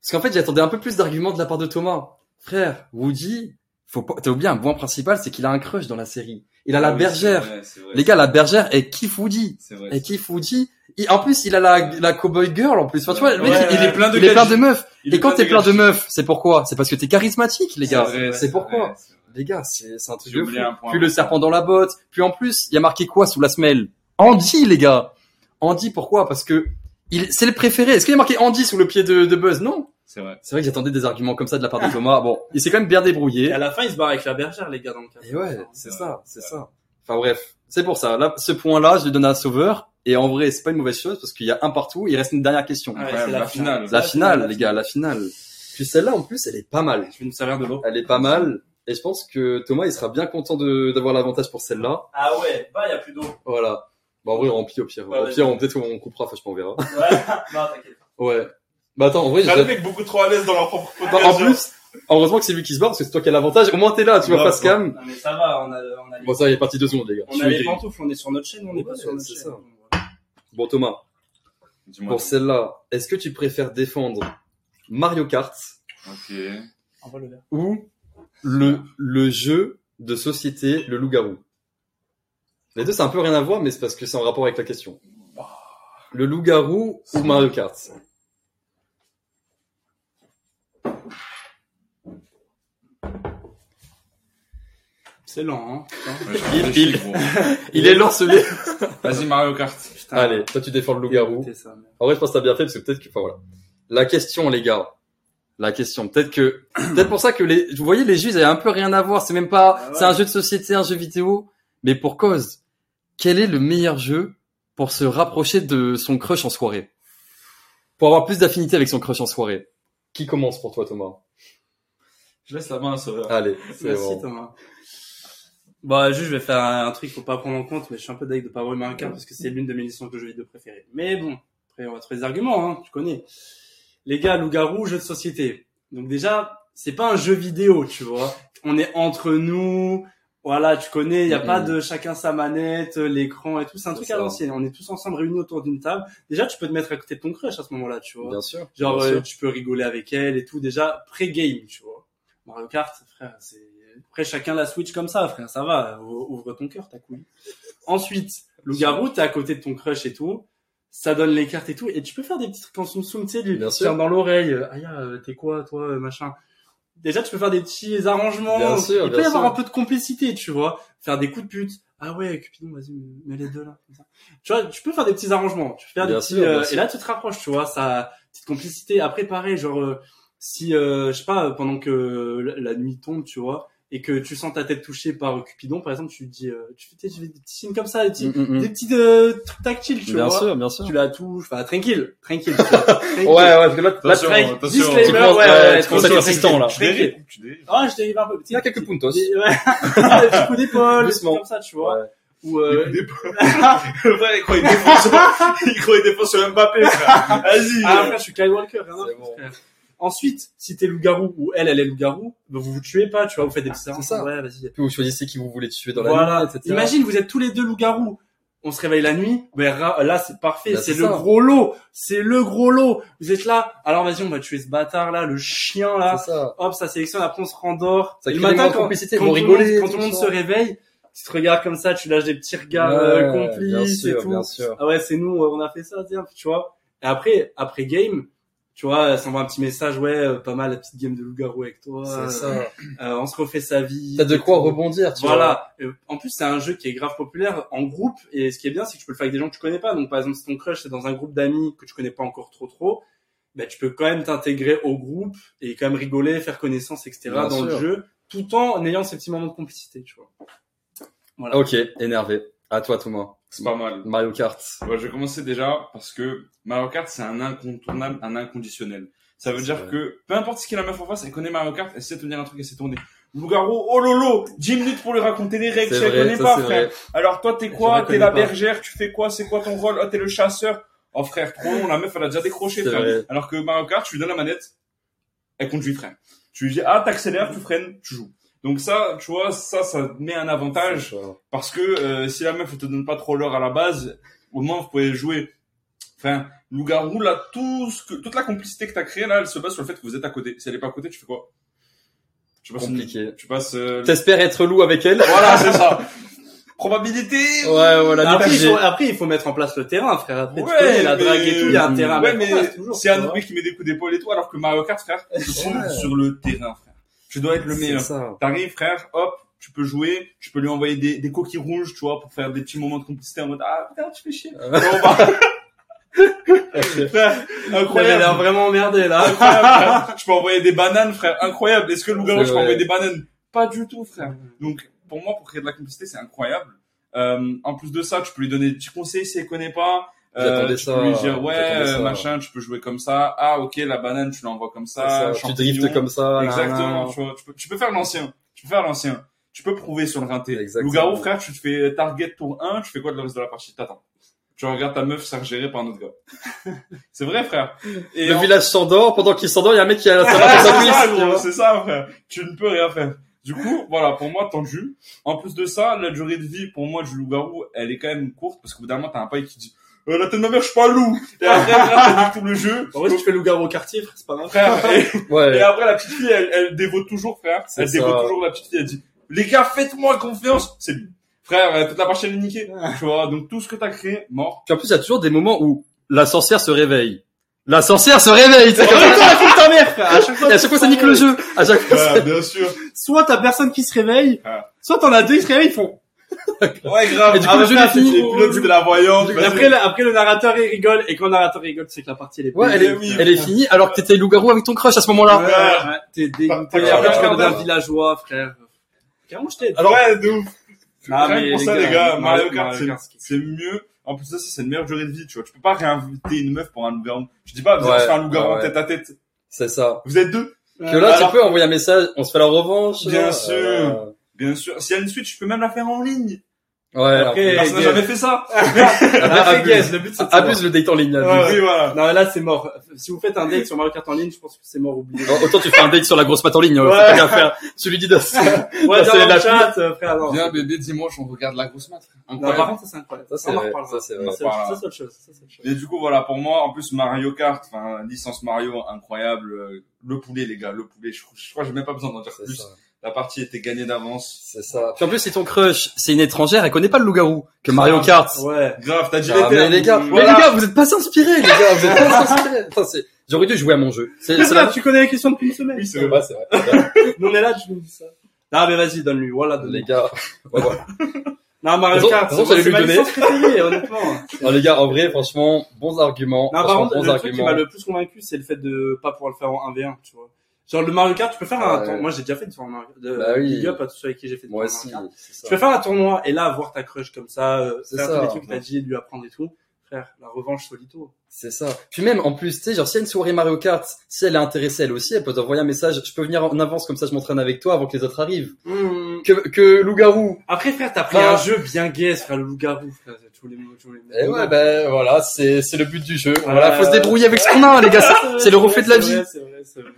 Speaker 2: Parce qu'en fait, j'attendais un peu plus d'arguments de la part de Thomas. Frère, Woody, faut pas... t'as oublié un point principal, c'est qu'il a un crush dans la série. Il a la
Speaker 3: Ah oui,
Speaker 2: bergère.
Speaker 3: c'est vrai, c'est vrai.
Speaker 2: Les gars, la bergère, elle kiffe Woody.
Speaker 3: C'est vrai.
Speaker 2: Elle kiffe Woody. Et en plus, il a la, la cowboy girl en plus. Enfin, tu vois, le mec,
Speaker 3: Ouais,
Speaker 2: il,
Speaker 3: ouais,
Speaker 2: est
Speaker 3: ouais.
Speaker 2: plein de,
Speaker 3: Il est plein de
Speaker 2: meufs.
Speaker 3: Il
Speaker 2: et
Speaker 3: est
Speaker 2: quand t'es plein de
Speaker 3: gâchis.
Speaker 2: meufs, c'est pourquoi C'est parce que t'es charismatique, les gars.
Speaker 3: C'est vrai,
Speaker 2: C'est pourquoi.
Speaker 3: vrai, c'est vrai.
Speaker 2: Les gars, c'est c'est un truc
Speaker 3: J'ai
Speaker 2: de
Speaker 3: oublié
Speaker 2: fou.
Speaker 3: un point.
Speaker 2: Puis le serpent dans la botte. Puis en plus, il y a marqué quoi sous la semelle Andy, les gars. Andy, pourquoi Parce que il, c'est le préféré. Est-ce qu'il y a marqué Andy sous le pied de, de Buzz Non.
Speaker 3: C'est vrai.
Speaker 2: C'est vrai que j'attendais des arguments comme ça de la part
Speaker 1: (laughs)
Speaker 2: de Thomas. Bon, il s'est quand même bien débrouillé.
Speaker 1: Et à la fin, il se barre avec la bergère, les gars, dans le cas.
Speaker 2: Et ouais, c'est
Speaker 3: Ouais,
Speaker 2: ça, c'est ça. Enfin bref, c'est pour ça. Là, ce point-là, je le donne à Sauveur. Et en vrai, c'est pas une mauvaise chose parce qu'il y a un partout. Il reste une dernière question.
Speaker 1: Ouais,
Speaker 3: Incroyable,
Speaker 1: c'est la
Speaker 3: la
Speaker 1: finale.
Speaker 3: finale.
Speaker 2: La finale, les gars, la finale. Puis celle-là, en plus, elle est pas mal.
Speaker 6: Je vais me servir de l'eau.
Speaker 2: Elle est pas mal. Et je pense que Thomas, il sera bien content de- d'avoir l'avantage pour celle-là.
Speaker 1: Ah ouais, bah, il y a plus d'eau.
Speaker 2: Voilà. Bon, en vrai, on remplit au pire.
Speaker 1: Ouais,
Speaker 2: au
Speaker 1: vas-y.
Speaker 2: pire, on peut-être on coupera, enfin, je sais pas, on verra.
Speaker 1: Ouais, (laughs) non, t'inquiète.
Speaker 2: Ouais. Bah attends, en vrai, j'ai
Speaker 3: J'ai
Speaker 2: (laughs) déjà-
Speaker 3: les mecs beaucoup trop à l'aise dans leur propre
Speaker 2: Bah,
Speaker 3: podcast.
Speaker 2: en plus, heureusement que c'est lui qui se barre, parce que c'est toi qui as l'avantage. Au moins, t'es là, Ah, tu vois,
Speaker 3: Grave,
Speaker 2: face cam.
Speaker 1: Non, mais ça va, on a, on a les,
Speaker 2: Bon, ça, il est parti deux secondes, les gars.
Speaker 1: on a
Speaker 2: Je suis
Speaker 1: les
Speaker 2: gay.
Speaker 1: pantoufles, on est sur notre chaîne, on n'est pas
Speaker 2: Ouais,
Speaker 1: sur notre
Speaker 2: c'est
Speaker 1: chaîne.
Speaker 2: ça. Bon, Thomas,
Speaker 3: Dis-moi.
Speaker 2: pour celle-là, est-ce que tu préfères défendre Mario Kart
Speaker 3: Ok.
Speaker 1: Envoie le verre.
Speaker 2: ou le, le jeu de société, le loup-garou Les deux, c'est un peu rien à voir, mais c'est parce que c'est en rapport avec la question. Ah. Le loup-garou ou Mario Kart
Speaker 1: C'est lent, hein. putain.
Speaker 3: Ouais, j'ai
Speaker 2: Il-
Speaker 3: réfléchi,
Speaker 2: il-
Speaker 3: gros.
Speaker 2: Il est lancé
Speaker 3: Vas-y, Mario Kart.
Speaker 1: Putain,
Speaker 2: Allez, toi, tu défends le loup-garou.
Speaker 1: t'es ça, merde.
Speaker 2: En vrai, je pense que t'as bien fait parce que peut-être que, enfin voilà. La question, les gars. La question. Peut-être que, peut-être pour ça que les, vous voyez, les jeux, ils avaient un peu rien à voir. C'est même pas,
Speaker 1: Ah ouais.
Speaker 2: c'est un jeu de société, un jeu vidéo. Mais pour cause. Quel est le meilleur jeu pour se rapprocher de son crush en soirée? Pour avoir plus d'affinité avec son crush en soirée. Qui commence pour toi, Thomas?
Speaker 3: Je laisse la main à Sauveur.
Speaker 2: Allez, c'est
Speaker 1: Merci,
Speaker 2: bon.
Speaker 1: Thomas. Bah, juste, je vais faire un truc faut pas prendre en compte, mais je suis un peu deg de pas avoir eu Mario Kart parce que c'est l'une de mes licences de jeux vidéo préférées. Mais bon, après, on va trouver des arguments, hein, tu connais. Les gars, loup-garou, jeu de société. Donc déjà, c'est pas un jeu vidéo, tu vois. On est entre nous, voilà, tu connais, il y a
Speaker 2: Mhm.
Speaker 1: pas de chacun sa manette, l'écran et tout. C'est un
Speaker 2: C'est
Speaker 1: truc
Speaker 2: ça.
Speaker 1: à l'ancienne. On est tous ensemble réunis autour d'une table. Déjà, tu peux te mettre à côté de ton crush à ce moment-là, tu vois.
Speaker 2: Bien sûr.
Speaker 1: Genre,
Speaker 2: bien sûr.
Speaker 1: euh, tu peux rigoler avec elle et tout, déjà, pré-game, tu vois. Mario Kart, frère, c'est... Après, chacun la Switch comme ça, frère, ça va, ou- ouvre ton cœur, ta couille. Ensuite, loup-garou, t'es à côté de ton crush et tout, ça donne les cartes et tout, et tu peux faire des petits trucs en soum-soum, tu sais, lui
Speaker 2: Bien
Speaker 1: tu
Speaker 2: sûr.
Speaker 1: tiens dans l'oreille, euh, Aya, euh, t'es quoi, toi, euh, machin Déjà, tu peux faire des petits arrangements,
Speaker 2: Bien sûr,
Speaker 1: il peut
Speaker 2: bien
Speaker 1: y avoir
Speaker 2: sûr.
Speaker 1: un peu de complicité, tu vois, faire des coups de pute. Ah ouais, Cupidon, vas-y, mets les deux là. comme ça. Tu vois, tu peux faire des petits arrangements, tu peux faire
Speaker 2: Bien
Speaker 1: des petits,
Speaker 2: sûr, bien
Speaker 1: euh,
Speaker 2: sûr.
Speaker 1: et là, tu te rapproches, tu vois, ça petite complicité. Après, pareil, genre, euh, si, euh, je sais pas, pendant que la, la nuit tombe, tu vois, et que tu sens ta tête touchée par Cupidon, par exemple, tu dis, euh, tu fais, tu sais, tu fais des petits signes comme ça, des petits,
Speaker 2: Mm, mm, mm.
Speaker 1: des petits euh, trucs tactiles, tu
Speaker 2: Bien
Speaker 1: vois.
Speaker 2: sûr, bien sûr.
Speaker 1: Tu la touches, enfin, tranquille, tranquille.
Speaker 2: (laughs)
Speaker 1: tu vois, tranquille.
Speaker 2: parce que là,
Speaker 3: Attention,
Speaker 1: Là,
Speaker 3: attention.
Speaker 1: disclaimer,
Speaker 2: Tu commences,
Speaker 1: ouais,
Speaker 2: euh,
Speaker 1: ouais,
Speaker 2: tu commences à être
Speaker 1: tranquille,
Speaker 2: insistant, là.
Speaker 3: Tu
Speaker 1: tranquille.
Speaker 3: dérives, tu dérives.
Speaker 1: Ah, je dérive un peu.
Speaker 2: Il y a quelques puntos.
Speaker 1: Des- Ouais. (laughs) Des petits coups d'épaule, des trucs
Speaker 2: Doucement.
Speaker 1: comme ça, tu vois.
Speaker 2: Ouais.
Speaker 1: Ou, euh,
Speaker 3: Des Le vrai, il croit (laughs) qu'il défonce, il croit qu'il défonce sur Mbappé, frère. Vas-y.
Speaker 1: Ah, frère, je suis Kyle Walker. rien à
Speaker 2: C'est
Speaker 1: foutre,
Speaker 2: bon.
Speaker 1: frère. Ensuite, si t'es loup-garou ou elle, elle est loup-garou, ben vous vous tuez pas, tu vois, vous faites des petits
Speaker 2: Ah, C'est
Speaker 1: séances.
Speaker 2: ça.
Speaker 1: Ouais, vas-y.
Speaker 2: Vous choisissez qui vous voulez tuer dans la
Speaker 1: Voilà.
Speaker 2: nuit, etc.
Speaker 1: Imagine, vous êtes tous les deux loups-garous. On se réveille la nuit. Ben, ra- là, c'est parfait.
Speaker 2: Bah,
Speaker 1: c'est
Speaker 2: c'est
Speaker 1: le
Speaker 2: ça.
Speaker 1: gros lot. C'est le gros lot. Vous êtes là. Alors, vas-y, on va tuer ce bâtard là, le chien là.
Speaker 2: C'est ça.
Speaker 1: Hop, ça sélectionne. Après, on se rendort.
Speaker 2: Ça
Speaker 1: Et le
Speaker 2: crée des
Speaker 1: matin,
Speaker 2: moments de
Speaker 1: quand,
Speaker 2: complicité,
Speaker 1: quand
Speaker 2: ils
Speaker 1: tout
Speaker 2: vont
Speaker 1: le
Speaker 2: rigoler,
Speaker 1: monde- quand
Speaker 2: tout
Speaker 1: tout le monde se
Speaker 2: ça.
Speaker 1: réveille, tu te regardes comme ça, tu lâches des petits regards euh,
Speaker 2: Ouais, bien
Speaker 1: complices
Speaker 2: sûr,
Speaker 1: et tout.
Speaker 2: bien sûr.
Speaker 1: Ah ouais, c'est nous, euh, on a fait ça, tiens, tu vois. Et après, après game, tu vois, elle s'envoie un petit message, ouais, euh, pas mal la petite game de loup-garou avec toi.
Speaker 2: C'est
Speaker 1: euh,
Speaker 2: ça.
Speaker 1: euh, on se refait sa vie.
Speaker 2: T'as de
Speaker 1: et
Speaker 2: quoi
Speaker 1: tout.
Speaker 2: rebondir, tu vois.
Speaker 1: Voilà. Euh, En plus, c'est un jeu qui est grave populaire en groupe. Et ce qui est bien, c'est que tu peux le faire avec des gens que tu connais pas. Donc, par exemple, si ton crush, c'est dans un groupe d'amis que tu connais pas encore trop trop, bah, tu peux quand même t'intégrer au groupe et quand même rigoler, faire connaissance, etc.
Speaker 2: Bien
Speaker 1: dans le
Speaker 2: sûr.
Speaker 1: jeu, tout en ayant ces petits moments de complicité, tu vois. Voilà.
Speaker 2: Ok, énervé. À toi, Thomas.
Speaker 3: C'est pas mal.
Speaker 2: Mario Kart.
Speaker 3: Bon, je vais commencer déjà parce que Mario Kart, c'est un incontournable, un inconditionnel. Ça veut
Speaker 2: C'est
Speaker 3: dire
Speaker 2: vrai.
Speaker 3: que peu importe ce qu'il a meuf en face, elle connaît Mario Kart, elle sait tenir un truc, elle sait tourner. Loup-garou, oh lolo, 10 minutes pour lui raconter les règles,
Speaker 2: C'est
Speaker 3: je la
Speaker 2: vrai,
Speaker 3: connais
Speaker 2: ça
Speaker 3: pas,
Speaker 2: c'est
Speaker 3: frère.
Speaker 2: vrai.
Speaker 3: Alors toi, t'es
Speaker 1: Je
Speaker 3: quoi
Speaker 1: la
Speaker 3: T'es
Speaker 1: connais
Speaker 3: la
Speaker 1: pas.
Speaker 3: bergère, tu fais quoi C'est quoi ton rôle Oh, t'es le chasseur. Oh frère, trop long, la meuf, elle a déjà décroché,
Speaker 2: C'est
Speaker 3: frère.
Speaker 2: vrai.
Speaker 3: Alors que Mario Kart, tu lui donnes la manette, elle conduit, frère. Tu lui dis, ah, t'accélères, tu freines, tu joues. Donc ça, tu vois, ça, ça met un avantage parce que euh, si la meuf elle te donne pas trop l'heure à la base, au moins vous pouvez jouer. Enfin, loup-garou, là, tout ce que, toute la complicité que t'as créée, là, elle se base sur le fait que vous êtes à côté. Si elle est pas à côté, tu fais quoi Tu passes, une-
Speaker 2: Compliqué.
Speaker 3: tu passes,
Speaker 2: (laughs)
Speaker 3: euh,
Speaker 2: T'espères être loup avec elle
Speaker 3: voilà, c'est ça. Probabilité.
Speaker 2: Ouais, voilà,
Speaker 3: Ah,
Speaker 1: après, il
Speaker 2: dégagé.
Speaker 1: faut, après, il faut mettre en place le terrain, frère. Après, tu
Speaker 3: Ouais,
Speaker 1: connais la
Speaker 3: mais-
Speaker 1: drague et tout, il y a un
Speaker 2: Ouais,
Speaker 1: terrain à
Speaker 3: ouais,
Speaker 1: mettre en
Speaker 3: mais
Speaker 1: place, toujours,
Speaker 3: c'est
Speaker 1: tu
Speaker 3: un
Speaker 1: vois.
Speaker 3: mec qui met des coups d'épaule et tout, alors que Mario Kart, frère, tu te trouves
Speaker 2: Ouais.
Speaker 3: sur le terrain, frère. Tu dois être le meilleur.
Speaker 2: C'est ça.
Speaker 3: T'arrives, frère, hop, tu peux jouer, tu peux lui envoyer des, des coquilles rouges, tu vois, pour faire des petits moments de complicité en mode, ah, putain, tu fais chier.
Speaker 1: (laughs)
Speaker 3: Bon, bah. (laughs) frère,
Speaker 1: Il avait l'air
Speaker 3: incroyable.
Speaker 1: vraiment emmerdé, là.
Speaker 3: Incroyable, frère. Je peux envoyer des bananes, frère. Incroyable. Est-ce que le loup-garou,
Speaker 2: C'est
Speaker 3: je peux
Speaker 2: vrai.
Speaker 3: envoyer des bananes? Pas du tout, frère. Donc, pour moi, pour créer de la complicité, c'est incroyable. Euh, en plus de ça, tu peux lui donner des petits conseils si elle connaît pas. Euh,
Speaker 2: J'attendais
Speaker 3: tu
Speaker 2: ça,
Speaker 3: peux lui dire,
Speaker 2: j'attendais
Speaker 3: ouais, euh,
Speaker 2: ça.
Speaker 3: machin, tu peux jouer comme ça. Ah, ok, la banane, tu l'envoies comme
Speaker 2: C'est ça,
Speaker 3: ça.
Speaker 2: tu
Speaker 3: champignon.
Speaker 2: driftes comme ça. là,
Speaker 3: Exactement,
Speaker 2: là.
Speaker 3: tu, vois, tu peux, tu peux faire l'ancien. Tu peux faire l'ancien. Tu peux prouver sur le rinté.
Speaker 2: Exactement.
Speaker 3: Loup-garou, frère, tu te fais target tour 1, tu fais quoi de le reste de la partie T'attends. Tu regardes ta meuf se faire gérer par un autre gars. (laughs) c'est vrai, frère. Et
Speaker 2: Le
Speaker 3: en-
Speaker 2: village s'endort, pendant qu'il s'endort, il y a un mec qui a la
Speaker 3: Ah,
Speaker 2: salade
Speaker 3: (laughs)
Speaker 2: de
Speaker 3: c'est ça,
Speaker 2: sandwich, tu
Speaker 3: gros,
Speaker 2: vois.
Speaker 3: c'est ça, frère. Tu ne peux rien faire. Du coup, voilà, pour moi, tendu. En plus de ça, la durée de vie, pour moi, du loup-garou, elle est quand même courte, parce qu'au bout d'un moment, t'as un paille qui dit, euh, la tête de ma mère, je suis pas un loup. Et après, frère, t'as dit tout le jeu.
Speaker 1: En vrai, si tu fais loup-garou au quartier, frère, c'est pas grave.
Speaker 3: Frère, et-
Speaker 2: Ouais.
Speaker 3: Et après, la petite fille, elle, elle dévote toujours, frère.
Speaker 2: C'est
Speaker 3: Elle
Speaker 2: ça.
Speaker 3: dévote toujours la petite fille. Elle dit, les gars, faites-moi confiance. C'est lui. Frère, euh, toute la partie, elle est niquée.
Speaker 2: Ah.
Speaker 3: Tu vois, donc tout ce que t'as créé, mort.
Speaker 2: Puis en plus, il y a toujours des moments où la sorcière se réveille. La sorcière se réveille, tu sais,
Speaker 1: En
Speaker 2: comme
Speaker 1: même
Speaker 2: ça.
Speaker 1: temps, la fille de ta mère, (laughs) frère. À chaque fois,
Speaker 2: Et à chaque fois, ça nique le jeu. À chaque fois, ça-
Speaker 3: bien sûr.
Speaker 1: Soit t'as personne qui se réveille,
Speaker 3: Ah.
Speaker 1: soit t'en as deux qui se réveillent, ils font.
Speaker 3: Ouais, grave.
Speaker 2: Et du coup, le jeu est
Speaker 1: après,
Speaker 2: fini.
Speaker 1: c'est les pilotes,
Speaker 3: de la voyante.
Speaker 1: Et après, le- après, le narrateur, il rigole, et quand le narrateur rigole, c'est que la partie, elle est
Speaker 2: Ouais, elle est,
Speaker 3: Oui,
Speaker 2: elle est finie, alors que t'étais loup-garou avec ton crush à ce moment-là.
Speaker 3: Ouais.
Speaker 1: Ouais, t'es dégoûté.
Speaker 3: Par-
Speaker 1: Et après,
Speaker 3: par-
Speaker 1: tu
Speaker 3: par-
Speaker 1: regardes
Speaker 3: par-
Speaker 1: un villageois, frère. Carrément, je t'aide.
Speaker 3: Alors, ouais, de ouf.
Speaker 1: Non,
Speaker 3: Rien
Speaker 1: Ah, mais
Speaker 3: que pour
Speaker 1: les
Speaker 3: ça,
Speaker 1: gars,
Speaker 3: les gars, Mario
Speaker 1: Mario
Speaker 3: Kart,
Speaker 1: Kart,
Speaker 3: c'est-
Speaker 1: c'est-
Speaker 3: c'est mieux. En plus de ça, c'est une meilleure durée de vie, tu vois. Tu peux pas réinviter une meuf pour un loup-garou. Je dis pas, vous
Speaker 2: Ouais,
Speaker 3: allez se faire un loup-garou
Speaker 2: ouais.
Speaker 3: tête à tête.
Speaker 2: C'est ça.
Speaker 3: Vous êtes deux.
Speaker 2: Que là,
Speaker 3: Euh, Alors-
Speaker 2: tu peux envoyer un message, on se fait la revanche.
Speaker 3: Bien
Speaker 2: là.
Speaker 3: sûr.
Speaker 2: Euh,
Speaker 3: Bien sûr. S'il y a une Switch, je peux même la faire en ligne.
Speaker 2: Ouais,
Speaker 1: Après,
Speaker 2: alors,
Speaker 3: Personne n'a
Speaker 1: Gaze.
Speaker 3: jamais fait ça.
Speaker 1: Après,
Speaker 2: abuse.
Speaker 1: Gaze, le but, c'est de savoir.
Speaker 2: abuse Ah, le date en ligne. abuse.
Speaker 3: Oui, voilà.
Speaker 1: Non, là, c'est mort. Si vous faites un date sur Mario Kart en ligne, je pense que c'est mort oublié.
Speaker 2: Alors, Autant tu fais un date sur la grosse patte en ligne, faut
Speaker 1: Ouais.
Speaker 2: pas rien faire. Tu lui
Speaker 3: (laughs)
Speaker 2: dis de... Ça,
Speaker 1: Ouais,
Speaker 2: c'est
Speaker 1: dans
Speaker 2: la
Speaker 1: le chat, euh, frère, non.
Speaker 3: Viens, bébé, dimanche, on regarde la grosse mat.
Speaker 1: Non, par contre, ça, c'est incroyable.
Speaker 2: c'est
Speaker 1: On en
Speaker 2: vrai,
Speaker 1: reparlera.
Speaker 2: ça, c'est vrai.
Speaker 1: Ça, c'est
Speaker 3: Voilà.
Speaker 1: ça, c'est autre chose. Ça, c'est autre chose.
Speaker 3: Et du coup, voilà, pour moi, en plus, Mario Kart, enfin, licence Mario, incroyable. euh, Le poulet, les gars, le poulet, je, je crois que j'ai même pas besoin d'en dire
Speaker 2: C'est
Speaker 3: plus.
Speaker 2: ça.
Speaker 3: La partie était gagnée d'avance.
Speaker 2: C'est ça. Puis en plus, si ton crush, c'est une étrangère, elle connaît pas le loup-garou, que
Speaker 3: Ah,
Speaker 2: Mario Kart.
Speaker 1: Ouais.
Speaker 3: Grave, t'as dit hein.
Speaker 2: Ah,
Speaker 3: les
Speaker 2: mais
Speaker 3: termes.
Speaker 2: les gars, mais les
Speaker 3: Voilà.
Speaker 2: gars, vous êtes pas inspirés, les gars, vous êtes pas (laughs) inspirés. Putain, c'est- J'aurais dû jouer à mon jeu. C'est c'est la...
Speaker 3: (laughs)
Speaker 1: tu connais la question depuis une semaine.
Speaker 3: Oui, c'est vrai.
Speaker 2: Ouais, c'est vrai.
Speaker 1: Nous, on est là, tu nous dis ça. Non, mais vas-y, donne-lui. Voilà,
Speaker 2: les
Speaker 1: donne-lui.
Speaker 2: gars. Ouais, ouais.
Speaker 1: Non,
Speaker 2: Par
Speaker 1: Mario Kart,
Speaker 2: contre, j'allais
Speaker 1: c'est
Speaker 2: lui
Speaker 1: ma (laughs)
Speaker 2: donner.
Speaker 1: licence préférée, honnêtement.
Speaker 2: Non, les gars, en vrai, franchement, bons arguments.
Speaker 1: Non, par
Speaker 2: franchement,
Speaker 1: contre,
Speaker 2: bons
Speaker 1: le truc qui
Speaker 2: arguments.
Speaker 1: m'a le plus convaincu, c'est le fait de pas pouvoir le faire en 1v1, tu vois. Genre, le Mario Kart, tu peux faire un
Speaker 2: Ouais.
Speaker 1: tournoi. Moi, j'ai déjà fait du tournoi Mario de
Speaker 2: Bah oui.
Speaker 1: Big up à tous ceux avec qui j'ai fait du
Speaker 2: Moi
Speaker 1: tournoi
Speaker 2: aussi.
Speaker 1: Mario Kart.
Speaker 2: c'est
Speaker 1: Ah, Tu
Speaker 2: ça.
Speaker 1: peux faire un tournoi et là, voir ta crush comme ça, euh,
Speaker 2: C'est
Speaker 1: faire
Speaker 2: ça.
Speaker 1: tous les trucs que t'as dit, lui apprendre et tout. Frère, la revanche solito.
Speaker 2: C'est ça. Puis même, en plus, tu sais, genre, s'il y a une soirée Mario Kart, si elle est intéressée, elle aussi, elle peut t'envoyer un message. Je peux venir en avance, comme ça, je m'entraîne avec toi avant que les autres arrivent. Que, que loup-garou.
Speaker 1: Hmm. Après, frère, t'as pris
Speaker 2: Ah.
Speaker 1: un jeu bien guess, frère, le loup-garou, frère, tous les mots, tous les mots.
Speaker 2: Et ouais, ben, voilà, c'est, c'est le but du jeu. Voilà,
Speaker 1: Euh,
Speaker 2: faut se débrouiller avec ce qu'on a, les gars. ça, C'est le reflet de la vie.
Speaker 1: C'est vrai, c'est vrai.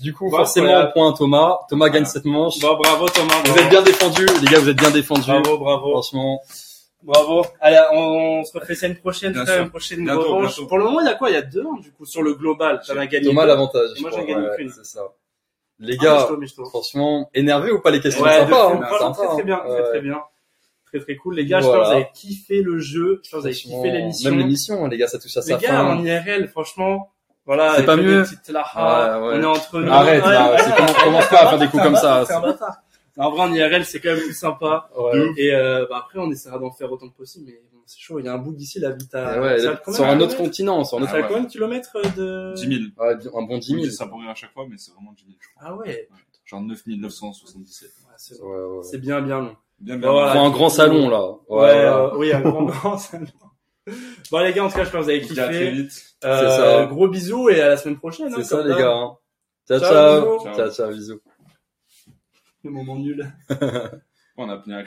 Speaker 2: Du coup,
Speaker 1: Bah,
Speaker 2: forcément,
Speaker 1: voilà.
Speaker 2: au point Thomas. Thomas gagne
Speaker 1: Voilà.
Speaker 2: cette manche.
Speaker 1: Bon, Bah, bravo, Thomas.
Speaker 2: Vous
Speaker 1: bravo.
Speaker 2: êtes bien défendus, les gars, vous êtes bien défendus.
Speaker 1: Bravo, bravo.
Speaker 2: Franchement.
Speaker 1: Bravo. Allez, on, on se refait ça une prochaine,
Speaker 3: Bien
Speaker 1: frère,
Speaker 3: sûr.
Speaker 1: une prochaine
Speaker 3: Bientôt,
Speaker 1: revanche.
Speaker 3: bientôt.
Speaker 1: Pour le moment, il y a quoi Il y a deux ans, du coup, sur le global. T'en as gagné.
Speaker 2: Thomas
Speaker 1: deux.
Speaker 2: l'avantage.
Speaker 1: Moi,
Speaker 2: je
Speaker 1: j'en
Speaker 2: crois.
Speaker 1: gagne
Speaker 2: Ouais,
Speaker 1: qu'une.
Speaker 2: C'est ça. Les
Speaker 1: Ah, mais
Speaker 2: gars,
Speaker 1: je dois, mais je dois.
Speaker 2: franchement, énervé ou pas les questions?
Speaker 1: Ouais, de fou.
Speaker 2: sympa, hein,
Speaker 1: Franchement,
Speaker 2: sympa,
Speaker 1: très, très
Speaker 2: hein.
Speaker 1: bien,
Speaker 2: Ouais.
Speaker 1: très, très bien. Très, très cool. Les gars, je
Speaker 2: Voilà.
Speaker 1: pense que vous avez kiffé le jeu. Je pense que vous avez
Speaker 2: Franchement,
Speaker 1: kiffé l'émission.
Speaker 2: Même l'émission, hein, les gars, ça touche à
Speaker 1: Les
Speaker 2: sa
Speaker 1: gars,
Speaker 2: fin.
Speaker 1: en IRL, franchement, voilà.
Speaker 2: C'est
Speaker 1: il
Speaker 2: pas
Speaker 1: fait des
Speaker 2: mieux.
Speaker 1: petites lahas,
Speaker 2: Ouais, ouais.
Speaker 1: On est entre nous.
Speaker 2: Arrête,
Speaker 1: Ouais,
Speaker 2: là,
Speaker 1: ouais.
Speaker 2: c'est comment, commence pas à faire des coups comme ça.
Speaker 1: C'est un bâtard. En vrai, en IRL, c'est quand même plus sympa.
Speaker 2: Ouais.
Speaker 1: Et euh, bah, après, on essaiera d'en faire autant que possible. Mais bon, c'est chaud. Il y a un bout d'ici, la vie.
Speaker 2: Ouais,
Speaker 1: t'as-
Speaker 2: Ah ouais,
Speaker 1: ça a combien
Speaker 2: sur
Speaker 1: de
Speaker 2: un autre
Speaker 1: kilomètres
Speaker 2: continent, sur un autre.
Speaker 1: Ça a
Speaker 3: Ah ouais.
Speaker 1: combien de kilomètres euh, de
Speaker 3: 10 000.
Speaker 2: Ouais, bien- un bon 10
Speaker 3: On
Speaker 2: 000.
Speaker 3: dit ça pour rire à chaque fois, mais c'est vraiment 10 000. je crois.
Speaker 1: Ah ouais.
Speaker 3: Genre 9 977.
Speaker 1: Ouais, c'est-
Speaker 2: Ouais, ouais.
Speaker 1: C'est bien, bien long.
Speaker 3: Bien, bien.
Speaker 1: Bah, voilà.
Speaker 2: Faut un grand salon, là.
Speaker 1: Ouais,
Speaker 2: Ouais,
Speaker 1: euh, oui, un
Speaker 2: (laughs)
Speaker 1: grand grand salon. Bon, les gars, en tout cas, je pense que vous avez
Speaker 3: On se dit à très
Speaker 1: kiffé.
Speaker 3: vite.
Speaker 1: Euh,
Speaker 2: C'est ça.
Speaker 1: Gros bisous et à la semaine prochaine. hein,
Speaker 2: C'est ça,
Speaker 1: comme
Speaker 2: les
Speaker 1: d'hab.
Speaker 2: gars. hein. Ciao,
Speaker 1: Ciao,
Speaker 2: ciao.
Speaker 1: bisous.
Speaker 2: Ciao, ciao, bisous.
Speaker 1: Le moment nul.
Speaker 3: On a fini à